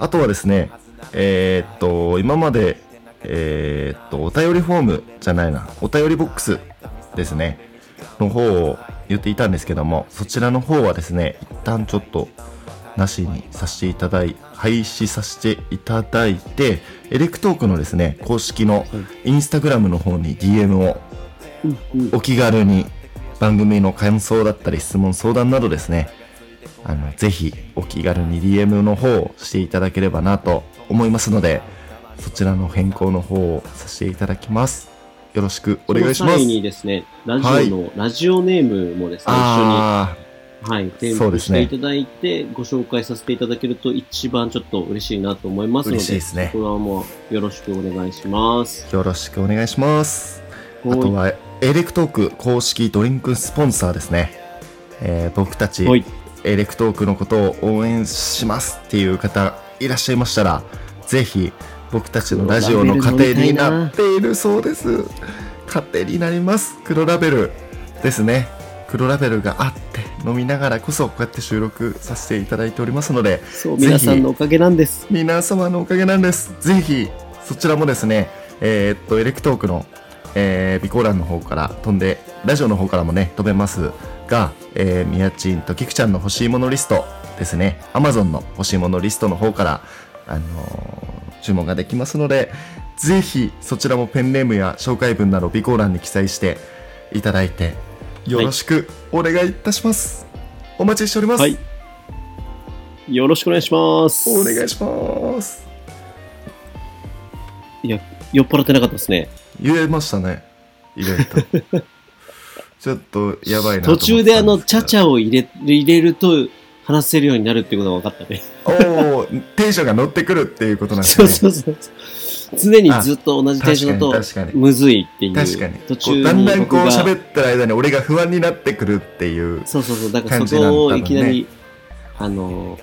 [SPEAKER 3] あとはですね、えーっと、今まで、えーっと、お便りフォームじゃないな、お便りボックスですね、の方を言っていたんですけども、そちらの方はですね、一旦ちょっと、なしにさせていただい、廃止させていただいて、エレクトークのですね、公式のインスタグラムの方に DM をお気軽に番組の感想だったり質問相談などですねあのぜひお気軽に DM の方をしていただければなと思いますのでそちらの変更の方をさせていただきますよろしくお願いしま
[SPEAKER 2] その
[SPEAKER 3] す
[SPEAKER 2] 際にですね、ラジオの、ラジオネームもですね、一緒に
[SPEAKER 3] あ
[SPEAKER 2] はい、添
[SPEAKER 3] そう
[SPEAKER 2] 付
[SPEAKER 3] で
[SPEAKER 2] し
[SPEAKER 3] す
[SPEAKER 2] て
[SPEAKER 3] ね
[SPEAKER 2] いただいて、ご紹介させていただけると一番ちょっと嬉しいなと思いますので、
[SPEAKER 3] 嬉しいですね
[SPEAKER 2] そこはもうよろしくお願いします。
[SPEAKER 3] あよろしくお願いしますあ
[SPEAKER 2] はい
[SPEAKER 3] とはエレクトーク公式ドリンクスポンサーですね、えー僕たち
[SPEAKER 2] はい、
[SPEAKER 3] エレクトークのことを応援しますっていう方いらっしゃいましたら、ぜひ僕たちのラジオの過程になっているそうです。過程になります。黒ラベルですね。黒ラベルがあって飲みながらこそこうやって収録させていただいておりますので、
[SPEAKER 2] そう、
[SPEAKER 3] ぜひ
[SPEAKER 2] 皆さんのおかげなんです。
[SPEAKER 3] 皆様のおかげなんです。ぜひ、そちらもですね、えーっと、エレクトークの、えー、備考欄の方から飛んで、ラジオの方からもね、飛べますが、えー、みやちんときくちゃんの欲しいものリストですね、Amazon の欲しいものリストの方から、あのー注文ができますので、ぜひ、そちらもペンネームや紹介文など備考欄に記載していただいて、よろしくお願いいたします。お待ちしております。
[SPEAKER 2] はい。よろしくお願いします。
[SPEAKER 3] お願い
[SPEAKER 2] し
[SPEAKER 3] します。
[SPEAKER 2] 酔っ払ってなかったですね。
[SPEAKER 3] 言えましたね意外と ちょっとやばいなと思ってたん
[SPEAKER 2] 途
[SPEAKER 3] すけど
[SPEAKER 2] 中であの、チャチャを入れ入れると話せるようになるっていうことが分かったね。
[SPEAKER 3] おおテンションが乗ってくるっていうことなん です
[SPEAKER 2] そ
[SPEAKER 3] ね
[SPEAKER 2] うそうそう。常にずっと同じテンションだ
[SPEAKER 3] 確かに
[SPEAKER 2] と、
[SPEAKER 3] 確かに
[SPEAKER 2] むずいっていう。
[SPEAKER 3] 確かに
[SPEAKER 2] 途
[SPEAKER 3] こ
[SPEAKER 2] 中
[SPEAKER 3] う
[SPEAKER 2] に
[SPEAKER 3] だんだんこう
[SPEAKER 2] 僕が
[SPEAKER 3] 喋ってる間に俺が不安になってくるっていう
[SPEAKER 2] そうそうそう、だから
[SPEAKER 3] 感
[SPEAKER 2] そ
[SPEAKER 3] じなんだ
[SPEAKER 2] こ
[SPEAKER 3] 多
[SPEAKER 2] を
[SPEAKER 3] 分
[SPEAKER 2] い
[SPEAKER 3] ね
[SPEAKER 2] きなり、あの、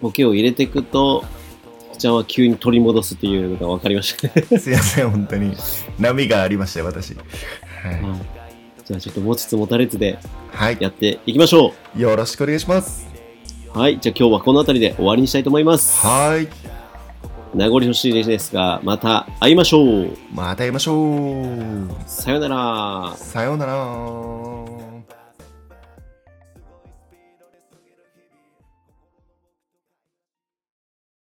[SPEAKER 2] ボケを入れていくと、福ちゃんは急に取り戻すっていうのが分かりましたね。
[SPEAKER 3] すいません本当に波がありましたよ私はい、
[SPEAKER 2] はい じゃあちょっと持ちつ持たれつで
[SPEAKER 3] はい
[SPEAKER 2] やっていきましょ
[SPEAKER 3] よろしくお願いします
[SPEAKER 2] う。はい、じゃあ今日はこの辺りで終わりにしたいと思います。
[SPEAKER 3] はい
[SPEAKER 2] 名残惜しいですが、また会いましょう
[SPEAKER 3] また会いましょう
[SPEAKER 2] さよなら
[SPEAKER 3] さようなら